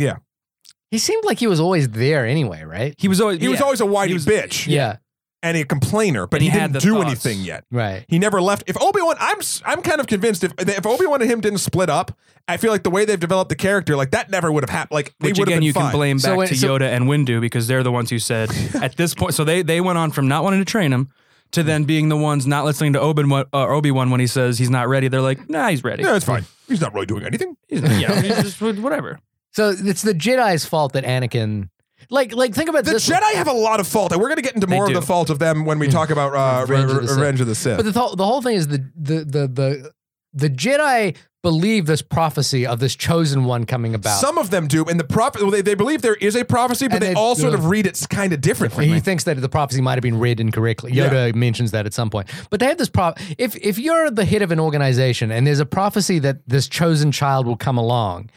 Speaker 2: He seemed like he was always there anyway, right?
Speaker 3: he was always
Speaker 1: He was
Speaker 3: yeah.
Speaker 1: always a whiny
Speaker 3: He was-
Speaker 1: bitch
Speaker 2: Yeah,
Speaker 1: and a complainer, but
Speaker 3: And
Speaker 1: he,
Speaker 3: he had
Speaker 1: didn't
Speaker 3: the
Speaker 1: do
Speaker 3: thoughts.
Speaker 1: anything yet.
Speaker 2: right.
Speaker 1: He never left. If Obi Wan, I'm s- I'm kind of convinced if if Obi Wan and him didn't split up, I feel like the way they've developed the character, like that never would have happened. Like they
Speaker 3: Which
Speaker 1: would have
Speaker 3: again,
Speaker 1: been
Speaker 3: you
Speaker 1: fine.
Speaker 3: can blame back
Speaker 2: So when-
Speaker 3: to
Speaker 2: so-
Speaker 3: Yoda and Windu because they're the ones who said at this point. So they they went on from not wanting to train him to then being the ones not listening to Obi uh, Obi Wan when he says he's not ready. They're like, nah, he's ready.
Speaker 1: Yeah, it's fine. He's not really doing anything.
Speaker 3: He's, you know, he's just whatever.
Speaker 2: So it's the Jedi's fault that Anakin. Like, like think about
Speaker 1: The
Speaker 2: this.
Speaker 1: Jedi have a lot of fault, and we're going to get into
Speaker 3: They
Speaker 1: more of
Speaker 3: do. Hmm.
Speaker 1: the fault of them when we talk about uh, Re-
Speaker 2: Revenge of the
Speaker 1: Re-
Speaker 2: Sith.
Speaker 1: Revenge of the Sith.
Speaker 2: But the, th- the whole thing is the the the the the Jedi believe this prophecy of this chosen one coming about.
Speaker 1: Some of them do, and the prophet. Well, they, they believe there is a prophecy, but
Speaker 2: And
Speaker 1: they,
Speaker 2: they-
Speaker 1: all sort
Speaker 2: yeah.
Speaker 1: of read it kind of differently.
Speaker 2: he thinks that the prophecy might have been read incorrectly. Yoda mentions that at some point. But they have this prop. If if you're the head of an organization and there's a prophecy that this chosen child will come along,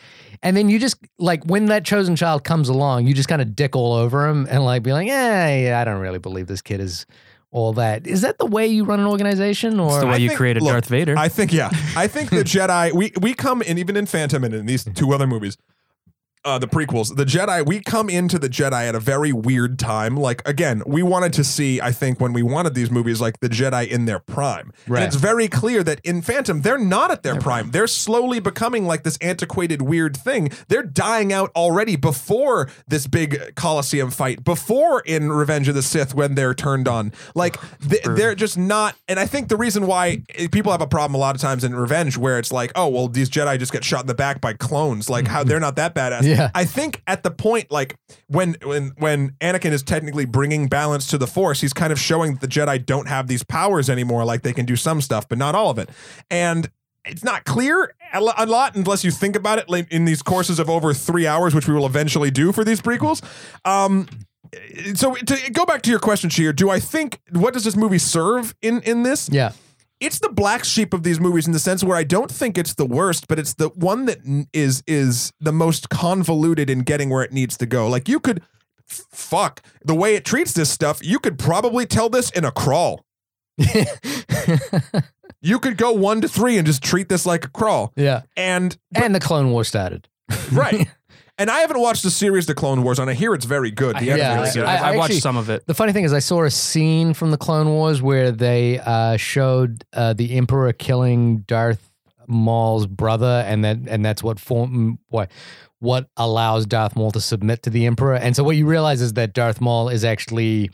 Speaker 2: and then you just like when that chosen child comes along, you just kind of dick all over him and like be like, yeah, yeah, I don't really believe this kid is all that. Is that the way you run an organization? Or
Speaker 3: It's the way
Speaker 1: I
Speaker 3: you
Speaker 1: think-
Speaker 3: created
Speaker 1: look,
Speaker 3: Darth Vader.
Speaker 1: I think yeah. I think the Jedi we we come in even in Phantom and in these two other movies. Uh, the prequels, the Jedi, we come into the Jedi at a very weird time. Like again, we wanted to see, I think, when we wanted these movies, like the Jedi in their prime.
Speaker 2: Right.
Speaker 1: And it's very clear that in Phantom, they're not at their prime. They're slowly becoming like this antiquated, weird thing. They're dying out already before this big Colosseum fight, before in Revenge of the Sith when they're turned on. Like th- they're just not. And I think the reason why eh, people have a problem a lot of times in Revenge, where it's like, oh, well, these Jedi just get shot in the back by clones. Like how they're not that badass.
Speaker 2: Yeah.
Speaker 1: I think at the point like when when when Anakin is technically bringing balance to the Force, he's kind of showing that the Jedi don't have these powers anymore. Like they can do some stuff, but not all of it. And it's not clear a lo- a lot unless you think about it like, in these courses of over three hours, which we will eventually do for these prequels. Um, so to go back to your question, Sheer, do I think what does this movie serve in in this?
Speaker 2: yeah,
Speaker 1: it's the black sheep of these movies in the sense where I don't think it's the worst, but it's the one that n- is is the most convoluted in getting where it needs to go. Like you could f- fuck the way it treats this stuff, you could probably tell this in a crawl. You could go 1 to 3 and just treat this like a crawl.
Speaker 2: yeah,
Speaker 1: And
Speaker 2: and the Clone War started.
Speaker 1: right. and I haven't watched the series The Clone Wars and I hear it's very good. The
Speaker 3: yeah,
Speaker 1: animated
Speaker 2: really
Speaker 1: series.
Speaker 2: good.
Speaker 3: I,
Speaker 2: I- I
Speaker 3: I watched
Speaker 2: actually-
Speaker 3: some of it.
Speaker 2: The funny thing is, I saw a scene from the Clone Wars where they uh, showed uh, the Emperor killing Darth Maul's brother, and that and that's what form mm, what what allows Darth Maul to submit to the Emperor. And so what you realize is that Darth Maul is actually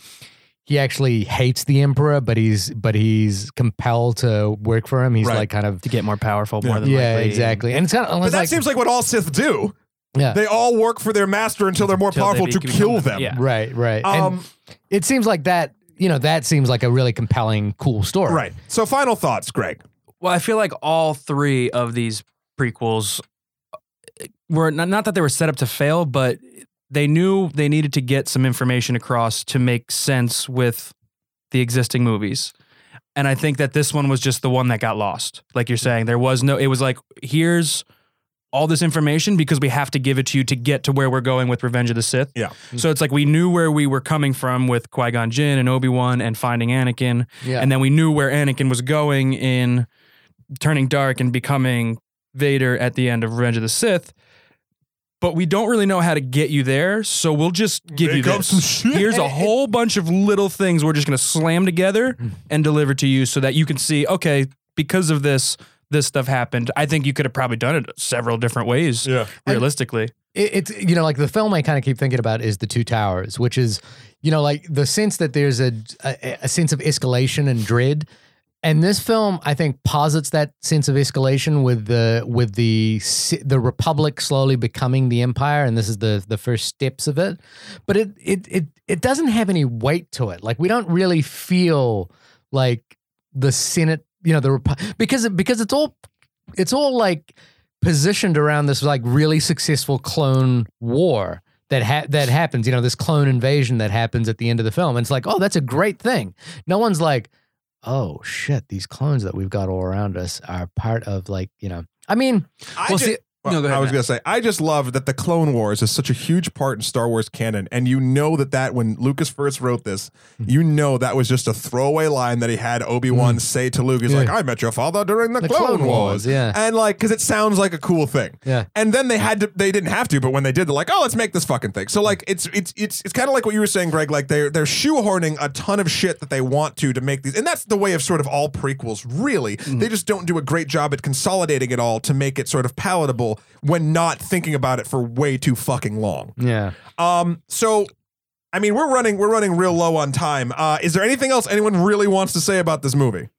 Speaker 2: he actually hates the Emperor, but he's but he's compelled to work for him. He's
Speaker 1: Right.
Speaker 2: like kind of
Speaker 3: to get more powerful,
Speaker 1: Yeah.
Speaker 3: more than
Speaker 2: yeah,
Speaker 3: likely.
Speaker 2: exactly. And it's kind of
Speaker 1: But
Speaker 2: almost
Speaker 1: that
Speaker 2: like
Speaker 1: seems like what all Sith do.
Speaker 2: Yeah.
Speaker 1: They all work for their master until they're more
Speaker 3: Until they
Speaker 1: powerful
Speaker 3: be-
Speaker 1: to
Speaker 3: become
Speaker 1: kill
Speaker 3: them.
Speaker 1: them.
Speaker 3: Yeah.
Speaker 2: right, right. And
Speaker 1: Um,
Speaker 2: it seems like that. You know, that seems like a really compelling, cool story.
Speaker 1: right. So final thoughts, Greg.
Speaker 3: Well, I feel like all three of these prequels uh, were not, not that they were set up to fail, but they knew they needed to get some information across to make sense with the existing movies. And I think that this one was just the one that got lost. Like you're saying, there was no, it was like, here's all this information because we have to give it to you to get to where we're going with Revenge of the Sith.
Speaker 1: Yeah.
Speaker 3: So it's like we knew where we were coming from with Qui Gon Jinn and Obi Wan and finding Anakin.
Speaker 2: Yeah.
Speaker 3: And then we knew where Anakin was going in turning dark and becoming Vader at the end of Revenge of the Sith. But we don't really know how to get you there, so we'll just give
Speaker 1: Make
Speaker 3: you
Speaker 1: up
Speaker 3: this.
Speaker 1: some shit.
Speaker 3: Here's a whole bunch of little things we're just gonna slam together and deliver to you, so that you can see. Okay, because of this, this stuff happened. I think you could have probably done it several different ways,
Speaker 1: Yeah.
Speaker 3: realistically.
Speaker 2: it, it's you know like the film I kind of keep thinking about is the Two Towers, which is you know like the sense that there's a a, a sense of escalation and dread. And this film, I think, posits that sense of escalation with the with the si- the Republic slowly becoming the Empire, and this is the the first steps of it. But it it it it doesn't have any weight to it. Like we don't really feel like the Senate, you know, the Repu- because it, because it's all it's all like positioned around this like really successful clone war that ha- that happens. You know, this clone invasion that happens at the end of the film. And it's like, oh, that's a great thing. No one's like, oh shit, these clones that we've got all around us are part of like you know. I mean,
Speaker 1: I
Speaker 3: Well,
Speaker 1: ju-
Speaker 3: see-
Speaker 1: Well,
Speaker 3: No, go ahead,
Speaker 1: I was
Speaker 3: Matt.
Speaker 1: gonna say, I just love that the Clone Wars is such a huge part in Star Wars canon, and you know that that when Lucas first wrote this,
Speaker 3: Hmm.
Speaker 1: you know that was just a throwaway line that he had Obi Wan say to Luke. He's
Speaker 2: Yeah.
Speaker 1: like, "I met your father during the,
Speaker 2: the
Speaker 1: Clone, Wars,"
Speaker 2: yeah,
Speaker 1: and like, because it sounds like a cool thing.
Speaker 2: yeah.
Speaker 1: And then they had to, they didn't have to, but when they did, they're like, "Oh, let's make this fucking thing." So like, it's it's it's it's kind of like what you were saying, Greg. Like they're they're shoehorning a ton of shit that they want to to make these, and that's the way of sort of all prequels. Really, they just don't do a great job at consolidating it all to make it sort of palatable when not thinking about it for way too fucking long.
Speaker 2: Yeah.
Speaker 1: Um, so. I mean, we're running we're running real low on time. Uh, is there anything else anyone really wants to say about this movie?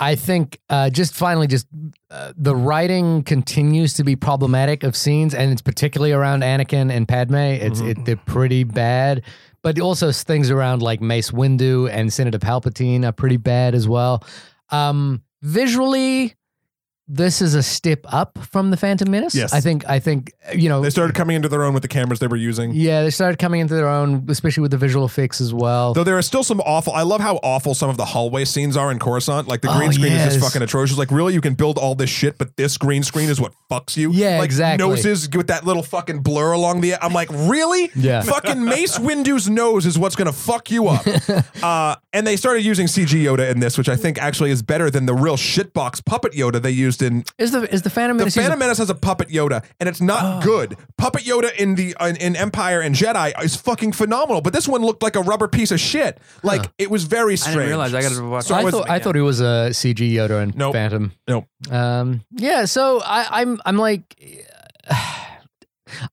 Speaker 2: I think uh, just finally, just uh, the writing continues to be problematic of scenes, and it's particularly around Anakin and Padme. It's
Speaker 1: Mm-hmm.
Speaker 2: it, they're pretty bad, but also s- things around like Mace Windu and Senator Palpatine are pretty bad as well. Um, visually, this is a step up from the Phantom Menace.
Speaker 1: Yes.
Speaker 2: I think. I think uh, you know.
Speaker 1: They started coming into their own with the cameras they were using.
Speaker 2: yeah, they started coming into their own, especially with the visual effects as well.
Speaker 1: Though there are still some awful. I love how awful some of the hallway scenes are in Coruscant. Like the green
Speaker 2: Oh,
Speaker 1: screen is just
Speaker 2: yes.
Speaker 1: fucking atrocious. Like really, you can build all this shit, but this green screen is what fucks you.
Speaker 2: Yeah,
Speaker 1: like,
Speaker 2: exactly.
Speaker 1: Noses with that little fucking blur along the. e, I'm like, really?
Speaker 2: Yeah.
Speaker 1: Fucking Mace Windu's nose is what's gonna fuck you up. uh, and they started using CG Yoda in this, which I think actually is better than the real shitbox puppet Yoda they used in
Speaker 2: is the is the Phantom
Speaker 1: the
Speaker 2: Menace?
Speaker 1: Phantom Menace has a puppet Yoda, and it's
Speaker 3: Oh.
Speaker 1: not good. Puppet Yoda in the in, in Empire and Jedi is fucking phenomenal, but this one looked like a rubber piece of shit. Like it was very
Speaker 3: I
Speaker 1: strange.
Speaker 3: didn't realize I got to watch.
Speaker 1: So
Speaker 3: it
Speaker 1: I
Speaker 3: with
Speaker 2: thought,
Speaker 3: them
Speaker 2: I
Speaker 3: again.
Speaker 2: thought he was a CG Yoda and
Speaker 1: Nope.
Speaker 2: Phantom.
Speaker 1: Nope.
Speaker 2: Um, yeah, so I, I'm I'm like,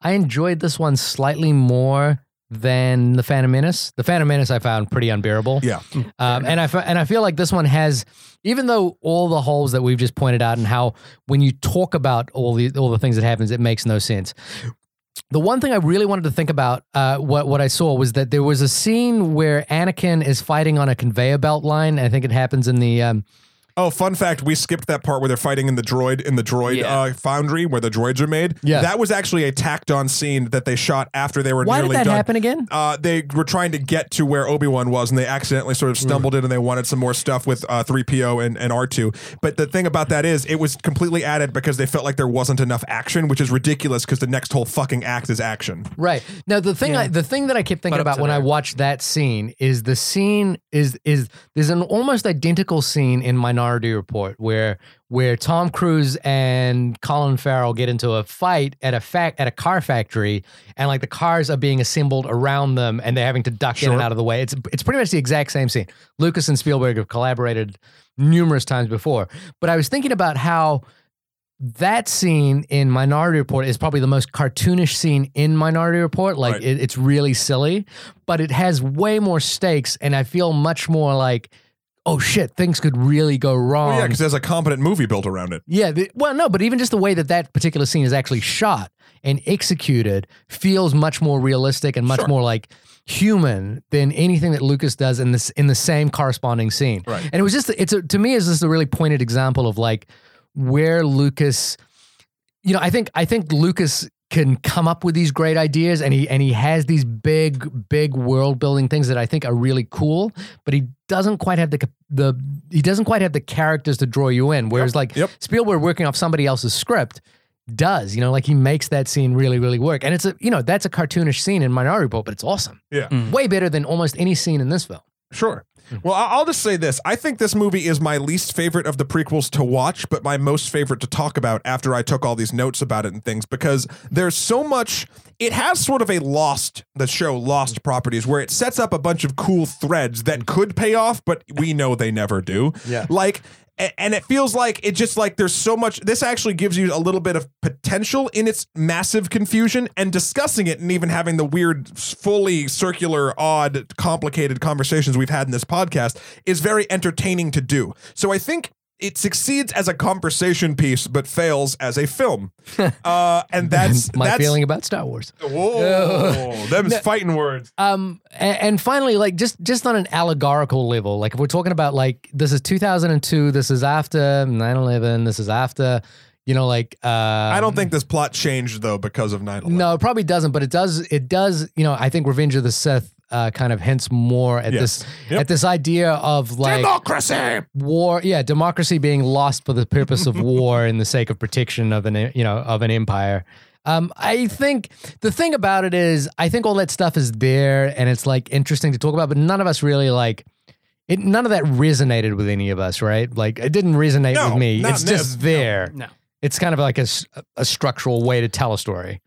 Speaker 2: I enjoyed this one slightly more than the Phantom Menace. The Phantom Menace I found pretty unbearable.
Speaker 1: Yeah.
Speaker 2: Um, and I fe- and I feel like this one has, even though all the holes that we've just pointed out and how when you talk about all the all the things that happens, it makes no sense. The one thing I really wanted to think about, uh, what what I saw was that there was a scene where Anakin is fighting on a conveyor belt line. I think it happens in the um,
Speaker 1: Oh, fun fact: we skipped that part where they're fighting in the droid in the droid
Speaker 3: Yeah.
Speaker 1: uh, foundry where the droids are made.
Speaker 2: Yeah.
Speaker 1: that was actually a tacked-on scene that they shot after they were
Speaker 2: why did
Speaker 1: nearly
Speaker 2: that
Speaker 1: done.
Speaker 2: happen again?
Speaker 1: Uh, they were trying to get to where Obi Wan was, and they accidentally sort
Speaker 2: Hmm.
Speaker 1: of stumbled in, and they wanted some more stuff with uh, three PO and and R two. But the thing about that is, it was completely added because they felt like there wasn't enough action, which is ridiculous because the next whole fucking act is action.
Speaker 2: Right now, the thing I, the thing that I kept thinking
Speaker 3: But up
Speaker 2: about
Speaker 3: to
Speaker 2: when I
Speaker 3: there.
Speaker 2: watched that scene is the scene is is there's an almost identical scene in Minority Report where where Tom Cruise and Colin Farrell get into a fight at a fact at a car factory, and like the cars are being assembled around them, and they're having to duck in and out of the way. It's it's pretty much the exact same scene. Lucas and Spielberg have collaborated numerous times before, but I was thinking about how that scene in Minority Report is probably the most cartoonish scene in Minority Report. Like
Speaker 1: Right.
Speaker 2: it, it's really silly, but it has way more stakes, and I feel much more like, oh shit, things could really go wrong.
Speaker 1: Well, Oh, yeah, because there's a competent movie built around it.
Speaker 2: Yeah, the, well, no, but even just the way that that particular scene is actually shot and executed feels much more realistic and much more like human than anything that Lucas does in this in the same corresponding scene.
Speaker 1: Right.
Speaker 2: And it was just it's a, to me is just a really pointed example of like where Lucas, you know, I think I think Lucas can come up with these great ideas and he and he has these big big world building things that I think are really cool but he doesn't quite have the cap- the he doesn't quite have the characters to draw you in. Whereas like
Speaker 1: Yep.
Speaker 2: Spielberg working off somebody else's script does, you know, like he makes that scene really, really work. And it's a you know, that's a cartoonish scene in Minority Report, but it's awesome.
Speaker 1: Yeah.
Speaker 3: Mm.
Speaker 2: Way better than almost any scene in this film.
Speaker 1: Sure. Well, I- I'll just say this. I think this movie is my least favorite of the prequels to watch, but my most favorite to talk about after I took all these notes about it and things because there's so much. It has sort of a lost, the show Lost Properties, where it sets up a bunch of cool threads that could pay off, but we know they never do.
Speaker 2: Yeah.
Speaker 1: Like, a- and it feels like it just like there's so much. This actually gives you a little bit of potential in its massive confusion and discussing it and even having the weird, fully circular, odd, complicated conversations we've had in this podcast is very entertaining to do. So I think it succeeds as a conversation piece, but fails as a film. Uh, and that's
Speaker 2: My
Speaker 1: that's,
Speaker 2: feeling about Star Wars.
Speaker 1: Whoa, them's fighting words.
Speaker 2: Um, a- and, finally, like just just on an allegorical level, like if we're talking about like this is 2002, this is after 9/11, this is after, you know, like uh,
Speaker 1: I don't think this plot changed though because of 9 11.
Speaker 2: No, it probably doesn't, but it does. It does. You know, I think Revenge of the Sith uh, kind of hints more at
Speaker 1: Yes.
Speaker 2: this
Speaker 1: Yep.
Speaker 2: at this idea of like
Speaker 1: Democracy!
Speaker 2: war. Yeah, democracy being lost for the purpose of war in the sake of protection of an you know of an empire. Um, I think the thing about it is, I think all that stuff is there, and it's like interesting to talk about, but none of us really like. It, none of that resonated with any of us, right? Like it didn't resonate
Speaker 1: No,
Speaker 2: with me.
Speaker 1: not
Speaker 2: It's
Speaker 1: in this.
Speaker 2: just there.
Speaker 3: No.
Speaker 2: It's kind of like a, s- a structural way to tell a story.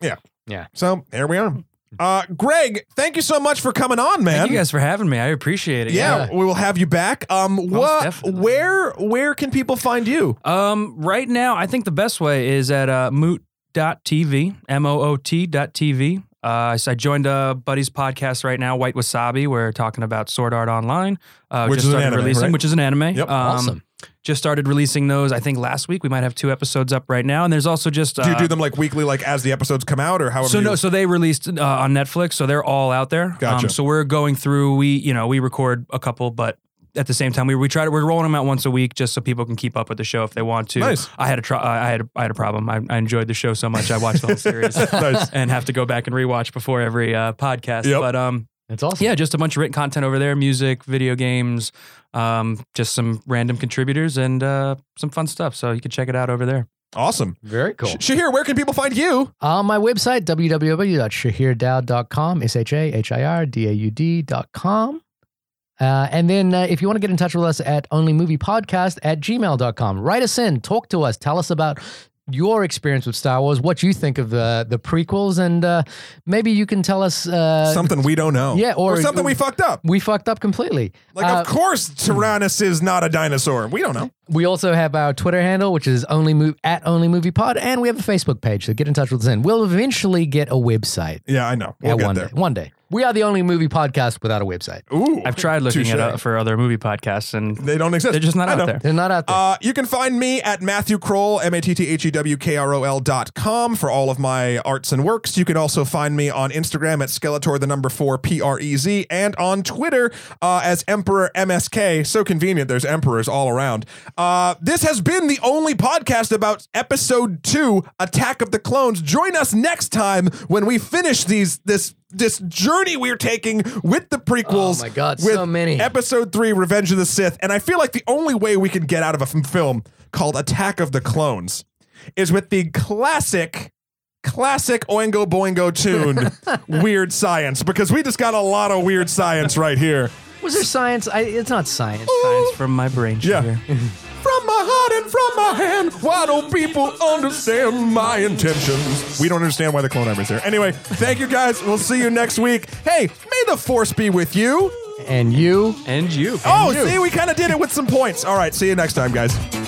Speaker 1: So there we are. Uh, Greg, thank you so much for coming on, man.
Speaker 3: Thank you guys for having me. I appreciate it.
Speaker 1: yeah, we will have you back. Um, what?
Speaker 3: definitely.
Speaker 1: Where? Where can people find you?
Speaker 3: Um, right now, I think the best way is at uh, moot.tv, M O O T dot TV. Uh, so I joined a buddy's podcast right now, White Wasabi. We're talking about Sword Art Online, uh,
Speaker 1: Which
Speaker 3: just
Speaker 1: is an
Speaker 3: started
Speaker 1: anime,
Speaker 3: releasing,
Speaker 1: right?
Speaker 3: which is an anime.
Speaker 1: Yep.
Speaker 3: um,
Speaker 2: Awesome.
Speaker 3: just started releasing those. I think last week we might have two episodes up right now. And there's also just uh,
Speaker 1: Do you do them like weekly, like as the episodes come out, or however?
Speaker 3: so
Speaker 1: you,
Speaker 3: no, so they released uh, on Netflix, so they're all out there. Um,
Speaker 1: Gotcha.
Speaker 3: so we're going through. We you know we record a couple, but at the same time we we try to we're rolling them out once a week just so people can keep up with the show if they want to.
Speaker 1: Nice.
Speaker 3: I had a tr- I had a, I had a problem. I, I enjoyed the show so much I watched the whole series
Speaker 1: Nice.
Speaker 3: and have to go back and rewatch before every uh, podcast.
Speaker 1: Yep.
Speaker 3: But um,
Speaker 2: It's awesome.
Speaker 3: yeah, just a bunch of written content over there: music, video games, um, just some random contributors and uh, some fun stuff. So you can check it out over there.
Speaker 1: awesome.
Speaker 2: Very cool.
Speaker 1: Sh- Shahir, where can people find you?
Speaker 2: On my website, www.shahirdaud.com, S H A H I R D A U D.com. Uh, and then uh, if you want to get in touch with us at onlymoviepodcast at gmail.com, write us in, talk to us, tell us about your experience with Star Wars, what you think of the, the prequels, and uh, maybe you can tell us uh,
Speaker 1: something we don't know.
Speaker 2: yeah, or-
Speaker 1: something we fucked up.
Speaker 2: we fucked up completely.
Speaker 1: Like,
Speaker 2: Uh,
Speaker 1: of course, Tyrannus is not a dinosaur. We don't know.
Speaker 2: We also have our Twitter handle, which is only move at only movie pod, and we have a Facebook page. So get in touch with us. And we'll eventually get a website.
Speaker 1: Yeah, I know. We'll
Speaker 2: Yeah,
Speaker 1: get
Speaker 2: one
Speaker 1: there.
Speaker 2: day. One day. We are the only movie podcast without a website.
Speaker 1: Ooh,
Speaker 3: I've tried looking
Speaker 1: Touche.
Speaker 3: at uh, for other movie podcasts and
Speaker 1: They don't exist.
Speaker 3: they're just not
Speaker 1: I know.
Speaker 3: out there.
Speaker 2: They're not out there.
Speaker 1: Uh, you can find me at Matthew Kroll, M A T T H E W K R O L dot com for all of my arts and works. You can also find me on Instagram at Skeletor, the number four, P R E Z, and on Twitter uh, as Emperor MSK. So convenient, there's emperors all around. Uh, this has been the only podcast about episode two, Attack of the Clones. Join us next time when we finish these this this journey we're taking with the prequels.
Speaker 2: Oh my God,
Speaker 1: with
Speaker 2: so many.
Speaker 1: ep- episode three, Revenge of the Sith, and I feel like the only way we can get out of a f- film called Attack of the Clones is with the classic, classic Oingo Boingo tune, Weird Science, because we just got a lot of weird science right here.
Speaker 2: Was there science? I, it's not science.
Speaker 3: Science from my brain.
Speaker 1: Yeah.
Speaker 3: Shaker.
Speaker 1: From my heart and from my hand, why don't people understand my intentions? We don't understand why the Clone Army's here. Anyway, thank you guys. We'll see you next week. Hey, may the Force be with you.
Speaker 2: And you
Speaker 3: And you.
Speaker 1: Oh, see, we kind of did it with some points. All right, see you next time, guys.